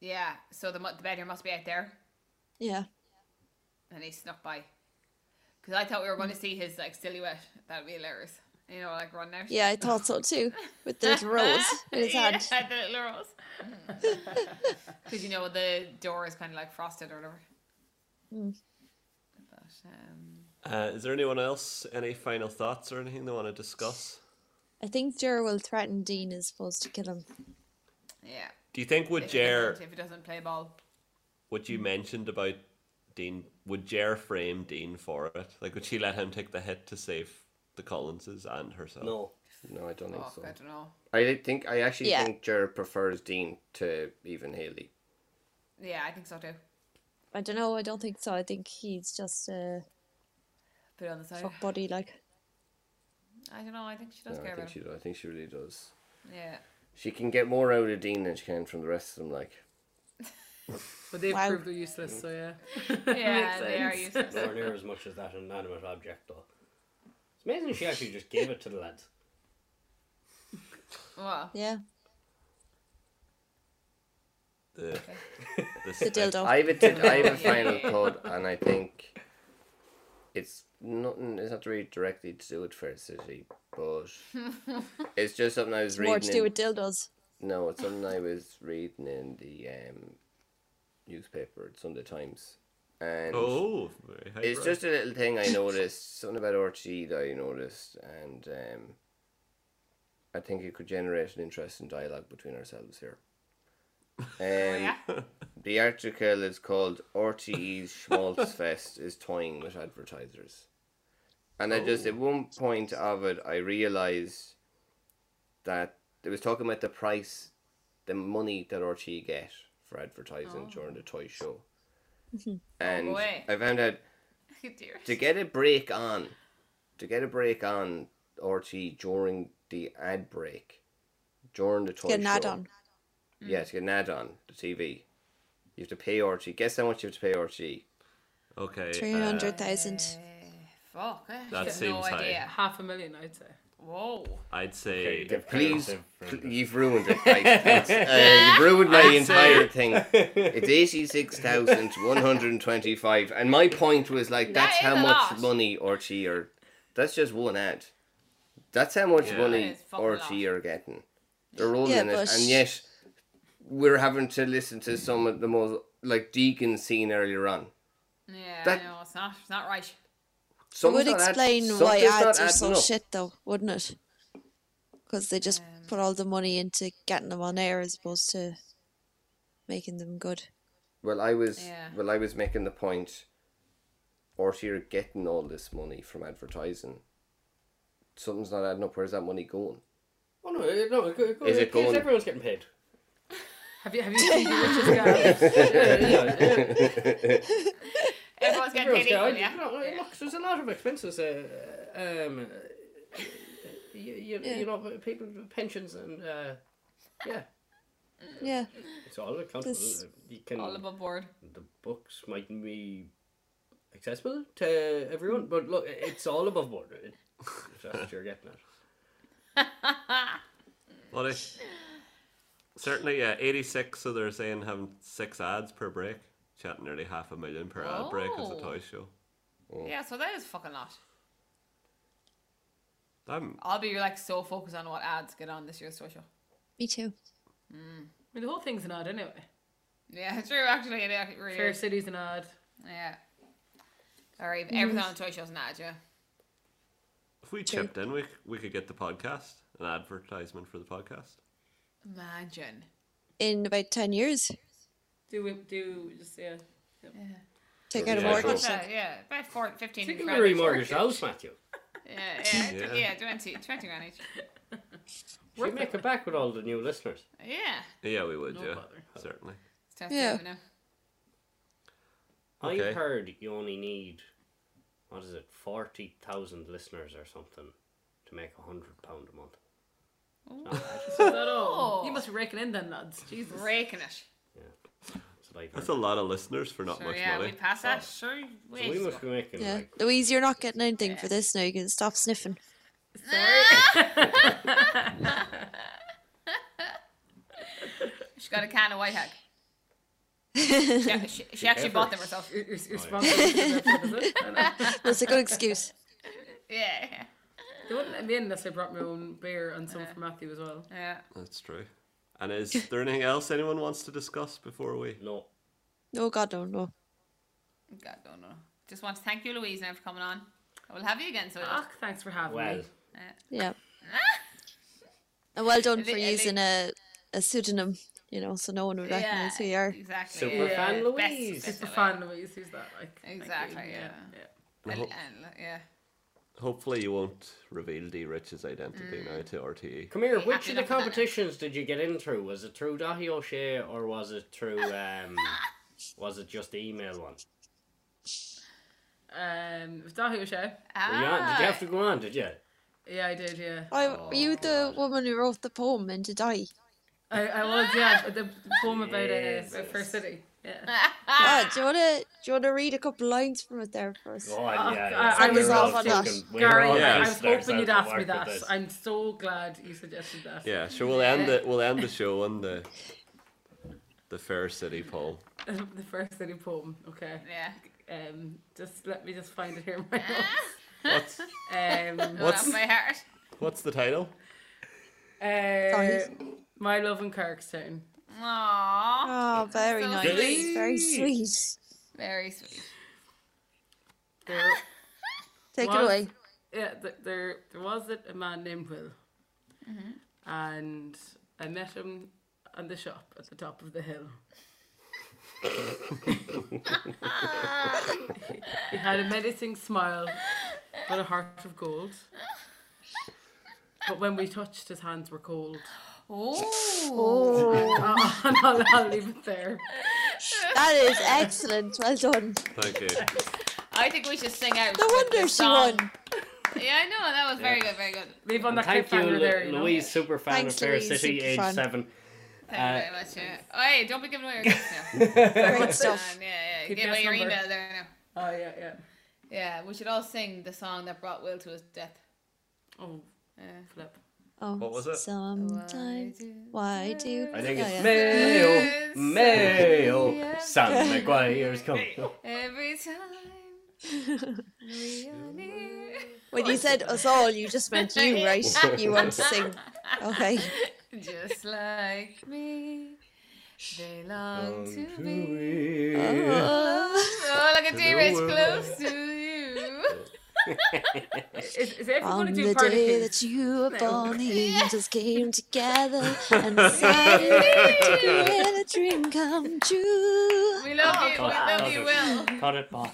Speaker 4: Yeah. So the mu- the bedroom must be out there,
Speaker 6: yeah
Speaker 4: and he snuck by. Because I thought we were going to see his like silhouette. That'd be hilarious. You know, like run out.
Speaker 6: yeah i thought so too
Speaker 4: [LAUGHS]
Speaker 6: with the little rose in his hand
Speaker 4: Yeah, [LAUGHS] the little rose. [LAUGHS] Because you know the door is kind of like frosted or whatever. But um,
Speaker 1: Uh, is there anyone else any final thoughts or anything they want to discuss?
Speaker 6: I I think Dur will threaten Dean is supposed to kill him.
Speaker 4: Yeah.
Speaker 1: Do you think would
Speaker 4: If he doesn't-
Speaker 1: Jer
Speaker 4: If he doesn't play ball.
Speaker 1: what you mentioned about Dean would Jer frame Dean for it? Like would she let him take the hit to save the Collinses and herself?
Speaker 2: No.
Speaker 5: No, I don't think
Speaker 4: Oh,
Speaker 5: so.
Speaker 4: I don't know.
Speaker 5: I think I actually
Speaker 6: Yeah.
Speaker 5: think Jer prefers Dean to even Haley.
Speaker 4: Yeah, I think so too.
Speaker 6: I don't know. I don't think so. I think he's just a
Speaker 4: Put it on the side.
Speaker 6: fuck buddy. Like
Speaker 4: I don't know. I think she does
Speaker 5: No, I
Speaker 4: care
Speaker 5: think
Speaker 4: about
Speaker 5: she.
Speaker 4: him.
Speaker 5: do- I think she really does.
Speaker 4: [LAUGHS] Yeah.
Speaker 5: She can get more out of Dean than she can from the rest of them. Like
Speaker 3: But they've
Speaker 6: Wow.
Speaker 3: proved they're useless, so yeah.
Speaker 4: Yeah,
Speaker 3: Makes
Speaker 4: they are
Speaker 3: sense.
Speaker 4: useless.
Speaker 2: Nowhere near as much as that inanimate object, though. It's amazing she actually just gave it to the lads.
Speaker 6: [LAUGHS]
Speaker 4: Well,
Speaker 5: [LAUGHS]
Speaker 6: yeah,
Speaker 1: The, the
Speaker 6: the
Speaker 1: stick.
Speaker 6: dildo.
Speaker 5: I have a, t- I have
Speaker 6: [LAUGHS]
Speaker 5: a
Speaker 4: Yeah.
Speaker 5: final code, and I think it's nothing. It's not really directly to do with Fair City,
Speaker 6: [LAUGHS]
Speaker 5: but it's just something I was
Speaker 6: It's
Speaker 5: reading.
Speaker 6: more to do
Speaker 5: in-
Speaker 6: with dildos.
Speaker 5: No, it's something I was reading in the um, newspaper, Sunday Times, and
Speaker 1: Oh, very high
Speaker 5: it's
Speaker 1: brow.
Speaker 5: just a little thing I noticed, something about RTE that I noticed, and um, I think it could generate an interesting dialogue between ourselves here. Um,
Speaker 4: Oh, yeah?
Speaker 5: The article is called RTE's Schmaltzfest is toying with advertisers. And I just, at one point of it, I realised that it was talking about the price, the money that RTE get for advertising during the
Speaker 4: [LAUGHS]
Speaker 5: toy show. And
Speaker 4: Oh. boy.
Speaker 5: I found out
Speaker 4: dear.
Speaker 5: to get a break on, to get a break on RT during the ad break, during the toy
Speaker 6: Get an
Speaker 5: show.
Speaker 6: add-on.
Speaker 5: Yeah, to get an ad on the TV. You have to pay RT. Guess how much you have to pay RT?
Speaker 1: okay.
Speaker 6: Three
Speaker 1: uh,
Speaker 6: hundred thousand.
Speaker 4: Fuck. I
Speaker 1: That
Speaker 4: have no
Speaker 1: seems high.
Speaker 4: idea.
Speaker 3: Half a million, I'd say.
Speaker 4: Whoa.
Speaker 1: I'd say
Speaker 5: Please, pl- you've ruined it. Christ. It's, uh, you've ruined my entire thing. It's eighty-six thousand one hundred twenty-five, and my point was like, that's
Speaker 4: That
Speaker 5: how
Speaker 4: is a
Speaker 5: much
Speaker 4: lot.
Speaker 5: money RT are. That's just one ad. That's how much
Speaker 1: Yeah.
Speaker 5: money
Speaker 4: That is fucking
Speaker 5: RT
Speaker 4: lot.
Speaker 5: are getting. They're rolling
Speaker 6: Yeah,
Speaker 5: it,
Speaker 6: but-
Speaker 5: and yet we're having to listen to some of the most like Deacon seen earlier on.
Speaker 4: Yeah,
Speaker 5: That-
Speaker 4: no, it's not. It's not right.
Speaker 6: It
Speaker 5: Something's
Speaker 6: would
Speaker 5: not add-
Speaker 6: explain why
Speaker 5: something's not
Speaker 6: ads are
Speaker 5: adding
Speaker 6: so
Speaker 5: up.
Speaker 6: shit, though, wouldn't it? Because they just put all the money into getting them on air as opposed to making them good.
Speaker 5: Well, I was
Speaker 4: Yeah.
Speaker 5: well, I was making the point. Orty are getting all this money from advertising. Something's not adding up. Where's that money going? [LAUGHS]
Speaker 2: Oh no, it- no, it, it,
Speaker 5: Is
Speaker 2: it,
Speaker 5: it going-
Speaker 2: everyone's getting
Speaker 5: [LAUGHS]
Speaker 2: paid.
Speaker 3: Have you
Speaker 4: [LAUGHS]
Speaker 3: have you seen the richest guy?
Speaker 4: Everyone's getting
Speaker 2: Everyone's
Speaker 4: paid equal,
Speaker 2: getting-
Speaker 4: yeah.
Speaker 2: no, Look, there's a lot of expenses. Uh, um, you, you, you know, people pensions and uh, yeah,
Speaker 6: Yeah,
Speaker 2: it's all accountable.
Speaker 6: This-
Speaker 2: You can
Speaker 4: All above board.
Speaker 2: the books might be accessible to everyone, but look, it's all above board. It, if that's what you're getting at.
Speaker 4: [LAUGHS]
Speaker 1: Well, they, certainly, yeah, 86, so they're saying having six ads per break. Chatting nearly half a million per ad break as a
Speaker 4: Oh.
Speaker 1: toy show.
Speaker 4: Yeah, so that is fucking lot.
Speaker 1: Damn.
Speaker 4: I'll be like so focused on what ads get on this year's social.
Speaker 6: me too.
Speaker 3: Well, the whole thing's an ad anyway.
Speaker 4: Yeah, [LAUGHS] true. Actually, it ac- really
Speaker 3: Fair
Speaker 4: is.
Speaker 3: City's an ad.
Speaker 4: Yeah. All right, everything on the toy show's an ad, yeah.
Speaker 1: If we chipped in, we, we could get the podcast, an advertisement for the podcast.
Speaker 4: Imagine.
Speaker 6: In about 10 years,
Speaker 3: Do we do just yeah.
Speaker 6: take out a
Speaker 1: Yeah,
Speaker 6: mortgage.
Speaker 4: So, yeah, about four, 15
Speaker 2: You can
Speaker 4: grand each.
Speaker 2: remortgage your house, Matthew.
Speaker 4: Yeah,
Speaker 1: [LAUGHS]
Speaker 4: yeah,
Speaker 1: Yeah.
Speaker 4: yeah. yeah 20, 20 grand each.
Speaker 2: We make it back with all the new listeners.
Speaker 4: Yeah.
Speaker 1: Yeah, we would,
Speaker 3: No
Speaker 1: yeah.
Speaker 3: bother.
Speaker 1: Certainly.
Speaker 4: It's tough
Speaker 6: Yeah.
Speaker 4: yeah. Now.
Speaker 1: Okay.
Speaker 2: I heard you only need what is it, forty thousand listeners or something to make a hundred pound a month.
Speaker 3: Is that all?
Speaker 4: Oh.
Speaker 3: You must be raking in then, lads. Jesus.
Speaker 4: Breaking it.
Speaker 2: That's what I've
Speaker 1: That's a
Speaker 2: heard.
Speaker 1: lot of listeners for not
Speaker 4: Sure,
Speaker 1: much
Speaker 4: yeah,
Speaker 1: money.
Speaker 4: we pass that. Sure, we
Speaker 2: So we must be making
Speaker 6: Yeah.
Speaker 2: like
Speaker 6: Louise, you're not getting anything for this now. You can stop sniffing.
Speaker 4: [LAUGHS] She got a can of White Hag. she, she, she actually bought them herself.
Speaker 3: You're, you're, you're sponsoring this episode, is it? I know.
Speaker 6: That's a good excuse.
Speaker 4: Yeah.
Speaker 3: They wouldn't let me in unless I brought my own beer and
Speaker 4: Uh-huh.
Speaker 3: some for Matthew as well.
Speaker 4: Yeah.
Speaker 1: That's true. And
Speaker 4: [LAUGHS]
Speaker 1: is there anything else anyone wants to discuss before we.
Speaker 2: no.
Speaker 6: No, God, no, no.
Speaker 4: God, don't know. Just want to thank you, [LAUGHS] Louise, now for coming on. We'll have you again, so
Speaker 3: Ah, thanks for having
Speaker 2: Well,
Speaker 3: me.
Speaker 6: Yeah. And well done
Speaker 4: They-
Speaker 6: for
Speaker 4: they-
Speaker 6: using a, a pseudonym, you know, so no one would recognize who you are.
Speaker 4: Exactly.
Speaker 2: Superfan
Speaker 4: yeah. Best-
Speaker 2: Louise.
Speaker 4: best
Speaker 3: Super
Speaker 4: way.
Speaker 3: fan Louise, who's that? Like thank you.
Speaker 4: Exactly, yeah.
Speaker 3: yeah.
Speaker 4: And-
Speaker 1: Ho-
Speaker 4: and- yeah.
Speaker 1: hopefully you won't reveal D Rich's identity now
Speaker 4: Mm.
Speaker 1: to E. RTE.
Speaker 2: Come here, which of
Speaker 4: Hey, happy
Speaker 2: the
Speaker 4: enough with that now.
Speaker 2: competitions did you get in through? Was it through Dahi O'Shea or was it through
Speaker 4: [LAUGHS]
Speaker 2: um was it just the email one?
Speaker 3: Um, it was Dahi O'Shea.
Speaker 2: Were you on- Did you have to go on, did you?
Speaker 3: Yeah, I did. Yeah,
Speaker 6: I, were you
Speaker 2: Oh.
Speaker 6: the woman who wrote the poem and to die?
Speaker 3: I, I was.
Speaker 2: [LAUGHS]
Speaker 3: Yeah, but the poem about uh,
Speaker 2: Jesus.
Speaker 3: about First City. Yeah.
Speaker 6: Ah, do you wanna do you wanna read a couple lines from it there for us?
Speaker 2: Go on, yeah,
Speaker 3: Oh, God,
Speaker 2: yeah.
Speaker 3: I
Speaker 2: We
Speaker 6: was
Speaker 2: were all
Speaker 6: off on that.
Speaker 2: fucking- we were
Speaker 3: Gary,
Speaker 2: all
Speaker 1: yeah.
Speaker 3: I was
Speaker 2: listeners
Speaker 3: hoping you'd
Speaker 2: out of
Speaker 3: ask me
Speaker 2: work
Speaker 3: that.
Speaker 2: with this.
Speaker 3: I'm so glad you suggested that.
Speaker 1: Yeah, sure.
Speaker 4: [LAUGHS]
Speaker 1: We'll end it. We'll end the show on the the Fair City poll.
Speaker 3: [LAUGHS] the First City poem. Okay.
Speaker 4: [LAUGHS] Yeah.
Speaker 3: Um, just let me just find it here in my
Speaker 1: What's
Speaker 3: notes.
Speaker 2: [LAUGHS]
Speaker 3: Um,
Speaker 4: What's
Speaker 1: What's-
Speaker 4: my heart?
Speaker 1: what's the title?
Speaker 3: uh, my love in Kirkstown.
Speaker 4: Aww.
Speaker 6: Oh, very
Speaker 4: So
Speaker 6: nice.
Speaker 4: sweet.
Speaker 6: Very sweet.
Speaker 4: Very sweet.
Speaker 3: There,
Speaker 6: Take
Speaker 3: Was-
Speaker 6: it [LAUGHS] away.
Speaker 3: yeah, th- there, there was a- a man named Will, and I met him on the shop at the top of the hill. he had a menacing smile, but a heart of gold. But when we touched, his hands were cold.
Speaker 4: Oh.
Speaker 3: Oh, and [LAUGHS] I'll, I'll leave it there.
Speaker 6: That is excellent. Well done.
Speaker 1: Thank you.
Speaker 4: I think we should sing out.
Speaker 6: No
Speaker 4: with
Speaker 6: wonder
Speaker 4: the
Speaker 6: she
Speaker 4: song.
Speaker 6: won.
Speaker 4: Yeah, I know. That was very good, very good.
Speaker 3: Leave on that
Speaker 2: Thank you,
Speaker 3: cliffhanger
Speaker 2: Lu-
Speaker 3: there. You know?
Speaker 2: Louise, super fan
Speaker 6: Thanks,
Speaker 2: of Fair
Speaker 6: Louise,
Speaker 2: City, age
Speaker 3: [LAUGHS]
Speaker 6: superfan.
Speaker 2: seven.
Speaker 4: Thank you
Speaker 2: Uh,
Speaker 4: very much. Yeah. Oh, hey, don't be giving away your gifts
Speaker 2: [LAUGHS]
Speaker 4: now.
Speaker 6: Great
Speaker 4: Um,
Speaker 6: stuff.
Speaker 4: yeah, yeah.
Speaker 3: Keep
Speaker 4: Give
Speaker 3: your
Speaker 4: away your
Speaker 3: number.
Speaker 4: email there now.
Speaker 3: Oh yeah, yeah.
Speaker 4: Yeah, we should all sing the song that brought Will to his death.
Speaker 3: Oh
Speaker 4: Yeah.
Speaker 3: flip.
Speaker 6: Oh,
Speaker 1: What was it?
Speaker 6: Sometimes. Why do you
Speaker 2: I think it's
Speaker 6: yeah, yeah.
Speaker 3: oh,
Speaker 2: Mail,
Speaker 4: Yes.
Speaker 2: Mail, Sam McGuire's coming.
Speaker 4: Every time [LAUGHS] we are near.
Speaker 6: when you said us all, you just meant you, right? You want to sing.
Speaker 2: [LAUGHS]
Speaker 6: [LAUGHS] Okay.
Speaker 4: Just like me, they long to
Speaker 2: Wee.
Speaker 4: be. Oh, look at D-Rich
Speaker 1: world.
Speaker 4: close to you. [LAUGHS]
Speaker 3: Is, is everyone
Speaker 6: On
Speaker 3: to
Speaker 6: the
Speaker 3: do part of
Speaker 6: day
Speaker 3: his?
Speaker 6: that you were born, angels came together and decided to let a dream come true.
Speaker 4: We love you. We
Speaker 2: God.
Speaker 4: love you,
Speaker 2: [LAUGHS]
Speaker 4: Will.
Speaker 2: Cut it, Bob.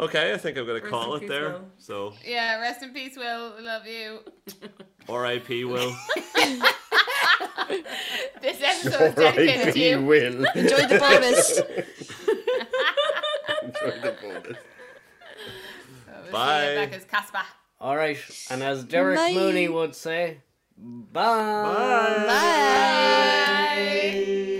Speaker 1: Okay, I think I'm gonna call
Speaker 3: in
Speaker 1: it
Speaker 3: peace,
Speaker 1: there.
Speaker 3: Will.
Speaker 1: So
Speaker 4: Yeah, rest in peace, Will. We Love you.
Speaker 1: R.I.P. Will.
Speaker 4: This episode is dedicated to
Speaker 5: He
Speaker 4: you.
Speaker 5: will. [LAUGHS]
Speaker 6: Enjoy the [LAUGHS] bonus.
Speaker 5: Enjoy the bonus.
Speaker 4: We'll see you
Speaker 1: Bye.
Speaker 4: Back as Casper.
Speaker 2: All right, and as Derek
Speaker 6: Bye.
Speaker 2: Mooney would say, bye.
Speaker 1: Bye.
Speaker 6: Bye.
Speaker 4: Bye.